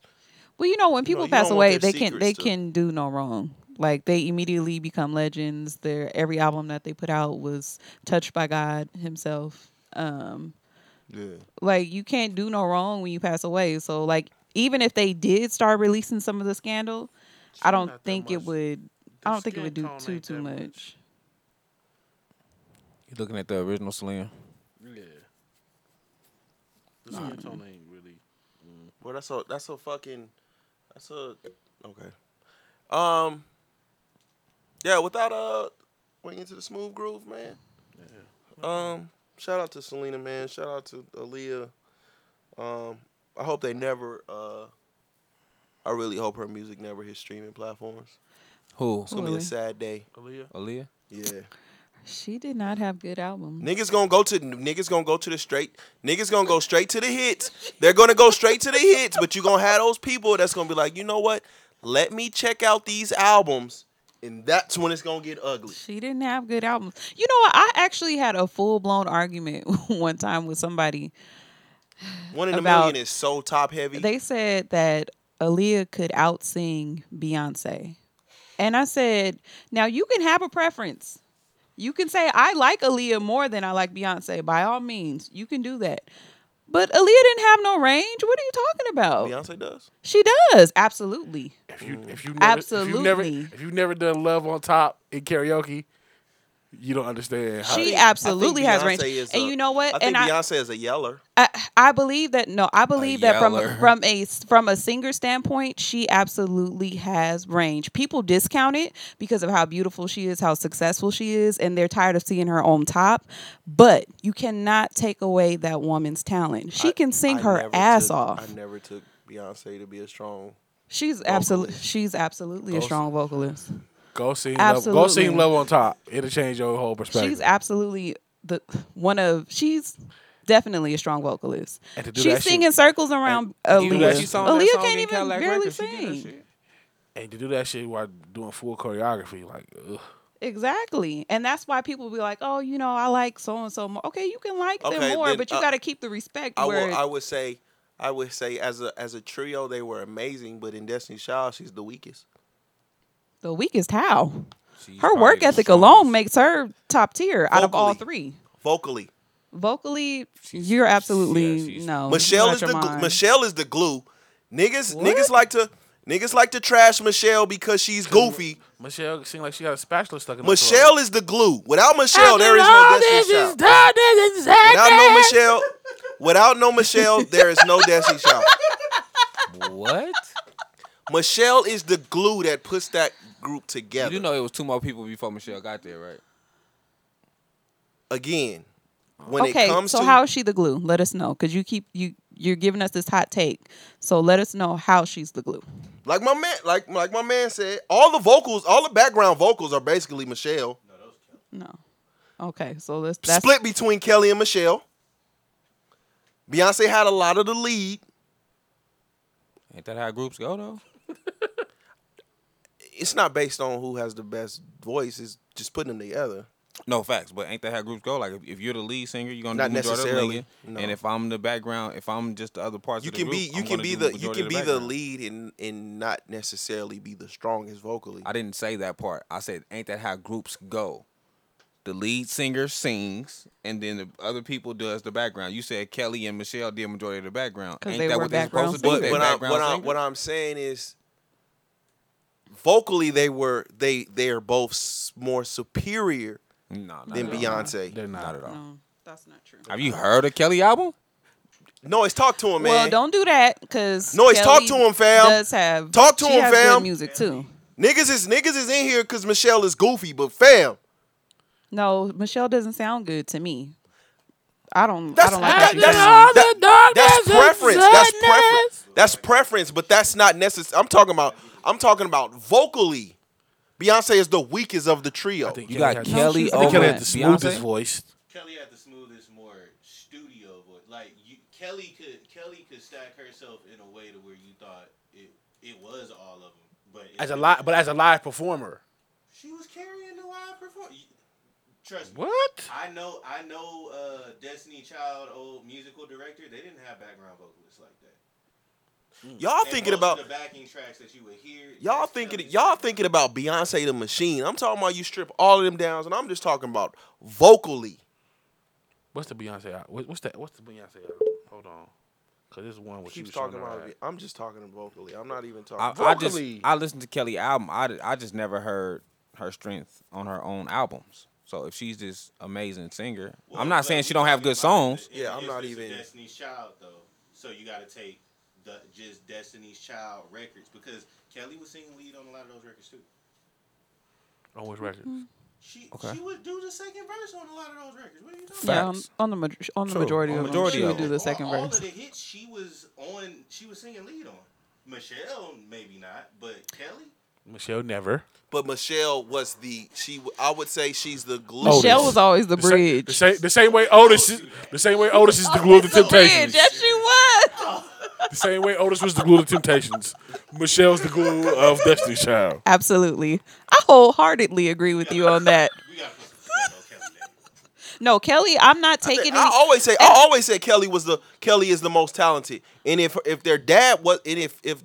Speaker 5: Well, you know, when
Speaker 1: You know,
Speaker 5: people
Speaker 1: you
Speaker 5: pass
Speaker 1: don't want
Speaker 5: away,
Speaker 1: their
Speaker 5: they can they
Speaker 1: secrets to-
Speaker 5: can do no wrong. Like they immediately become legends. Their every album that they put out was touched by God Himself. Um,
Speaker 1: Yeah.
Speaker 5: like you can't do no wrong when you pass away. So like even if they did start releasing some of the scandal, I don't
Speaker 6: not that
Speaker 5: think it
Speaker 6: much.
Speaker 5: would. I don't think it
Speaker 6: skin
Speaker 5: would do
Speaker 6: tone
Speaker 5: too
Speaker 6: ain't
Speaker 5: too
Speaker 6: that
Speaker 5: much.
Speaker 6: much.
Speaker 4: You looking at the original Selena?
Speaker 6: Yeah. This nah. tone ain't really.
Speaker 1: Well, that's a that's a fucking that's a okay. Um. Yeah, without uh, went into the smooth groove, man. Um. Shout out to Selena, man. Shout out to Aaliyah. Um. I hope they never. uh I really hope her music never hits streaming platforms.
Speaker 4: Who?
Speaker 1: It's gonna be a
Speaker 5: Really?
Speaker 1: sad day.
Speaker 6: Aaliyah.
Speaker 4: Aaliyah?
Speaker 1: Yeah.
Speaker 5: She did not have good albums.
Speaker 1: Niggas gonna go to niggas gonna go to the straight. Niggas gonna go straight to the hits. They're gonna go straight to the hits, but you gonna have those people that's gonna be like, you know what? Let me check out these albums, and that's when it's gonna get ugly.
Speaker 5: She didn't have good albums. You know what? I actually had a full blown argument one time with somebody
Speaker 1: One in a
Speaker 5: About-
Speaker 1: million is so top heavy.
Speaker 5: They said that Aaliyah could outsing Beyonce. And I said, now you can have a preference. You can say, I like Aaliyah more than I like Beyonce. By all means, you can do that. But Aaliyah didn't have no range. What are you talking about?
Speaker 1: Beyonce does.
Speaker 5: She does, absolutely.
Speaker 6: If you if you never, If you never,
Speaker 5: Absolutely.
Speaker 6: if you never done love on top in karaoke, you don't understand. How
Speaker 5: She
Speaker 1: I think
Speaker 5: absolutely has
Speaker 1: Beyonce
Speaker 5: range.
Speaker 1: is
Speaker 5: And
Speaker 1: a-
Speaker 5: you know what?
Speaker 1: I
Speaker 5: and
Speaker 1: think Beyonce is a yeller.
Speaker 5: I I believe that no, I believe that from
Speaker 4: yeller.
Speaker 5: from a from a singer standpoint, she absolutely has range. People discount it because of how beautiful she is, how successful she is, and they're tired of seeing her on top. But you cannot take away that woman's talent. She can sing
Speaker 1: I
Speaker 5: her
Speaker 1: never
Speaker 5: ass
Speaker 1: took-
Speaker 5: off.
Speaker 1: I never took Beyonce to be a strong.
Speaker 5: She's absolutely
Speaker 1: vocalist.
Speaker 5: she's absolutely a
Speaker 6: Go-
Speaker 5: strong vocalist.
Speaker 6: go sing love, go
Speaker 5: Absolutely.
Speaker 6: sing love on top. It'll change your whole perspective.
Speaker 5: She's absolutely the one of she's definitely a strong vocalist.
Speaker 6: And to do
Speaker 5: She's
Speaker 6: that shit-
Speaker 5: singing circles around
Speaker 6: and to do that
Speaker 5: Aaliyah.
Speaker 6: shit-
Speaker 5: Aaliyah can't even barely sing.
Speaker 6: and to do that shit while doing full choreography, like ugh.
Speaker 5: Exactly. And that's why people be like, oh, you know, I like so and so more. Okay, you can like them
Speaker 1: Okay,
Speaker 5: more,
Speaker 1: then,
Speaker 5: but you
Speaker 1: uh,
Speaker 5: got to keep the respect
Speaker 1: I
Speaker 5: where
Speaker 1: will, I would say I would say as a as a trio they were amazing, but in Destiny's Child she's the weakest.
Speaker 5: the weakest how. Her work ethic alone makes her top tier out of all
Speaker 1: Vocally.
Speaker 5: three.
Speaker 1: Vocally,
Speaker 5: Vocally, you're absolutely
Speaker 4: yeah, she's-
Speaker 5: no.
Speaker 1: Michelle
Speaker 5: you're
Speaker 1: is
Speaker 5: out
Speaker 1: the
Speaker 5: your
Speaker 1: gl-
Speaker 5: mind.
Speaker 1: Michelle is the glue. Niggas
Speaker 5: What?
Speaker 1: niggas like to niggas like to trash Michelle because she's goofy.
Speaker 6: Michelle seemed like she got a spatula stuck in her
Speaker 1: Michelle is the glue. Without Michelle, there is no Destiny's Child. Without no Michelle, without no Michelle, there is no Destiny's Child.
Speaker 4: What?
Speaker 1: Michelle is the glue that puts that group
Speaker 4: You
Speaker 1: together.
Speaker 4: do know it was two more people before Michelle got there, right?
Speaker 1: Again, when
Speaker 5: okay,
Speaker 1: it comes
Speaker 5: so
Speaker 1: to
Speaker 5: how is she the glue? Let us know because you keep you you're giving us this hot take. So let us know how she's the glue.
Speaker 1: Like my man, like like my man said, all the vocals, all the background vocals are basically Michelle.
Speaker 5: No, okay, so let's that's
Speaker 1: Split between Kelly and Michelle. Beyonce had a lot of the lead.
Speaker 4: Ain't that how groups go though?
Speaker 1: It's not based on who has the best voice. It's just putting them together.
Speaker 4: No facts, but ain't that how groups go? Like if, if you're the lead singer, you're
Speaker 1: Not
Speaker 4: gonna do majority of the
Speaker 1: necessarily,
Speaker 4: singing,
Speaker 1: no.
Speaker 4: And if I'm the background, if I'm just the other parts,
Speaker 1: You
Speaker 4: of the
Speaker 1: can
Speaker 4: group,
Speaker 1: be you
Speaker 4: I'm
Speaker 1: can
Speaker 4: gonna
Speaker 1: be
Speaker 4: do
Speaker 1: the you
Speaker 4: majority
Speaker 1: can
Speaker 4: of
Speaker 1: be the
Speaker 4: background.
Speaker 1: lead and and not necessarily be the strongest vocally.
Speaker 4: I didn't say that part. I said ain't that how groups go? The lead singer sings, and then the other people does the background. You said Kelly and Michelle did majority of the background.
Speaker 5: 'Cause
Speaker 4: Ain't
Speaker 5: they
Speaker 4: that
Speaker 5: were
Speaker 4: what they're
Speaker 5: background
Speaker 4: supposed to do?
Speaker 1: But
Speaker 5: singers.
Speaker 4: They
Speaker 1: what I what
Speaker 4: background
Speaker 1: I
Speaker 4: singers?
Speaker 1: what I'm saying is vocally they were they they are both s- more superior
Speaker 4: No, not
Speaker 1: than
Speaker 4: at all.
Speaker 1: Beyonce.
Speaker 6: They're not.
Speaker 4: Not at all.
Speaker 5: no, that's not true.
Speaker 4: Have you heard of Kelly album?
Speaker 1: No, it's talk to him, man.
Speaker 5: Well, don't do that because
Speaker 1: Noise, talk to 'em, fam.
Speaker 5: Does have
Speaker 1: Talk to
Speaker 5: she
Speaker 1: 'em,
Speaker 5: has good
Speaker 1: fam.
Speaker 5: music too.
Speaker 1: Niggas is niggas is in here because Michelle is goofy, but fam,
Speaker 5: No, Michelle doesn't sound good to me. I don't. I
Speaker 1: that's
Speaker 5: don't like
Speaker 1: that-
Speaker 5: that.
Speaker 1: that's,
Speaker 5: That's,
Speaker 1: that- that's preference. That's preference. That's preference, but that's not necessary. I'm talking about. I'm talking about vocally. Beyonce is the weakest of the trio.
Speaker 4: You got
Speaker 6: had-
Speaker 4: Kelly
Speaker 5: she's
Speaker 6: I think
Speaker 4: over
Speaker 6: Kelly had the
Speaker 5: Beyonce.
Speaker 6: smoothest voice.
Speaker 10: Kelly had the smoothest, more studio voice. Like you, Kelly could Kelly could stack herself in a way to where you thought it it was all of them. But it-
Speaker 6: As a live, but as a live performer.
Speaker 10: she was carrying the live performance. Trust me.
Speaker 6: What?
Speaker 10: I know, I know. Uh, Destiny Child, old musical director, they didn't have background vocalists like that.
Speaker 1: Y'all
Speaker 10: And
Speaker 1: thinking
Speaker 10: most
Speaker 1: about
Speaker 10: of the backing tracks that you would hear.
Speaker 1: y'all
Speaker 10: that's
Speaker 1: thinking
Speaker 10: Kelly's
Speaker 1: y'all
Speaker 10: voice.
Speaker 1: thinking about Beyonce the machine. I'm talking about you strip all of them downs, and I'm just talking about vocally.
Speaker 6: What's the Beyonce? al- what- What's that? What's the Beyonce? album? Hold on, cause this one was she
Speaker 1: Keeps
Speaker 6: was
Speaker 1: talking
Speaker 6: showing her
Speaker 1: about.
Speaker 6: ass.
Speaker 1: I'm just talking vocally. I'm not even
Speaker 4: I,
Speaker 1: talking.
Speaker 4: I just
Speaker 6: Vocally.
Speaker 4: I listened to Kelly album. I, di- I just never heard her strength on her own albums. So if she's this amazing singer, I'm
Speaker 10: Well,
Speaker 4: not saying
Speaker 10: but
Speaker 4: she don't have good
Speaker 10: it's about
Speaker 4: songs.
Speaker 10: the-
Speaker 1: Yeah,
Speaker 10: it's-
Speaker 1: I'm
Speaker 10: it's
Speaker 1: not
Speaker 10: just
Speaker 1: even-
Speaker 10: a Destiny's Child though, so you got to take the just Destiny's Child records because Kelly was singing lead on a lot of those records too.
Speaker 6: on which record?
Speaker 10: She
Speaker 4: Okay.
Speaker 10: she would do the second verse on a lot of those records. What are you talking
Speaker 5: yeah, on,
Speaker 4: Facts.
Speaker 5: on the major- on the
Speaker 4: True.
Speaker 5: majority
Speaker 4: On
Speaker 5: of
Speaker 4: majority
Speaker 5: them, she
Speaker 4: of
Speaker 5: would do
Speaker 4: them.
Speaker 5: the
Speaker 10: about?
Speaker 5: second
Speaker 10: all,
Speaker 5: verse.
Speaker 10: All of the hits she was on, she was singing lead on. Michelle maybe not, but Kelly.
Speaker 6: Michelle never.
Speaker 1: But Michelle was the she. I would say she's the glue.
Speaker 5: Michelle was always the
Speaker 6: The same,
Speaker 5: bridge.
Speaker 6: the same, the same way Otis, is, the same way Otis is the glue of the
Speaker 5: bridge.
Speaker 6: Temptations.
Speaker 5: Yes, she was.
Speaker 6: The same way Otis was the glue of the Temptations. Michelle's the glue of Destiny's Child.
Speaker 5: Absolutely, I wholeheartedly agree with you on that.
Speaker 10: We got to put some respect on Kelly. Name.
Speaker 5: No, Kelly, I'm not
Speaker 1: I
Speaker 5: taking
Speaker 1: think-
Speaker 5: any.
Speaker 1: I always say I always say Kelly was the Kelly is the most talented. And if if their dad was and if if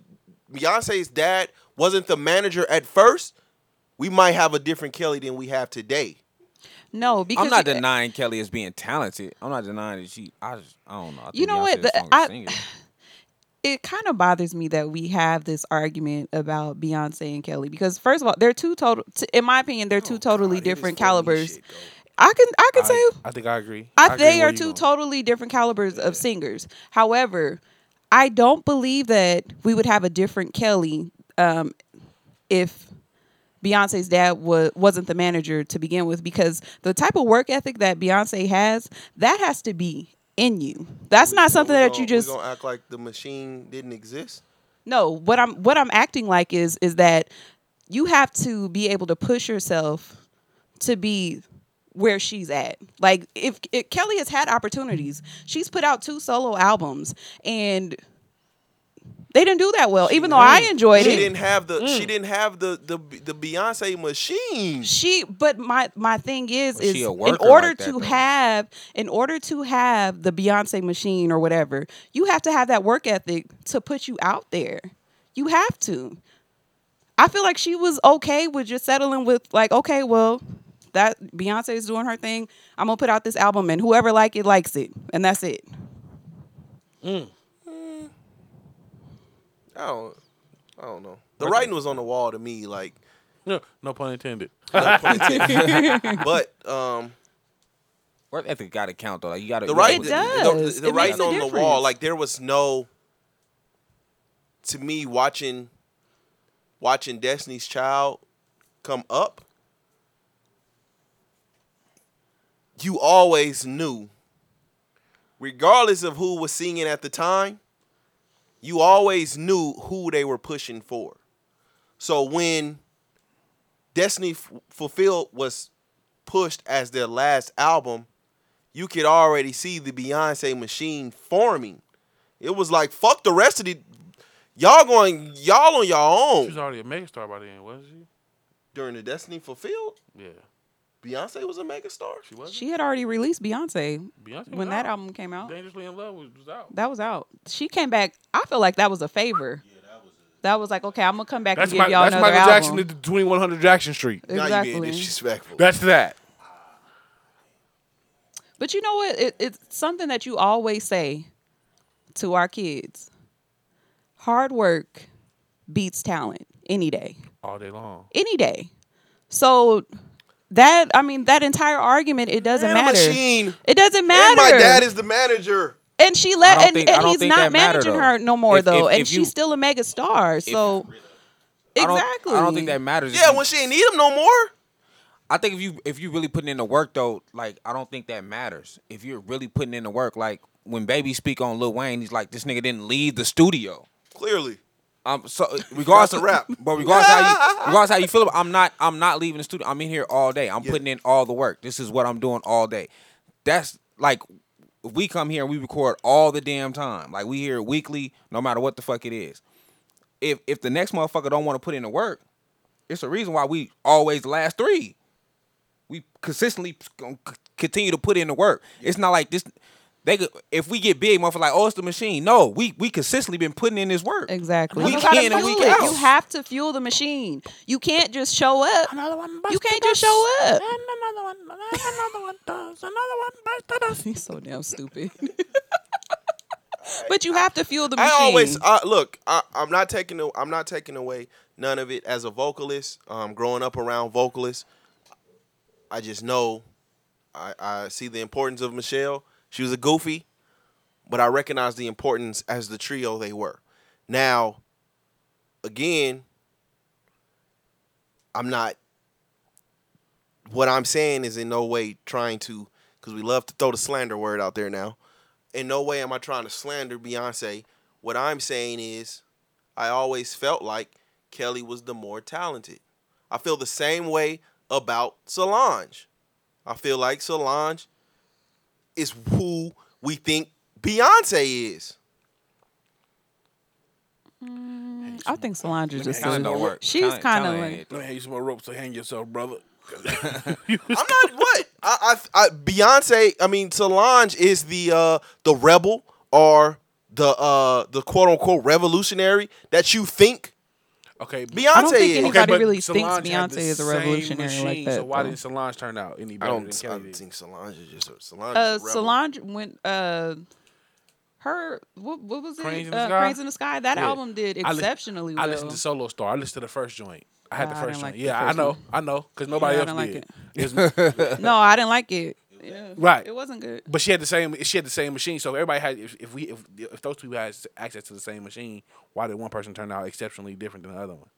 Speaker 1: Beyonce's dad wasn't the manager at first, we might have a different Kelly than we have today.
Speaker 5: no, because uh,
Speaker 4: I'm not
Speaker 5: you-
Speaker 4: denying Kelly as being talented. I'm not denying that she. I just, I don't know. I think
Speaker 5: You know
Speaker 4: Beyonce
Speaker 5: what?
Speaker 4: is
Speaker 5: The-
Speaker 4: the strongest
Speaker 5: I-
Speaker 4: singer.
Speaker 5: it kind of bothers me that we have this argument about Beyonce and Kelly because first of all, they're two total. t- in my opinion, they're two totally different calibers. I can I can say
Speaker 6: I think I agree.
Speaker 5: I,
Speaker 6: agree
Speaker 5: they
Speaker 6: where
Speaker 5: are
Speaker 6: you
Speaker 5: two
Speaker 6: going.
Speaker 5: totally different calibers of singers. However, I don't believe that we would have a different Kelly um, if Beyonce's dad was wasn't the manager to begin with, because the type of work ethic that Beyonce has, that has to be in you. That's not something that you just
Speaker 1: we gonna act like the machine didn't exist.
Speaker 5: no, what I'm what I'm acting like is is that you have to be able to push yourself to be where she's at. Like if, if Kelly has had opportunities, she's put out two solo albums and they didn't do that well. even though I enjoyed
Speaker 1: She
Speaker 5: it, Mm.
Speaker 1: didn't have the she didn't have the the the Beyonce machine.
Speaker 5: she but my my thing is
Speaker 4: Was
Speaker 5: is
Speaker 4: she a
Speaker 5: in
Speaker 4: worker
Speaker 5: order
Speaker 4: like that,
Speaker 5: to
Speaker 4: though?
Speaker 5: have in order to have the Beyonce machine or whatever, you have to have that work ethic to put you out there. You have to. I feel like she was okay with just settling with like, okay, well, that Beyonce is doing her thing. I'm gonna put out this album and whoever like it likes it, and that's it.
Speaker 1: I don't I don't know. The writing was on the wall to me, like
Speaker 6: No, no pun intended.
Speaker 1: but um
Speaker 4: Work ethic got to count though. Like you got to.
Speaker 1: the writing, the-
Speaker 5: It
Speaker 1: the-
Speaker 5: does.
Speaker 1: The,
Speaker 5: It makes
Speaker 1: writing
Speaker 5: a
Speaker 1: on the wall,
Speaker 5: difference.
Speaker 1: like there was no. To me, watching, watching Destiny's Child come up, you always knew. Regardless of who was singing at the time, you always knew who they were pushing for. So when Destiny F- Fulfilled was pushed as their last album, you could already see the Beyonce machine forming. It was like fuck the rest of the y'all going y'all on
Speaker 6: She
Speaker 1: your
Speaker 6: was
Speaker 1: own
Speaker 6: already a megastar by then, wasn't she?
Speaker 1: during the Destiny Fulfilled.
Speaker 6: Yeah,
Speaker 1: Beyonce was a megastar.
Speaker 6: she was.
Speaker 5: She had already released Beyonce
Speaker 6: Beyonce was
Speaker 5: when that
Speaker 6: out.
Speaker 5: album came out.
Speaker 6: Dangerously in Love was, was out.
Speaker 5: That was out. She came back. I feel like that was a favor. That was like okay, I'm gonna come back
Speaker 6: That's,
Speaker 5: and give
Speaker 6: my,
Speaker 5: y'all
Speaker 6: that's
Speaker 5: another
Speaker 6: Michael
Speaker 5: album.
Speaker 6: Jackson did the 2100 Jackson Street.
Speaker 1: Now you being
Speaker 5: Exactly.
Speaker 1: disrespectful.
Speaker 6: That's that.
Speaker 5: But you know what? It, it's something that you always say to our kids: hard work beats talent any day,
Speaker 6: All day long.
Speaker 5: any day. So that I mean, that entire argument it doesn't
Speaker 1: And a
Speaker 5: matter.
Speaker 1: machine.
Speaker 5: It doesn't
Speaker 1: And
Speaker 5: matter.
Speaker 1: my dad is the manager.
Speaker 5: and she
Speaker 4: I
Speaker 5: let
Speaker 4: don't
Speaker 5: and,
Speaker 4: think- I
Speaker 5: and
Speaker 4: don't
Speaker 5: he's
Speaker 4: think
Speaker 5: not
Speaker 4: that matter,
Speaker 5: managing
Speaker 4: though.
Speaker 5: her no more
Speaker 4: If-
Speaker 5: though,
Speaker 4: if-
Speaker 5: and
Speaker 4: if
Speaker 5: she's
Speaker 4: you-
Speaker 5: still a mega star. So
Speaker 4: I don't-
Speaker 5: exactly.
Speaker 4: I don't, think that matters. if
Speaker 1: Yeah,
Speaker 4: you-
Speaker 1: when she didn't need him no more.
Speaker 4: I think if you if you really putting in the work though, like I don't think that matters. If you're really putting in the work, like when Baby speak on Lil Wayne, he's like, this nigga didn't leave the studio.
Speaker 1: Clearly,
Speaker 4: Um, so uh, regardless
Speaker 1: the
Speaker 4: of
Speaker 1: rap.
Speaker 4: but regardless how you regardless how you feel about, I'm not I'm not leaving the studio. I'm in here all day. I'm
Speaker 1: Yeah.
Speaker 4: putting in all the work. This is what I'm doing all day. That's like if we come here and we record all the damn time. Like we here weekly, no matter what the fuck it is. If if the next motherfucker don't want to put in the work, it's a reason why we always last three. We consistently gonna c- continue to put in the work. It's not like this. They could, if we get big, motherfucker, like oh, it's the machine. No, we we consistently been putting in this work.
Speaker 5: Exactly.
Speaker 4: Week
Speaker 5: you gotta
Speaker 4: in and week
Speaker 5: fuel it.
Speaker 4: out.
Speaker 5: You have to fuel the machine. You can't just show up.
Speaker 6: Another one
Speaker 5: You can't just show up.
Speaker 6: another one. another one does. Another one busted us.
Speaker 5: He's so damn stupid. but you have to fuel the
Speaker 1: I
Speaker 5: machine.
Speaker 1: always I, look. I, I'm not taking a- I'm not taking away none of it as a vocalist. Um, growing up around vocalists, I just know. I, I see the importance of Michelle. She was a goofy, but I recognize the importance as the trio they were. Now, again, I'm not. What I'm saying is in no way trying to, because we love to throw the slander word out there now. In no way am I trying to slander Beyonce. What I'm saying is, I always felt like Kelly was the more talented. I feel the same way about Solange. I feel like Solange is who we think Beyonce is.
Speaker 5: I think Solange is just
Speaker 4: Talent don't
Speaker 5: a,
Speaker 4: work.
Speaker 5: she's
Speaker 4: Talent-
Speaker 5: kind of
Speaker 4: talent ain't
Speaker 5: like
Speaker 4: it.
Speaker 6: Let me hang you some more ropes to hang yourself, brother.
Speaker 1: I'm not what I, I, I Beyonce. I mean, Solange is the uh, the rebel or the uh, the quote unquote revolutionary that you think.
Speaker 6: Okay,
Speaker 1: Beyonce I don't think is.
Speaker 5: anybody
Speaker 6: but
Speaker 5: really thinks
Speaker 6: Solange had the
Speaker 5: Beyonce is a
Speaker 6: same
Speaker 5: revolutionary like
Speaker 6: machine,
Speaker 5: that,
Speaker 6: So why
Speaker 5: though.
Speaker 6: didn't Solange turn out any
Speaker 1: I
Speaker 6: better than
Speaker 1: don't. I
Speaker 6: Kelly
Speaker 1: don't
Speaker 6: did?
Speaker 1: think Solange is just a Solange.
Speaker 5: Uh,
Speaker 1: is a rebel.
Speaker 5: Solange went. Uh, her what, what was it?
Speaker 6: Cranes in the
Speaker 5: uh,
Speaker 6: Sky?
Speaker 5: Cranes in the Sky. That
Speaker 6: Yeah.
Speaker 5: album did
Speaker 6: I lis-
Speaker 5: exceptionally
Speaker 6: I
Speaker 5: well.
Speaker 6: listened to Solo Star. I listened to the first joint. I had
Speaker 5: Nah,
Speaker 6: the
Speaker 5: I
Speaker 6: first
Speaker 5: didn't
Speaker 6: joint.
Speaker 5: like the
Speaker 6: yeah,
Speaker 5: first
Speaker 6: I know.
Speaker 5: one.
Speaker 6: I know because nobody
Speaker 5: Yeah, I
Speaker 6: else
Speaker 5: didn't like
Speaker 6: did.
Speaker 5: it.
Speaker 6: It's-
Speaker 5: no, I didn't like it. Yeah.
Speaker 6: Right.
Speaker 5: It wasn't good.
Speaker 6: but she had the same. She had the same machine. So everybody had. If, if we if, if those two had access to the same machine, why did one person turn out exceptionally different than the other one?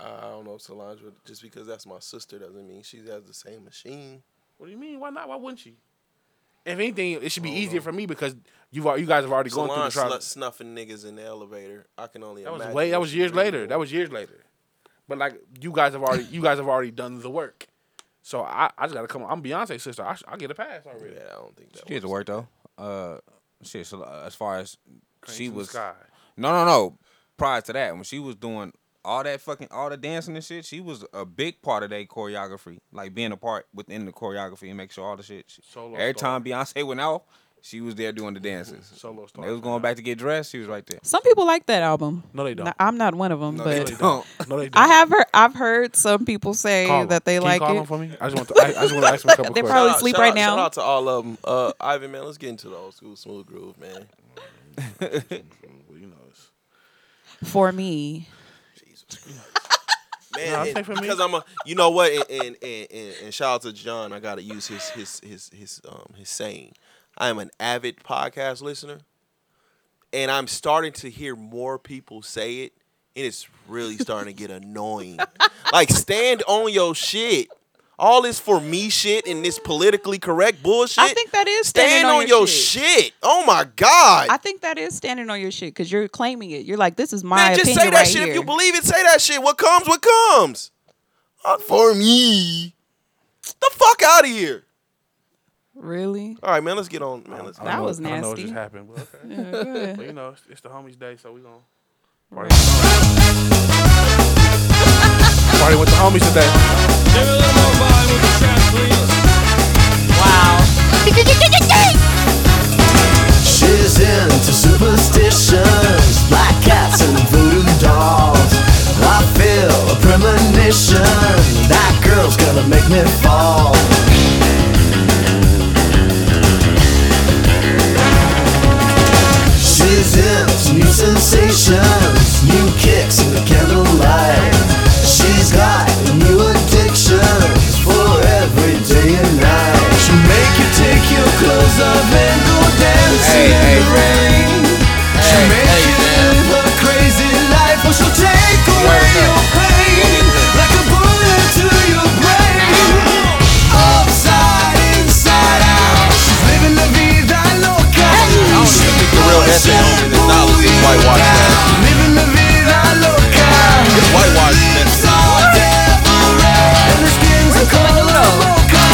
Speaker 1: I don't know if Solange would just because that's my sister doesn't mean she has the same machine.
Speaker 6: What do you mean? Why not? Why wouldn't she? If anything, it should be easier for me because you've al- you guys have already gone through the
Speaker 1: Solange
Speaker 6: trial.
Speaker 1: slut snuffing niggas in the elevator. I can only
Speaker 6: That was
Speaker 1: imagine
Speaker 6: way. That
Speaker 1: what
Speaker 6: was
Speaker 1: she
Speaker 6: years
Speaker 1: really
Speaker 6: later.
Speaker 1: wore.
Speaker 6: That was years later. But like you guys have already, you guys have already done the work. So I, I just gotta come. I'm Beyonce's sister. I, sh- I get a pass already.
Speaker 1: Yeah, I don't think that.
Speaker 4: She did
Speaker 1: was.
Speaker 4: the work though. Uh, shit. So uh, as far as
Speaker 6: Cranes
Speaker 4: she
Speaker 6: in the
Speaker 4: was,
Speaker 6: Sky.
Speaker 4: no, no, no. Prior to that, when she was doing all that fucking all the dancing and shit, she was a big part of that choreography, like being a part within the choreography and make sure all the shit. She,
Speaker 6: Solo
Speaker 4: every
Speaker 6: star.
Speaker 4: time Beyonce went out, she was there doing the dances.
Speaker 6: Solo star.
Speaker 4: When They was going back to get dressed. She was right there.
Speaker 5: Some people like that album.
Speaker 6: No, they don't.
Speaker 5: N- I'm not one of them,
Speaker 4: They
Speaker 5: but
Speaker 4: don't.
Speaker 6: No, they
Speaker 5: I
Speaker 6: don't.
Speaker 5: have heard. I've heard some people say
Speaker 6: Call 'em.
Speaker 5: that they
Speaker 6: Can you
Speaker 5: like
Speaker 6: call
Speaker 5: it.
Speaker 6: them for me. I just want to. I, I just want to ask them a couple
Speaker 5: They
Speaker 6: questions.
Speaker 5: probably
Speaker 1: Shout out-
Speaker 5: sleep
Speaker 1: shout
Speaker 5: right
Speaker 1: out-
Speaker 5: now.
Speaker 1: Shout out to all of them. Uh, Ivan, man, let's get into the old school smooth groove, man.
Speaker 6: you know, it's-
Speaker 5: For me,
Speaker 6: Nah,
Speaker 1: Man, and
Speaker 6: say for me.
Speaker 1: because I'm a, you know what, and and, and, and and shout out to John. I gotta use his his his his um his saying. I am an avid podcast listener, and I'm starting to hear more people say it, and it's really starting to get annoying. Like, stand on your shit. All this for me shit and this politically correct bullshit.
Speaker 5: I think that is
Speaker 1: stand
Speaker 5: standing
Speaker 1: on, your shit. Oh my god.
Speaker 5: I think that is standing on your shit because you're claiming it. You're like, this is my
Speaker 1: Man, just
Speaker 5: opinion
Speaker 1: say that
Speaker 5: right
Speaker 1: shit
Speaker 5: here.
Speaker 1: if you believe it. Say that shit. What comes, what comes. Not for me. The fuck out of here.
Speaker 5: really?
Speaker 1: All right, man. Let's get on. Man, let's.
Speaker 6: I
Speaker 5: That
Speaker 6: don't know-
Speaker 5: was
Speaker 6: I don't know what
Speaker 5: nasty.
Speaker 6: just happened, but okay.
Speaker 5: Yeah, go ahead.
Speaker 6: Well, you know, it's, it's the homies' day, so we gonna party, party with the homies today.
Speaker 2: She's into superstitions, black cats and voodoo dolls. I feel a premonition that girl's gonna make me fall. She's into new sensations, new kicks in the candlelight. She's got new addictions for every day and night. She'll make you take your clothes off and go dancing in the rain. She'll make you live a crazy life, or she'll take away your pain like a bullet to your brain. Upside, inside out, she's living la vida loca. She's
Speaker 1: think the real essence of it is knowledge, it's whitewash, man.
Speaker 2: Living la vida loca. It's all devil and the skin's a color mocha.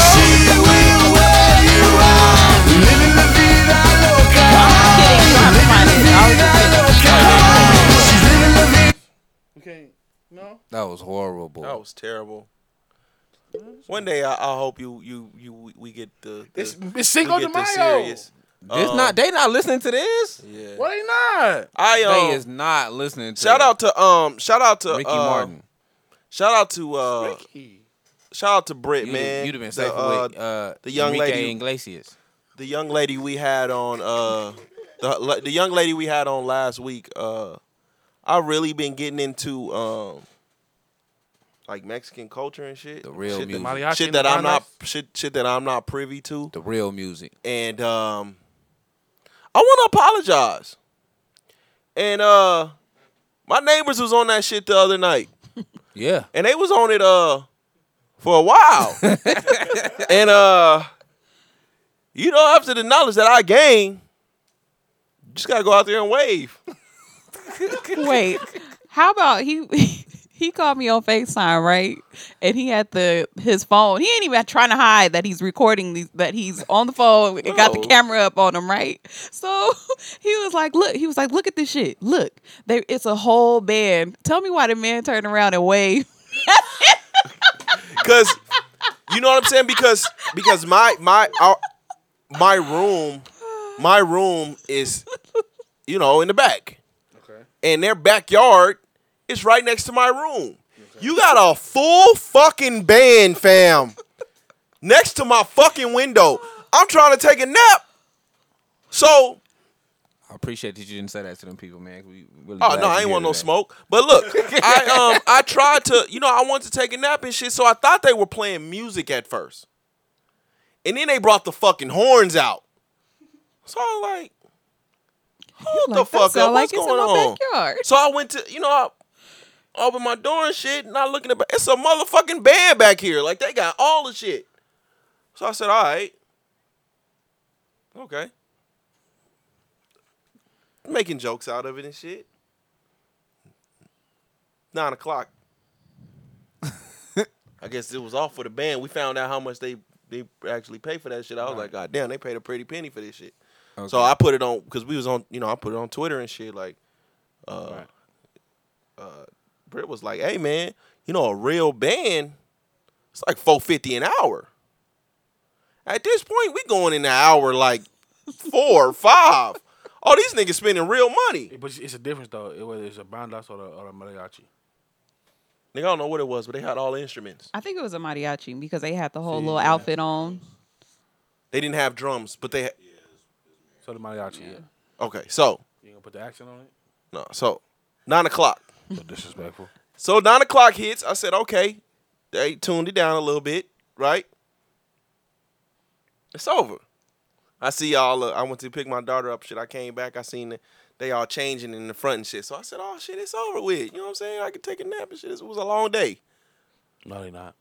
Speaker 2: She will wear you out. Living la vida loca. Vida loca. She's living la vida.
Speaker 4: That was horrible.
Speaker 1: That was terrible. One day, I, I hope you you you we- we get the. the
Speaker 6: It's, it's Cinco
Speaker 1: we
Speaker 6: de
Speaker 1: get the
Speaker 6: Mayo.
Speaker 1: serious. Oh,
Speaker 4: It's not. They not listening to this.
Speaker 1: uh, Yeah.
Speaker 6: Why they not?
Speaker 1: I
Speaker 4: They
Speaker 1: um.
Speaker 4: is not listening to.
Speaker 1: Shout out to um. Shout out to
Speaker 4: Ricky
Speaker 1: uh,
Speaker 4: Martin.
Speaker 1: Shout out to uh. Shout out to Britt,
Speaker 4: You,
Speaker 1: man.
Speaker 4: you'd have been
Speaker 1: The,
Speaker 4: safe
Speaker 1: uh,
Speaker 4: with uh,
Speaker 1: the young
Speaker 4: Enrique
Speaker 1: lady-
Speaker 4: Iglesias.
Speaker 1: the young lady we had on uh the the young lady we had on last week uh I really been getting into um like Mexican culture and shit.
Speaker 4: The real
Speaker 1: shit
Speaker 4: music.
Speaker 1: That,
Speaker 6: Mariachi
Speaker 1: shit
Speaker 6: and
Speaker 1: that
Speaker 6: the
Speaker 1: I'm not
Speaker 6: Guanas.
Speaker 1: shit shit that I'm not privy to.
Speaker 4: The real music.
Speaker 1: And um I want to apologize. And uh my neighbors was on that shit the other night
Speaker 4: Yeah.
Speaker 1: and they was on it uh for a while. and uh you know, after the knowledge that I gained, you just gotta go out there and wave.
Speaker 5: Wait, how about he? He called me on Facetime, right? And he had the his phone. He ain't even trying to hide that he's recording these. That he's on the phone and got the
Speaker 1: No.
Speaker 5: camera up on him, right? So he was like, "Look," he was like, "Look at this shit. Look, they, it's a whole band. Tell me why the man turned around and waved."
Speaker 1: because you know what I'm saying. Because because my my our, my room my room is you know in the back,
Speaker 6: Okay.
Speaker 1: and their backyard is right next to my room. You got a full fucking band, fam, next to my fucking window. I'm trying to take a nap, so
Speaker 4: I appreciate that you didn't say that to them people, man. 'cause We really
Speaker 1: Oh
Speaker 4: glad
Speaker 1: no,
Speaker 4: you
Speaker 1: I ain't
Speaker 4: here
Speaker 1: want no
Speaker 4: today.
Speaker 1: smoke. But look, I um I tried to, you know, I wanted to take a nap and shit, so I thought they were playing music at first. And then they brought the fucking horns out. So I was like, hold the
Speaker 5: Like, that
Speaker 1: fuck up.
Speaker 5: sound like
Speaker 1: What's
Speaker 5: it's in
Speaker 1: going
Speaker 5: my
Speaker 1: on?
Speaker 5: backyard.
Speaker 1: So I went to, you know, I opened my door and shit, and I looking at it's a motherfucking band back here. Like they got all the shit. So I said, all right. Okay. Making jokes out of it and shit. Nine o'clock. I guess it was all for the band. We found out how much they they actually pay for that shit. I was like, God damn, they paid a pretty penny for this shit. So I put it on because we was on, you know, I put it on Twitter and shit. Like, uh, uh, Britt was like, "Hey man, you know, a real band, it's like four fifty an hour. At this point, we going in an hour like four or five. All these niggas spending real money.
Speaker 6: But it's- it's a difference though, it- whether it's a bandas or a, or a mariachi.
Speaker 1: Nigga, I don't know what it was, but they had all the instruments.
Speaker 5: I think it was a mariachi because they had the whole little outfit on.
Speaker 1: They didn't have drums, but they had,
Speaker 6: So the mariachi, yeah.
Speaker 1: okay. So
Speaker 6: You gonna put the accent on it?
Speaker 1: no, so nine o'clock.
Speaker 6: So disrespectful.
Speaker 1: So nine o'clock hits. I said, okay. They tuned it down a little bit, right? It's over. I see y'all. Uh, I went to pick my daughter up. Shit, I came back. I seen that they all changing in the front and shit. So I said, oh shit, it's over with. You know what I'm saying? I could take a nap and shit. It was a long day.
Speaker 6: No, they not.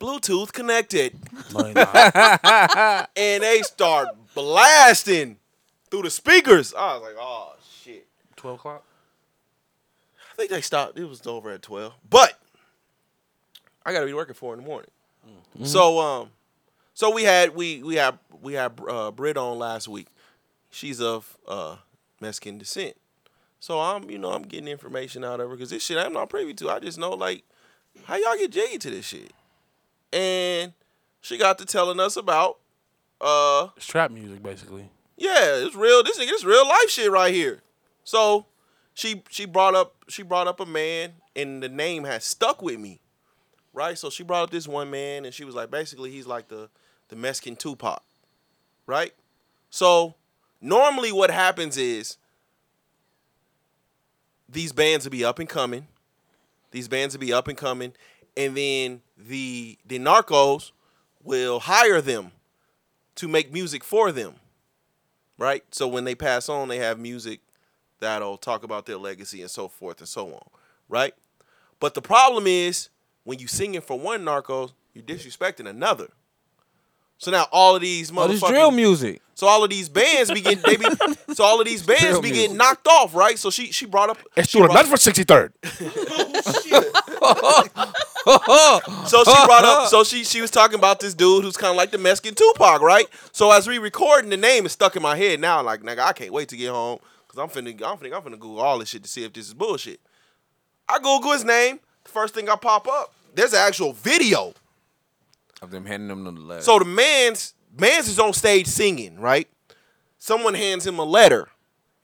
Speaker 1: Bluetooth connected,
Speaker 6: No, they not.
Speaker 1: and they start blasting through the speakers. I was like, oh shit.
Speaker 6: Twelve o'clock.
Speaker 1: I think they stopped. It was over at twelve. But I gotta be working four in the morning. So um, so we had we we had we had uh, Brit on last week. She's of uh Mexican descent. So I'm you know I'm getting information out of her because this shit I'm not privy to. I just know like how y'all get jaded to this shit. And she got to telling us about uh
Speaker 6: It's trap music basically.
Speaker 1: yeah, it's real. This nigga, this real life shit right here. So, she she brought up she brought up a man, and the name has stuck with me, right? So she brought up this one man, and she was like, basically, he's like the the Mexican Tupac, right? So, normally, what happens is these bands will be up and coming, these bands will be up and coming, and then the the narcos will hire them to make music for them right? So when they pass on, they have music that'll talk about their legacy and so forth and so on, right? But the problem is when you singing for one narco, you're disrespecting another. So now all of these
Speaker 4: Oh,
Speaker 1: motherfuckers,
Speaker 4: this drill music.
Speaker 1: so all of these bands be getting, they be, so all of these bands
Speaker 4: Drill
Speaker 1: be
Speaker 4: music.
Speaker 1: getting knocked off, right? So she she brought up,
Speaker 6: It's
Speaker 1: she
Speaker 6: true.
Speaker 1: brought-
Speaker 6: Not for sixty third.
Speaker 1: so she brought up, so she she was talking about this dude who's kind of like the Mexican Tupac, right? So as we recording, the name is stuck in my head now. Like nigga, I can't wait to get home because I'm finna I'm finna I'm finna Google all this shit to see if this is bullshit. I Google his name. The first thing I pop up, there's an actual video.
Speaker 4: Of them handing them the letter.
Speaker 1: So the man's man's is on stage singing, right? Someone hands him a letter,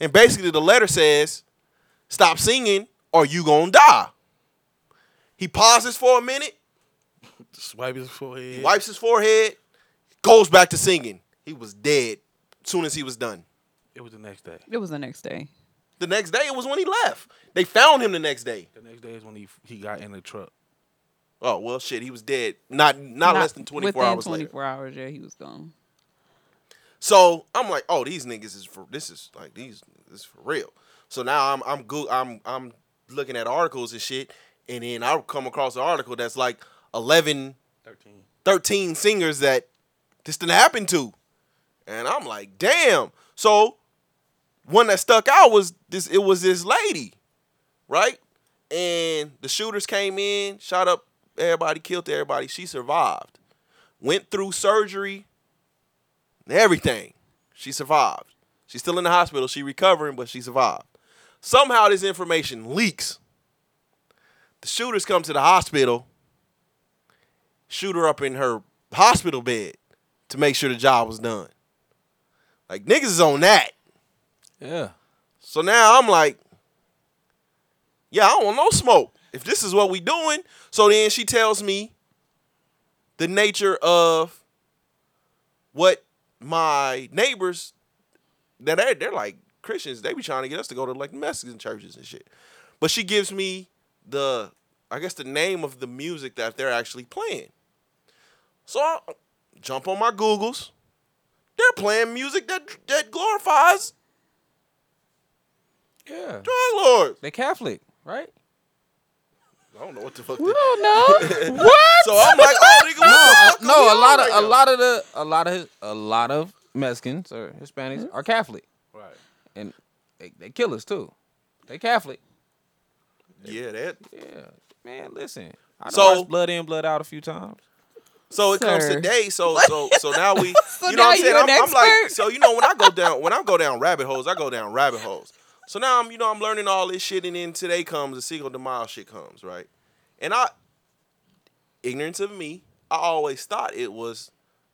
Speaker 1: and basically the letter says, "Stop singing, or you gonna die." He pauses for a minute.
Speaker 6: Swipe his forehead.
Speaker 1: wipes his forehead, goes back to singing. He was dead soon as he was done.
Speaker 6: It was the next day.
Speaker 5: It was the next day.
Speaker 1: The next day, it was when he left. They found him the next day.
Speaker 6: The next day is when he he got in the truck.
Speaker 1: Oh well, shit, he was dead. Not not, less than twenty four
Speaker 5: within
Speaker 1: hours later.
Speaker 5: 24 hours, yeah, he was gone.
Speaker 1: So I'm like, oh, these niggas is for this is like these this is for real. So now I'm I'm go I'm I'm looking at articles and shit, and then I come across an article that's like 11,
Speaker 6: 13.
Speaker 1: 13 singers that this didn't happen to, and I'm like, damn. So one that stuck out was this. It was this lady, right? And the shooters came in, shot up everybody, killed everybody. She survived, went through surgery and everything. She survived. She's still in the hospital. She recovering, but she survived. Somehow this information leaks. The shooters come to the hospital shoot her up in her hospital bed to make sure the job was done. Like niggas is on that.
Speaker 4: Yeah.
Speaker 1: So now I'm like, yeah, I don't want no smoke. If this is what we doing, so then she tells me the nature of what my neighbors that they're, they're like Christians, they be trying to get us to go to like Mexican churches and shit. But she gives me the I guess the name of the music that they're actually playing. So I jump on my Googles. They're playing music that that glorifies
Speaker 4: Yeah.
Speaker 1: drug lords.
Speaker 4: They Catholic, right?
Speaker 6: I don't know what the fuck.
Speaker 5: We
Speaker 6: They,
Speaker 5: don't know. what?
Speaker 1: So I'm like, oh nigga, what the fuck
Speaker 4: No,
Speaker 1: are
Speaker 4: a
Speaker 1: we on
Speaker 4: lot of
Speaker 1: right
Speaker 4: a
Speaker 1: now?
Speaker 4: lot of the a lot of his, a lot of Mexicans or Hispanics are Catholic,
Speaker 6: right.
Speaker 4: and they, they kill us too. They Catholic.
Speaker 1: Yeah, that.
Speaker 4: Yeah, man. Listen, I done
Speaker 1: So-
Speaker 4: watched blood in, blood out a few times.
Speaker 1: So it comes
Speaker 5: Sir.
Speaker 1: today. So so so now we.
Speaker 5: So
Speaker 1: you know
Speaker 5: now
Speaker 1: what I'm saying?
Speaker 5: you
Speaker 1: I'm,
Speaker 5: an
Speaker 1: I'm like
Speaker 5: expert?
Speaker 1: so you know when I go down when I go down rabbit holes, I go down rabbit holes. So now I'm you know I'm learning all this shit, and then today comes the Cinco de Mayo shit comes right, and I ignorance of me, I always thought it was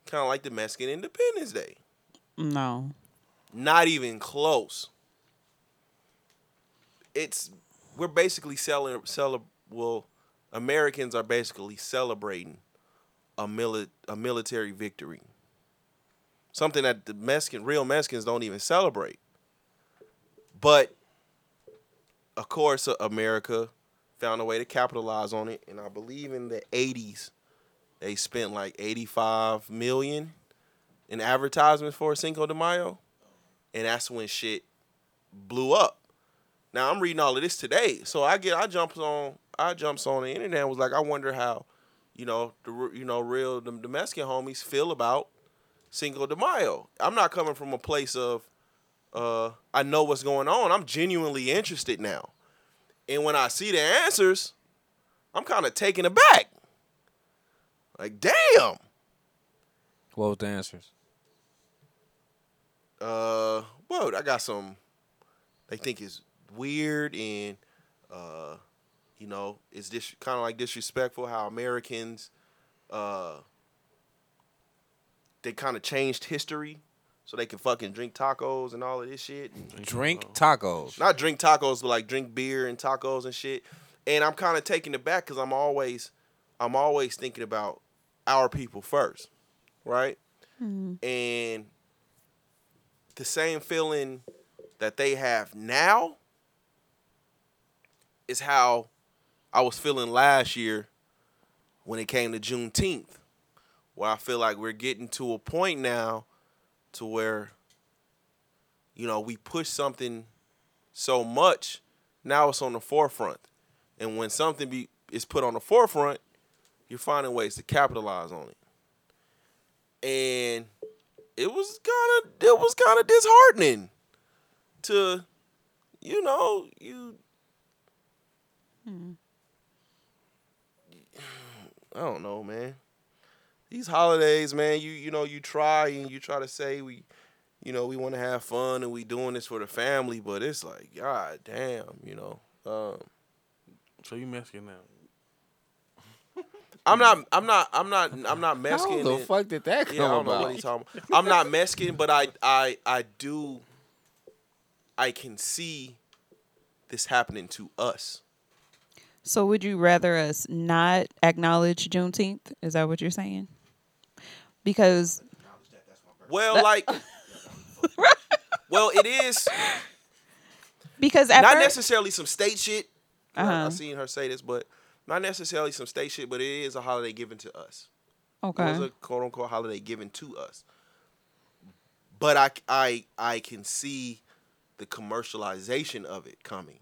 Speaker 1: kind of like the Mexican Independence Day.
Speaker 5: No.
Speaker 1: Not even close. It's we're basically selling cele well, Americans are basically celebrating a mili- a military victory. Something that the Mexican real Mexicans don't even celebrate. But of course uh, America found a way to capitalize on it and I believe in the 80s they spent like 85 million in advertisements for Cinco de Mayo, and that's when shit blew up. Now I'm reading all of this today, so I get I jumps on I jumps on the internet and was like I wonder how, you know the r- you know real the, the Mexican homies feel about Cinco de Mayo. I'm not coming from a place of uh I know what's going on. I'm genuinely interested now, and when I see the answers, I'm kind of taken aback. Like damn.
Speaker 4: What was the answers?
Speaker 1: uh well i got some they think it's weird and uh you know it's dis- kind of like disrespectful how americans uh they kind of changed history so they can fucking drink tacos and all of this shit
Speaker 4: Drink tacos.
Speaker 1: not drink tacos, but like drink beer and tacos and shit. And I'm kind of taking it back because I'm always, I'm always thinking about our people first, right? And the same feeling that they have now is how I was feeling last year when it came to Juneteenth, where I feel like we're getting to a point now to where, you know, we push something so much, now it's on the forefront. And when something be is put on the forefront, you're finding ways to capitalize on it. And it was kind of it was kind of disheartening to you know, you I don't know, man. These holidays, man, you you know, you try and you try to say we you know, we want to have fun and we doing this for the family, but it's like, god damn, you know. Um,
Speaker 6: So you Mexican now?
Speaker 1: I'm not, I'm not, I'm not, I'm not Mexican. and-
Speaker 4: did that
Speaker 1: yeah, I don't know what he's talking about. I'm not Mexican, but I, I, I do. I can see this happening to us.
Speaker 5: So would you rather us not acknowledge Juneteenth? Is that what you're saying? Because
Speaker 1: Well, like, well, it is
Speaker 5: because at
Speaker 1: not
Speaker 5: first,
Speaker 1: necessarily some state shit. I-
Speaker 5: Uh-huh.
Speaker 1: I've seen her say this, but not necessarily some state shit, but it is a holiday given to us. It was
Speaker 5: okay,
Speaker 1: a quote unquote holiday given to us. But I, I, I can see the commercialization of it coming.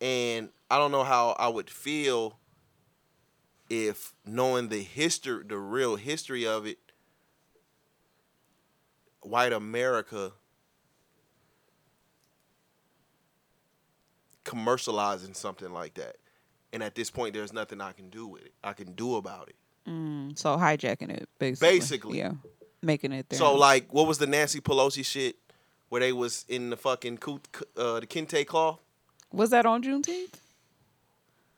Speaker 1: And I don't know how I would feel if knowing the history, the real history of it, white America commercializing something like that. And at this point, there's nothing I can do with it. I can do about it.
Speaker 5: so hijacking it basically,
Speaker 1: Basically.
Speaker 5: yeah, making it there.
Speaker 1: So like, what was the Nancy Pelosi shit where they was in the fucking coo- uh, the kente cloth?
Speaker 5: was that on Juneteenth?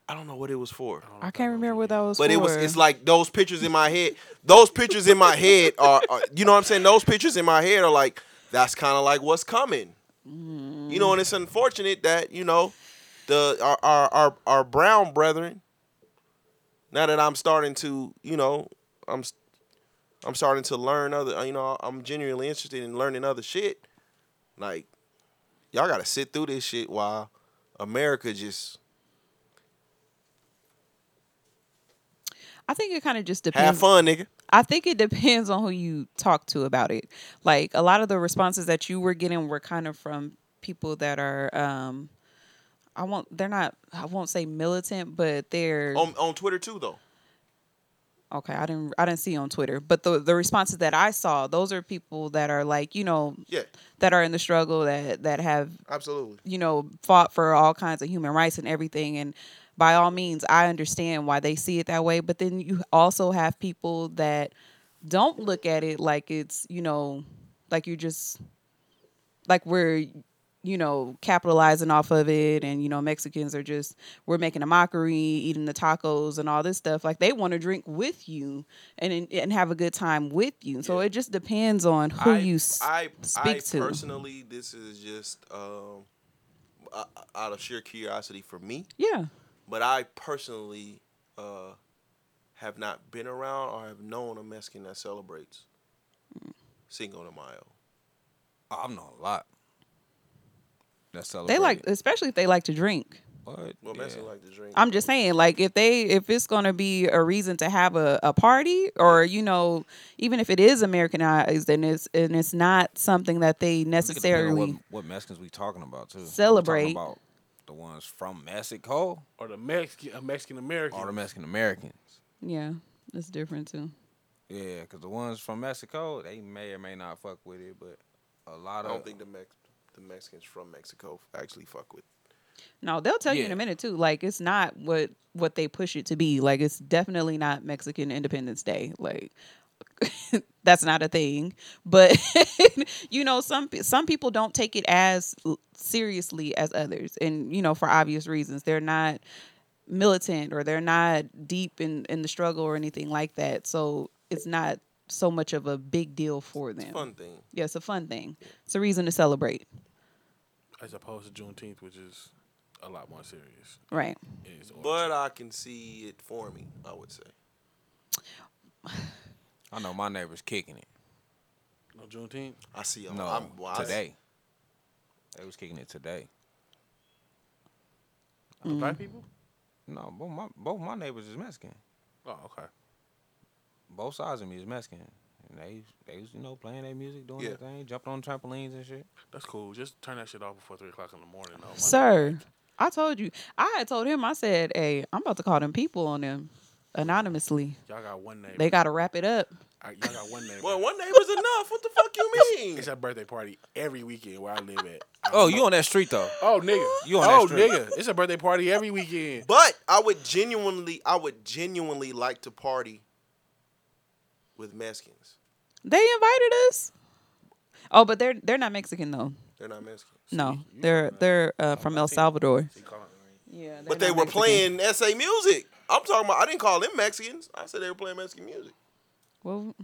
Speaker 1: I don't know what it was for.
Speaker 5: I can't remember what that was.
Speaker 1: But it was
Speaker 5: for.
Speaker 1: it's like those pictures in my head. Those pictures in my head are, are- you know what I'm saying? Those pictures in my head are like that's kind of like what's coming. You know, and it's unfortunate that, you know, the our our our, our brown brethren now that I'm starting to, you know, I'm s- I'm starting to learn other, you know, I'm genuinely interested in learning other shit. Like y'all got to sit through this shit while America just
Speaker 5: I think it kind of just depends.
Speaker 1: have fun, nigga.
Speaker 5: I think it depends on who you talk to about it. Like a lot of the responses that you were getting were kind of from people that are um I won't they're not I won't say militant, but they're
Speaker 1: On on Twitter too though.
Speaker 5: okay, I didn't I didn't see on Twitter. But the the responses that I saw, those are people that are like, you know,
Speaker 1: Yeah,
Speaker 5: that are in the struggle that that have
Speaker 1: absolutely.
Speaker 5: you know, fought for all kinds of human rights and everything. And by all means, I understand why they see it that way. But then you also have people that don't look at it like it's, you know, like you're just, like we're, you know, capitalizing off of it. And, you know, Mexicans are just, we're making a mockery, eating the tacos and all this stuff. Like they want to drink with you and, and have a good time with you. So it just depends on who
Speaker 1: I,
Speaker 5: you s-
Speaker 1: I,
Speaker 5: speak
Speaker 1: I
Speaker 5: to.
Speaker 1: personally, this is just um, uh, out of sheer curiosity for me.
Speaker 5: yeah.
Speaker 1: But I personally uh, have not been around or have known a Mexican that celebrates Cinco de Mayo.
Speaker 4: Oh, I've known a lot. That's
Speaker 5: They like, especially if they like to drink.
Speaker 4: what?
Speaker 1: Well,
Speaker 4: yeah.
Speaker 1: Mexicans like to drink.
Speaker 5: I'm just saying, like if they if it's gonna be a reason to have a, a party, or you know, even if it is Americanized and it's and it's not something that they
Speaker 4: I think it depends on
Speaker 5: necessarily
Speaker 4: What, what Mexicans we talking about too? We talking
Speaker 5: Celebrate.
Speaker 4: about the ones from Mexico
Speaker 6: Or the Mexican Mexican American.
Speaker 4: or the Mexican Americans.
Speaker 5: Yeah. That's different too.
Speaker 4: Yeah, because the ones from Mexico, they may or may not fuck with it, but a lot
Speaker 1: I
Speaker 4: of
Speaker 1: don't think the Mex- the Mexicans from Mexico actually fuck with.
Speaker 5: No, they'll tell you in
Speaker 4: Yeah.
Speaker 5: a minute too. Like it's not what what they push it to be. Like it's definitely not Mexican Independence Day. Like that's not a thing. But you know, some pe- some people don't take it as l- seriously as others, and you know, for obvious reasons, they're not militant or they're not deep in in the struggle or anything like that. So it's not so much of a big deal for them.
Speaker 1: Fun thing.
Speaker 5: Yeah, it's a fun thing. It's a reason to celebrate,
Speaker 6: as opposed to Juneteenth, which is a lot more serious.
Speaker 5: right?
Speaker 6: It's
Speaker 1: But I can see it forming, I would say.
Speaker 4: I know my neighbors kicking it.
Speaker 6: no Juneteenth.
Speaker 1: I see.
Speaker 4: No,
Speaker 1: I'm, well, I-
Speaker 4: today they was kicking it today.
Speaker 6: The
Speaker 4: Mm-hmm.
Speaker 6: Black people.
Speaker 4: No, both my both my neighbors is Mexican.
Speaker 6: Oh, okay.
Speaker 4: Both sides of me is Mexican, and they they was you know playing their music, doing
Speaker 1: Yeah.
Speaker 4: their thing, jumping on trampolines and shit.
Speaker 6: That's cool. Just turn that shit off before three o'clock in the morning. Though.
Speaker 5: Sir, I told you. I had told him. I said, "Hey, I'm about to call them people on them anonymously.
Speaker 6: Y'all got one neighbor.
Speaker 5: They got to wrap it up."
Speaker 6: I, y'all got one neighbor.
Speaker 1: Well, one neighbor's enough. What the fuck you mean?
Speaker 6: it's a birthday party every weekend where I live at. I
Speaker 4: Oh,
Speaker 6: don't
Speaker 4: you on that street though?
Speaker 6: know- Oh, nigga.
Speaker 4: You on that
Speaker 6: oh,
Speaker 4: street.
Speaker 6: nigga. It's a birthday party every weekend.
Speaker 1: But I would genuinely, I would genuinely like to party with Mexicans.
Speaker 5: They invited us. Oh, but they're they're not Mexican though.
Speaker 1: They're not Mexican,
Speaker 5: No, they're they're uh, from El Salvador. Yeah,
Speaker 1: but they were playing SA music. I'm talking about. I didn't call them Mexicans. I said they were playing Mexican music.
Speaker 5: Well,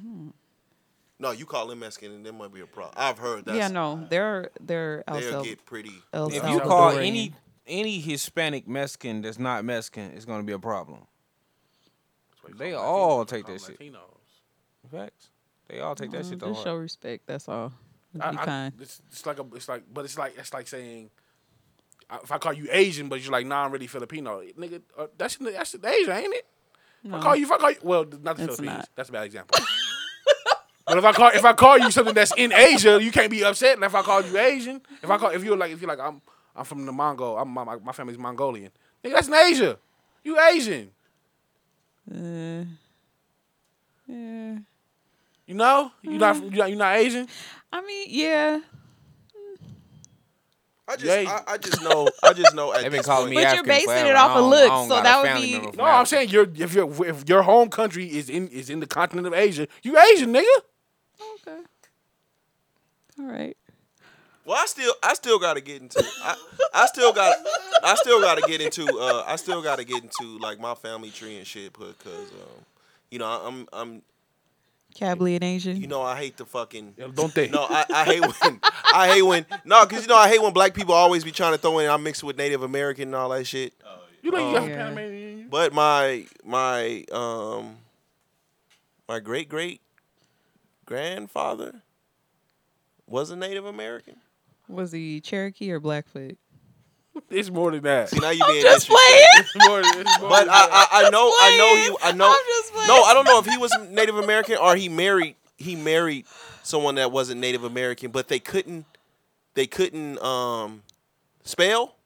Speaker 1: No, you call them Mexican, and there might be a problem. I've heard that.
Speaker 5: yeah, no, they're they're El,
Speaker 1: They'll
Speaker 5: Sal-
Speaker 1: get pretty.
Speaker 5: El
Speaker 4: If
Speaker 5: Salvador.
Speaker 4: you call any any Hispanic Mexican that's not Mexican, it's gonna be a problem. They all take that shit.
Speaker 6: Latinos.
Speaker 4: Facts. They all take that shit though.
Speaker 5: just show respect. That's all. Be
Speaker 6: I, I,
Speaker 5: kind.
Speaker 6: it's, it's like a, it's like, but it's like it's like saying, I, if I call you Asian, but you're like, nah, I'm really Filipino, nigga. Uh, that's that's Asian, ain't it? If I call you, if I call you, well, not the
Speaker 5: It's
Speaker 6: Philippines.
Speaker 5: not.
Speaker 6: That's a bad example. but if I call if I call you something that's in Asia, you can't be upset. And if I call you Asian, if I call if you're like if you're like I'm I'm from the Mongol, I'm my, my, my family's Mongolian, nigga. That's in Asia. You Asian,
Speaker 5: Uh, yeah.
Speaker 6: you know? You not you not, you not Asian?
Speaker 5: I mean, yeah,
Speaker 1: I just,
Speaker 6: Yeah.
Speaker 1: I, I just know. I just know. At
Speaker 4: They've been
Speaker 1: this
Speaker 4: calling
Speaker 1: point-
Speaker 4: me
Speaker 5: But you're
Speaker 4: African
Speaker 5: basing
Speaker 4: forever.
Speaker 5: it off
Speaker 4: I
Speaker 5: of
Speaker 4: don't- I
Speaker 5: looks, so
Speaker 4: don't got a
Speaker 5: that would
Speaker 4: family
Speaker 5: be-
Speaker 4: member from
Speaker 6: No, I'm
Speaker 4: Africa.
Speaker 6: saying your if your if your home country is in is in the continent of Asia, you Asian, nigga.
Speaker 5: okay, all right.
Speaker 1: Well, I still, I still gotta get into, I, I still got, I still gotta get into, uh, I still gotta get into like my family tree and shit, because, um, you know, I'm, I'm,
Speaker 5: Cavalier Nation.
Speaker 1: you know, I hate the fucking.
Speaker 6: Don't they?
Speaker 1: No, I, I hate when I hate when no, because you know I hate when black people always be trying to throw in I'm mixed with Native American and all that shit.
Speaker 6: you know you got
Speaker 5: Yeah.
Speaker 6: Panamanian in you.
Speaker 1: But my my um my great great grandfather was a Native American.
Speaker 5: Was he Cherokee or Blackfoot?
Speaker 6: It's more than that.
Speaker 1: See, now you being
Speaker 5: Just
Speaker 1: disrespectful.
Speaker 5: playing.
Speaker 6: It's more than, it's more
Speaker 1: But
Speaker 6: than
Speaker 1: I,
Speaker 6: that.
Speaker 1: I I know I know
Speaker 5: playing.
Speaker 1: he I know
Speaker 5: I'm just playing.
Speaker 1: no I don't know if he was Native American or he married he married someone that wasn't Native American, but they couldn't they couldn't um spell.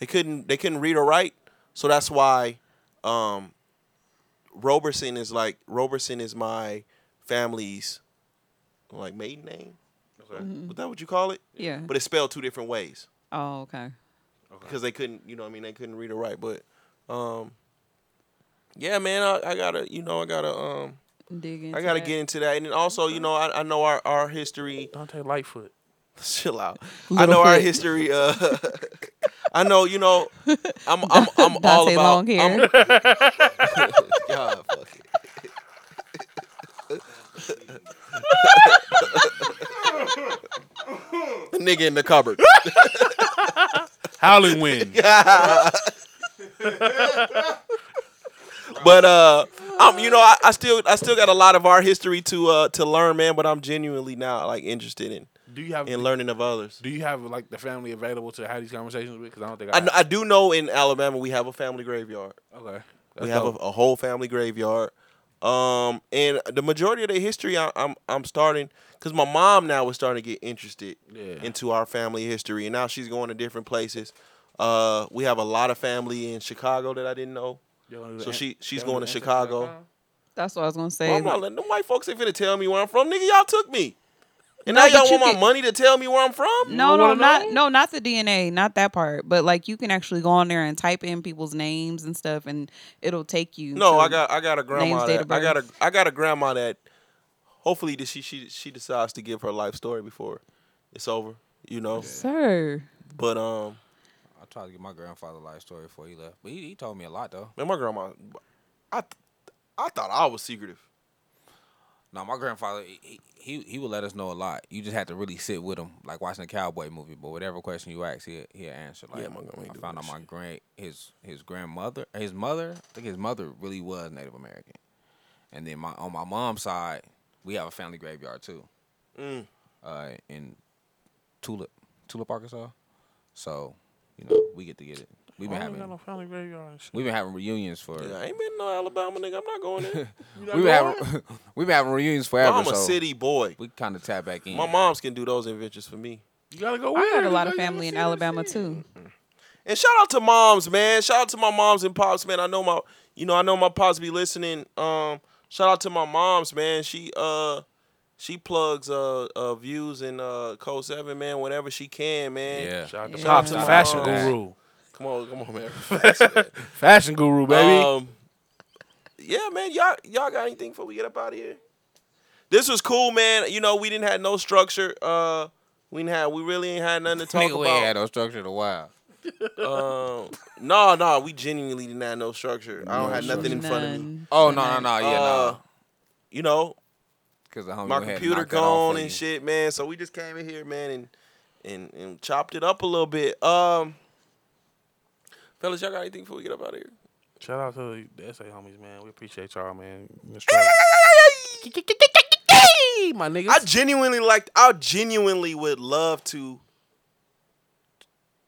Speaker 1: They couldn't they couldn't read or write, so that's why um Roberson is like Roberson is my family's like maiden name. Was that what you call it?
Speaker 5: Yeah.
Speaker 1: But it's spelled two different ways
Speaker 5: oh, okay.
Speaker 1: because they couldn't, you know, what I mean, they couldn't read or write. But, um, yeah, man, I, I gotta, you know, I gotta, um,
Speaker 5: Dig into
Speaker 1: I gotta
Speaker 5: that.
Speaker 1: get into that, and then also, you know, I, I know our our history.
Speaker 6: Dante Lightfoot.
Speaker 1: Chill out. I
Speaker 5: Little
Speaker 1: know our
Speaker 5: foot.
Speaker 1: history. Uh, I know, you know, I'm I'm I'm all
Speaker 5: Dante
Speaker 1: about
Speaker 5: long hair.
Speaker 1: I'm, God, fuck it. The nigga in the cupboard.
Speaker 6: Howling Wind.
Speaker 1: But uh, I'm you know I, I still I still got a lot of our history to uh to learn, man. But I'm genuinely now like interested in
Speaker 6: Do you have
Speaker 1: in learning of others.
Speaker 6: Do you have like the family available to have these conversations with? Because I don't think I,
Speaker 1: I, kn- I do know in Alabama we have a family graveyard.
Speaker 6: have. Okay.
Speaker 1: we
Speaker 6: That's
Speaker 1: have a,
Speaker 6: dope.
Speaker 1: a whole family graveyard, um, and the majority of the history I, I'm I'm starting because my mom now is starting to get interested
Speaker 6: Yeah.
Speaker 1: into our family history, and now she's going to different places. Uh, we have a lot of family in Chicago that I didn't know.
Speaker 6: Y'all wanna do
Speaker 1: So
Speaker 6: the
Speaker 1: she
Speaker 6: an-
Speaker 1: she's
Speaker 6: y'all wanna
Speaker 1: going
Speaker 6: do
Speaker 1: to
Speaker 6: the
Speaker 1: Chicago.
Speaker 6: ancestry.com?
Speaker 5: That's what I was gonna say.
Speaker 1: Well, I'm not letting them white folks ain't finna tell me where I'm from, nigga. Y'all took me, and
Speaker 5: No,
Speaker 1: now y'all
Speaker 5: but you
Speaker 1: want my
Speaker 5: could-
Speaker 1: money to tell me where I'm from.
Speaker 5: no, no,
Speaker 6: wanna
Speaker 5: not
Speaker 6: know?
Speaker 5: no, not the DNA, not that part. But like, you can actually go on there and type in people's names and stuff, and it'll take you.
Speaker 1: No,
Speaker 5: to-
Speaker 1: I got I got a grandma.
Speaker 5: Names, date
Speaker 1: That,
Speaker 5: of
Speaker 1: I got a
Speaker 5: birth.
Speaker 1: I got a grandma that hopefully that she she she decides to give her life story before it's over. You know,
Speaker 5: sir.
Speaker 1: but um,
Speaker 4: I tried to get my grandfather life story before he left, but he, he told me a lot though.
Speaker 1: man, my grandma, I I thought I was secretive.
Speaker 4: No, my grandfather, he, he he would let us know a lot. You just had to really sit with him, like watching a cowboy movie. But whatever question you asked, he he answered. Like,
Speaker 1: Yeah, my grandma ain't
Speaker 4: I
Speaker 1: do
Speaker 4: found
Speaker 1: that
Speaker 4: out my grand his his grandmother, his mother, I think his mother really was Native American. And then my on my mom's side, we have a family graveyard too,
Speaker 1: Mm.
Speaker 4: uh, in Tulip, Tulip, Arkansas. So, you know, we get to get it. We've been
Speaker 6: I ain't got
Speaker 4: having
Speaker 6: no family graveyard and shit.
Speaker 4: we've been having reunions for
Speaker 1: Yeah, I ain't been no Alabama nigga. I'm not going there.
Speaker 4: we've been having we've been having reunions forever.
Speaker 1: I'm a
Speaker 4: so
Speaker 1: city boy.
Speaker 4: We kind of tap back in.
Speaker 1: My moms can do those adventures for me.
Speaker 6: You gotta go.
Speaker 5: I
Speaker 6: with
Speaker 5: got a
Speaker 6: it.
Speaker 5: lot of
Speaker 6: You gotta
Speaker 5: family in
Speaker 6: see what
Speaker 5: Alabama
Speaker 6: it is.
Speaker 5: too.
Speaker 1: And shout out to moms, man. Shout out to my moms and pops, man. I know my you know, I know my pops be listening. Um shout out to my moms, man. She uh she plugs uh, uh views and uh code seven, man, whenever she can, man.
Speaker 4: Yeah.
Speaker 6: Shout out to
Speaker 5: Yeah.
Speaker 6: Pops,
Speaker 1: Shout out
Speaker 6: fashion
Speaker 1: to Pops.
Speaker 6: guru,
Speaker 1: Come on, come on, man.
Speaker 6: fashion guru, baby.
Speaker 1: Um, yeah, man. Y'all, y'all got anything before we get up out of here? This was cool, man. You know, we didn't have no structure. Uh, we didn't have. We really ain't had nothing to talk
Speaker 4: Nigga, we ain't had
Speaker 1: about.
Speaker 4: no structure in a while.
Speaker 1: Um, no, no, we genuinely didn't have no structure. I don't have nothing in front of me.
Speaker 5: None.
Speaker 4: Oh no no no yeah
Speaker 1: Uh,
Speaker 4: no.
Speaker 1: you know,
Speaker 4: Because the homie
Speaker 1: my
Speaker 4: went ahead and
Speaker 1: computer
Speaker 4: knocked that off
Speaker 1: gone
Speaker 4: for
Speaker 1: and
Speaker 4: you.
Speaker 1: shit, man. So we just came in here, man, and and and chopped it up a little bit. Um, fellas, y'all got anything before we get up out of here?
Speaker 6: Shout out to the SA homies, man. We appreciate y'all, man. My niggas.
Speaker 1: I genuinely like. I genuinely would love to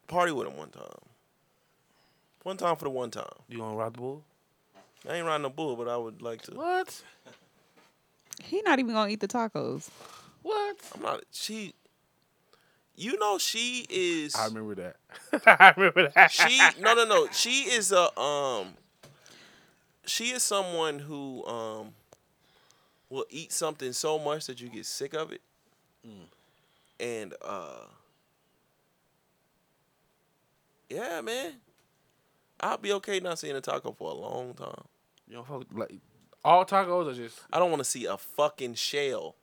Speaker 1: party with him one time. One time for the one time.
Speaker 6: you gonna ride the bull?
Speaker 1: I ain't riding a bull, but I would like to.
Speaker 6: What?
Speaker 5: He not even gonna eat the tacos.
Speaker 6: What?
Speaker 1: I'm not. She. You know she is.
Speaker 6: I remember that. I remember that.
Speaker 1: she no no no. She is a um. She is someone who um. Will eat something so much that you get sick of it. And uh. Yeah, man. I'll be okay not seeing a taco for a long time.
Speaker 6: You don't fuck like all tacos are just
Speaker 1: I don't want to see a fucking shell.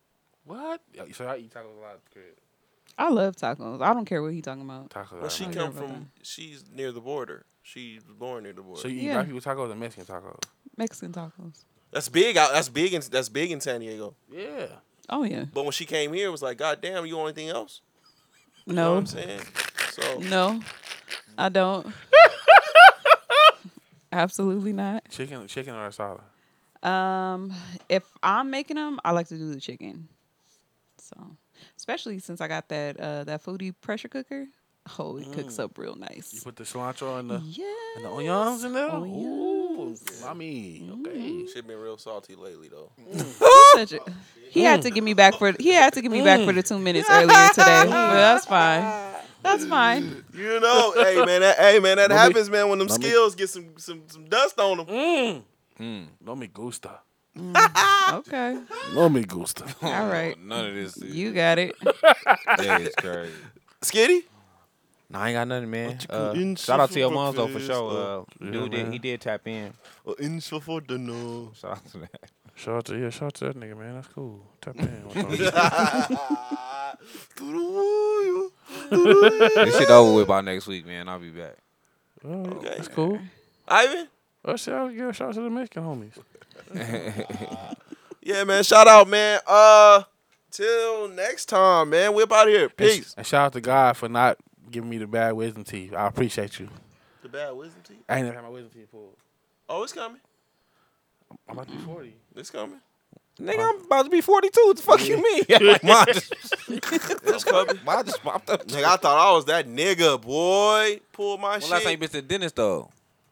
Speaker 6: what? Yeah, So I eat tacos a lot. Period.
Speaker 5: I love tacos. I don't care what he talking about.
Speaker 6: Tacos.
Speaker 1: Well, she
Speaker 5: I
Speaker 1: come
Speaker 5: never
Speaker 1: from.
Speaker 5: done.
Speaker 1: She's near the border. She's born near the border.
Speaker 6: So you eat
Speaker 5: Yeah.
Speaker 6: black people tacos and Mexican tacos?
Speaker 5: Mexican tacos.
Speaker 1: that's big. out. That's big. In, that's big in San Diego.
Speaker 6: Yeah.
Speaker 5: Oh yeah.
Speaker 1: But when she came here, it was like, God damn, you want anything else? You know what
Speaker 5: No.
Speaker 1: I'm saying? So
Speaker 5: No. I don't. Absolutely not.
Speaker 6: Chicken, chicken or asada?
Speaker 5: Um, if I'm making them, I like to do the chicken. So, especially since I got that uh that foodie pressure cooker. Oh, it cooks up real
Speaker 6: Mm. You
Speaker 5: nice.
Speaker 6: put the cilantro and the
Speaker 5: Yeah.
Speaker 6: and the onions in there.
Speaker 5: Yes.
Speaker 6: Ooh, mommy.
Speaker 1: Mm.
Speaker 6: Okay.
Speaker 1: she been real salty lately though.
Speaker 5: Such a-
Speaker 6: Oh,
Speaker 5: he had to give me back for he had to give me back for the
Speaker 6: Mm.
Speaker 5: two minutes earlier today. But that's fine. That's fine.
Speaker 1: You know, hey man, that, hey man, that
Speaker 6: Let me-
Speaker 1: happens, man. When them
Speaker 6: let me-
Speaker 1: skills get some some some dust on them.
Speaker 6: Mm. Mm. No me gusta.
Speaker 5: Okay.
Speaker 6: No me gusta.
Speaker 5: All right.
Speaker 4: None of this.
Speaker 5: You got it.
Speaker 4: Yeah, it's crazy.
Speaker 1: Skitty,
Speaker 4: Nah, I ain't got nothing, man.
Speaker 1: you
Speaker 4: Uh,
Speaker 1: cooking?
Speaker 4: shout out to your
Speaker 1: Super
Speaker 4: moms though for
Speaker 1: fizz,
Speaker 4: sure. Uh,
Speaker 6: yeah,
Speaker 4: dude, did,
Speaker 6: man.
Speaker 4: he did tap in.
Speaker 1: Uh, for dinner.
Speaker 4: Shout out to that.
Speaker 6: Shout out to yeah, shout out to that nigga, man. That's cool. Tap in. What's up?
Speaker 4: this shit over with by next week, man. I'll be back.
Speaker 6: Well,
Speaker 1: Okay.
Speaker 6: That's cool.
Speaker 1: Ivan,
Speaker 6: Well, shout out, yeah, shout out to the Mexican homies.
Speaker 1: yeah, man. Shout out, man. Uh, till next time, man. Whip out here.
Speaker 6: And,
Speaker 1: Peace.
Speaker 6: and shout out to God for not giving me the bad wisdom teeth. I appreciate you.
Speaker 1: The bad wisdom teeth.
Speaker 6: I ain't never had my wisdom teeth pulled.
Speaker 1: Oh, it's coming.
Speaker 6: I'm about to be 40.
Speaker 1: It's coming.
Speaker 4: Nigga, I'm about to be 42. What the fuck you mean? Mine just,
Speaker 1: It's coming.
Speaker 4: mine just popped up.
Speaker 1: Nigga, I thought I was that nigga, boy. Pull my
Speaker 4: When
Speaker 1: shit.
Speaker 4: last time you been to the dentist though?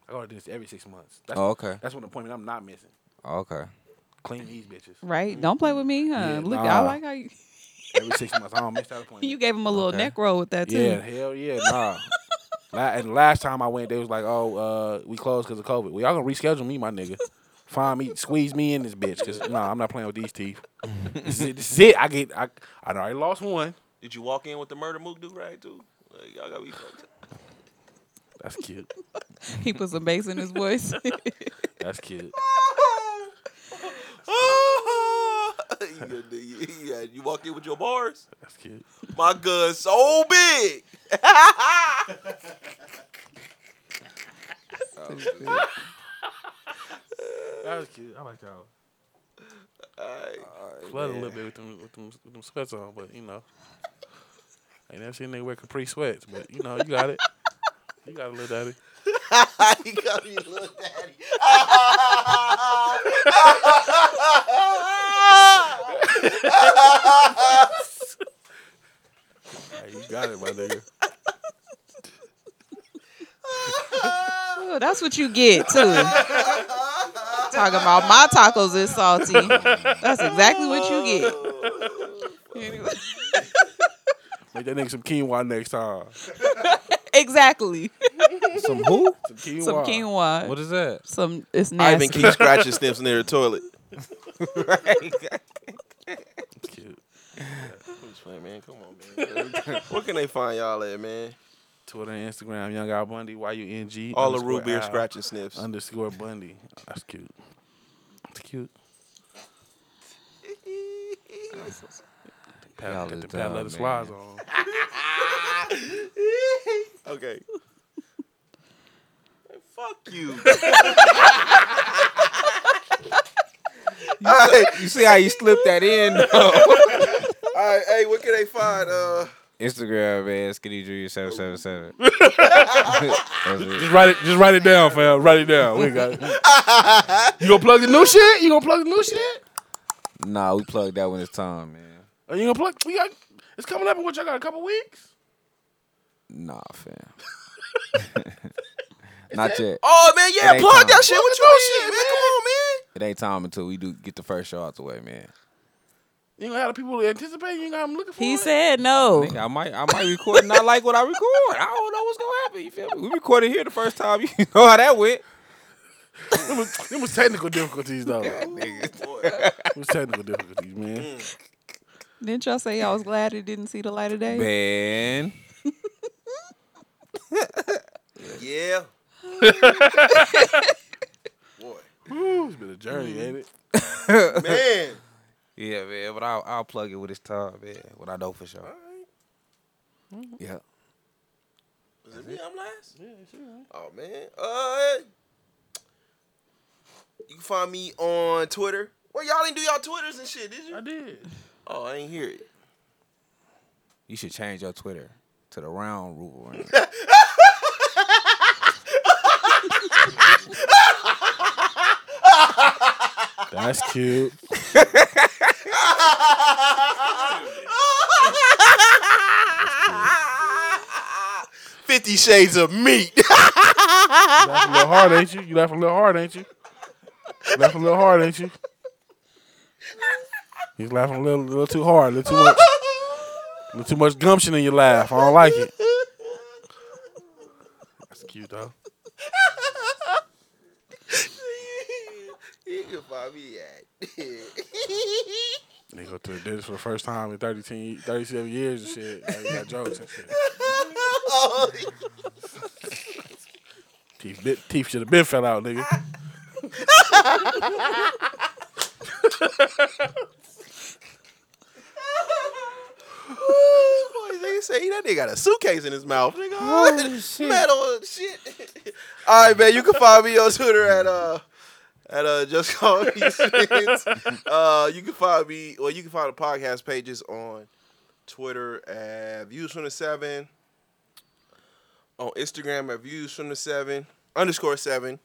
Speaker 6: I go to this every six months. That's,
Speaker 4: Oh, okay.
Speaker 6: That's one appointment I'm not missing.
Speaker 4: Oh, okay.
Speaker 6: Clean these bitches.
Speaker 5: Right? Don't play with me, huh?
Speaker 6: Yeah,
Speaker 5: Look,
Speaker 6: nah.
Speaker 5: I like how you,
Speaker 6: Every six months. I don't miss that appointment.
Speaker 5: you gave him a little
Speaker 4: Okay.
Speaker 5: neck roll with that too.
Speaker 6: yeah, hell yeah, nah. La- and last time I went, they was like, oh, uh, we closed because of COVID. Well, y'all gonna reschedule me, my nigga. Find me, squeeze me in this bitch, because, nah, I'm not playing with these teeth. this, is it, this is it. I get, I, I done already lost one.
Speaker 1: Did you walk in with the murder mook do rag too? Like, y'all gotta be fucked up.
Speaker 6: That's cute.
Speaker 5: He put some bass in his voice.
Speaker 6: That's cute.
Speaker 1: you, you, you- you walk in with your bars.
Speaker 6: That's cute.
Speaker 1: My gun's so big.
Speaker 6: That was cute. I like y'all.
Speaker 1: Alright.
Speaker 6: Flood a little bit with them, with them, with them sweats on, but you know, ain't never seen a nigga wear capri sweats, but you know, you got it. You got a little daddy.
Speaker 1: you got me, little daddy.
Speaker 6: Hey, you got it, my nigga.
Speaker 5: Oh, that's what you get too. Talking about my tacos is salty. That's exactly what you get. Anyway.
Speaker 6: Make that nigga some quinoa next time.
Speaker 5: exactly.
Speaker 4: Some who?
Speaker 6: Some quinoa.
Speaker 5: Some quinoa.
Speaker 4: What is that?
Speaker 5: Some it's
Speaker 1: Ivan
Speaker 5: nasty.
Speaker 1: keep scratching snips near the toilet.
Speaker 6: Cute.
Speaker 1: man, come on, man. Where can they find y'all at, man?
Speaker 6: Twitter and Instagram, Young Al Bundy, Y U N G.
Speaker 1: All the
Speaker 6: underscore
Speaker 1: root beer
Speaker 6: Al
Speaker 1: scratching snips.
Speaker 6: Underscore Bundy. That's cute. That's cute. Pat,
Speaker 4: Y'all
Speaker 6: got
Speaker 4: is
Speaker 6: the Pat
Speaker 4: dumb,
Speaker 6: leather
Speaker 4: man.
Speaker 6: slides on.
Speaker 1: Okay. Fuck you.
Speaker 4: You see how you slipped that in? though?
Speaker 1: All right, hey, what can they find? Uh,
Speaker 4: Instagram, man. Skinny Junior seven seven seven.
Speaker 6: Just write it. Just write it down, fam. Write it down. We got it. You gonna plug the new shit? You gonna plug the new shit?
Speaker 4: Nah, we plugged that when it's time, man.
Speaker 6: Are you gonna plug? We got. It's coming up in what y'all got a couple weeks.
Speaker 4: Nah, fam. Not yet.
Speaker 1: oh man, yeah,
Speaker 4: It ain't
Speaker 1: plug
Speaker 4: time.
Speaker 1: that shit. What you shit, man? Come on, man.
Speaker 4: It ain't time until we do get the first show out the way, man.
Speaker 6: You gonna have the people anticipating. You gonna have them looking for.
Speaker 5: He
Speaker 6: it.
Speaker 5: said no.
Speaker 4: Nigga, I might, I might record and not like what I record. I don't know what's gonna happen. You feel me? We recorded here the first time. You know how that went.
Speaker 6: Them was, them was technical difficulties though. It was technical difficulties, man.
Speaker 1: Mm.
Speaker 5: Didn't y'all say y'all was glad it didn't see the light of day?
Speaker 4: Man,
Speaker 1: Yeah.
Speaker 6: Ooh, it's been a journey, ain't it?
Speaker 1: Man.
Speaker 4: yeah, man. But I'll, I'll plug it with it's time, man. What I know for sure.
Speaker 6: Yeah.
Speaker 1: Is it me? I'm last. Yeah, Oh man. Uh, you can find me on Twitter. Well, y'all didn't do y'all Twitters and shit, did you?
Speaker 6: I did.
Speaker 1: Oh, I ain't hear it.
Speaker 4: You should change your Twitter to the round rule. ring.
Speaker 6: That's cute.
Speaker 1: Fifty Shades of Meat.
Speaker 6: You laugh a little hard, ain't you? You laugh a little hard, ain't you? You laugh a little hard, ain't you? He's laughing a little, little too hard, a little too much, a little too much gumption in your laugh. I don't like it. That's cute though.
Speaker 1: you can find me at.
Speaker 6: They go to the dentist for the first time in 13, 37 years and shit. Like, you got jokes and shit.
Speaker 1: Oh.
Speaker 6: Teeth, bit, teeth should have been fell out, nigga.
Speaker 1: Boy, they say that nigga got a suitcase in his mouth. Nigga, oh, shit. metal and shit. All right, man. You can find me on Twitter at uh at uh just call me Spence. Uh, you can find me. Well, you can find the podcast pages on Twitter at Views from the Seven. On Instagram at Views from the Seven underscore Seven.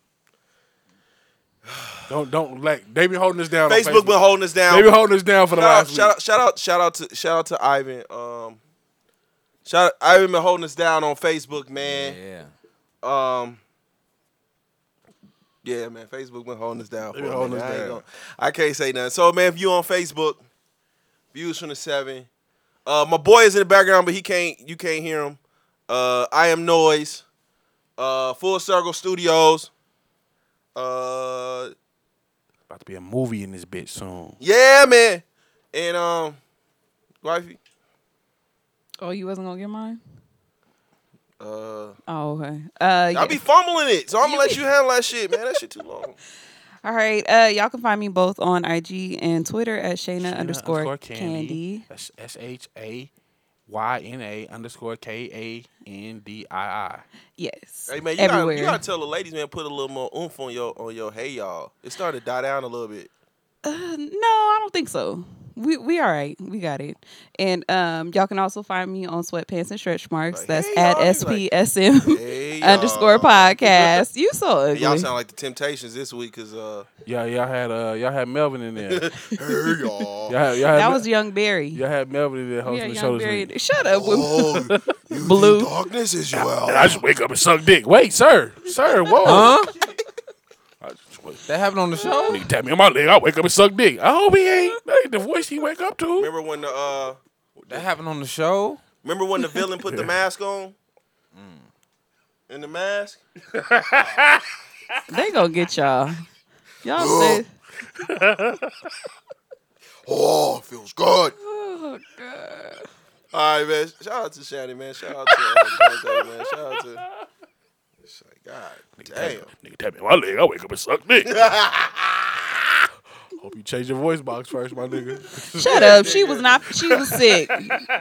Speaker 6: Don't don't like. They be holding us down.
Speaker 1: Facebook
Speaker 6: on
Speaker 1: been
Speaker 6: Facebook.
Speaker 1: holding us down.
Speaker 6: They be holding us down for the
Speaker 1: shout
Speaker 6: last
Speaker 1: out,
Speaker 6: week.
Speaker 1: shout out, shout out, shout out to shout out to Ivan. Um, shout out, Ivan been holding us down on Facebook, man.
Speaker 4: yeah.
Speaker 1: Um, yeah, man, Facebook been holding us down. For
Speaker 6: They been
Speaker 1: a
Speaker 6: holding
Speaker 1: minute.
Speaker 6: us
Speaker 1: I, ain't
Speaker 6: down.
Speaker 1: gonna- I can't say nothing. So, man, if you on Facebook, views from the seven. Uh, my boy is in the background, but he can't. You can't hear him. Uh, I am noise. Uh, Full Circle Studios. Uh.
Speaker 6: About to be a movie in this bitch soon.
Speaker 1: Yeah, man. And um, wifey.
Speaker 5: Oh, you wasn't gonna get mine.
Speaker 1: Uh,
Speaker 5: Oh, okay. Uh, yeah.
Speaker 1: I be fumbling it, so I'm
Speaker 5: You
Speaker 1: gonna let
Speaker 5: be-
Speaker 1: you handle that shit, man. That shit too long.
Speaker 5: All right. Uh, y'all can find me both on IG and Twitter at Shayna, underscore, Candy.
Speaker 6: That's S H A Y N A underscore K A N D I I.
Speaker 5: Yes.
Speaker 1: Hey man, you
Speaker 5: everywhere.
Speaker 1: gotta, you gotta tell the ladies, man, put a little more oomph on your on your hey y'all. It started to die down a little bit.
Speaker 5: No, I don't think so. We we all right. We got it. And um, y'all can also find me on sweatpants and stretch marks.
Speaker 1: Like,
Speaker 5: That's
Speaker 1: hey,
Speaker 5: at
Speaker 1: y'all. He's like,
Speaker 5: SPSM
Speaker 1: Hey
Speaker 5: underscore
Speaker 1: y'all.
Speaker 5: podcast. You so ugly.
Speaker 1: Y'all sound like the Temptations this week, cause uh,
Speaker 6: Yeah, y'all had uh, y'all had Melvin in there. y'all
Speaker 1: hey y'all.
Speaker 6: had, y'all had,
Speaker 5: that was Young Barry.
Speaker 6: y'all had Melvin in there
Speaker 5: We
Speaker 6: hosting
Speaker 5: had
Speaker 6: the
Speaker 5: Young
Speaker 6: show this
Speaker 5: Barry.
Speaker 6: week.
Speaker 5: Shut up. with
Speaker 1: Oh, you
Speaker 5: Blue.
Speaker 1: think darkness is your
Speaker 6: And I just wake up and suck dick. Wait, sir, sir, whoa. Huh? I just wait.
Speaker 4: That happened on the show.
Speaker 6: When he tap me on my leg, I wake up and suck dick. I hope he ain't that ain't the voice he wake up to.
Speaker 1: Remember when the uh,
Speaker 4: That happened on the show.
Speaker 1: remember when the villain put the mask on? Mm. And the mask.
Speaker 5: They gonna get y'all. Y'all say.
Speaker 1: Oh, feels good. All right, man. Shout out to Shannon, man. Shout out to uh, Jose, man. Shout out to. It's like, God damn.
Speaker 6: Nigga tap me on my leg, I wake up and suck dick. hope you change your voice box first, my nigga.
Speaker 5: Shut up. She was not. She was sick.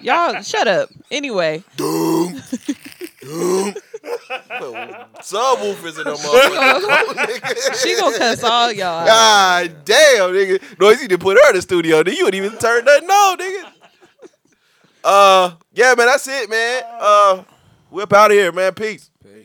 Speaker 5: Y'all, shut up. Anyway,
Speaker 1: Subwoofers in them motherfuckers.
Speaker 5: she gonna cuss all y'all. out.
Speaker 1: God damn, nigga. Noisy to put her in the studio. Then you wouldn't even turn nothing on, nigga. Uh, yeah, man. That's it, man. Uh, whip out of here, man. Peace.
Speaker 4: Peace.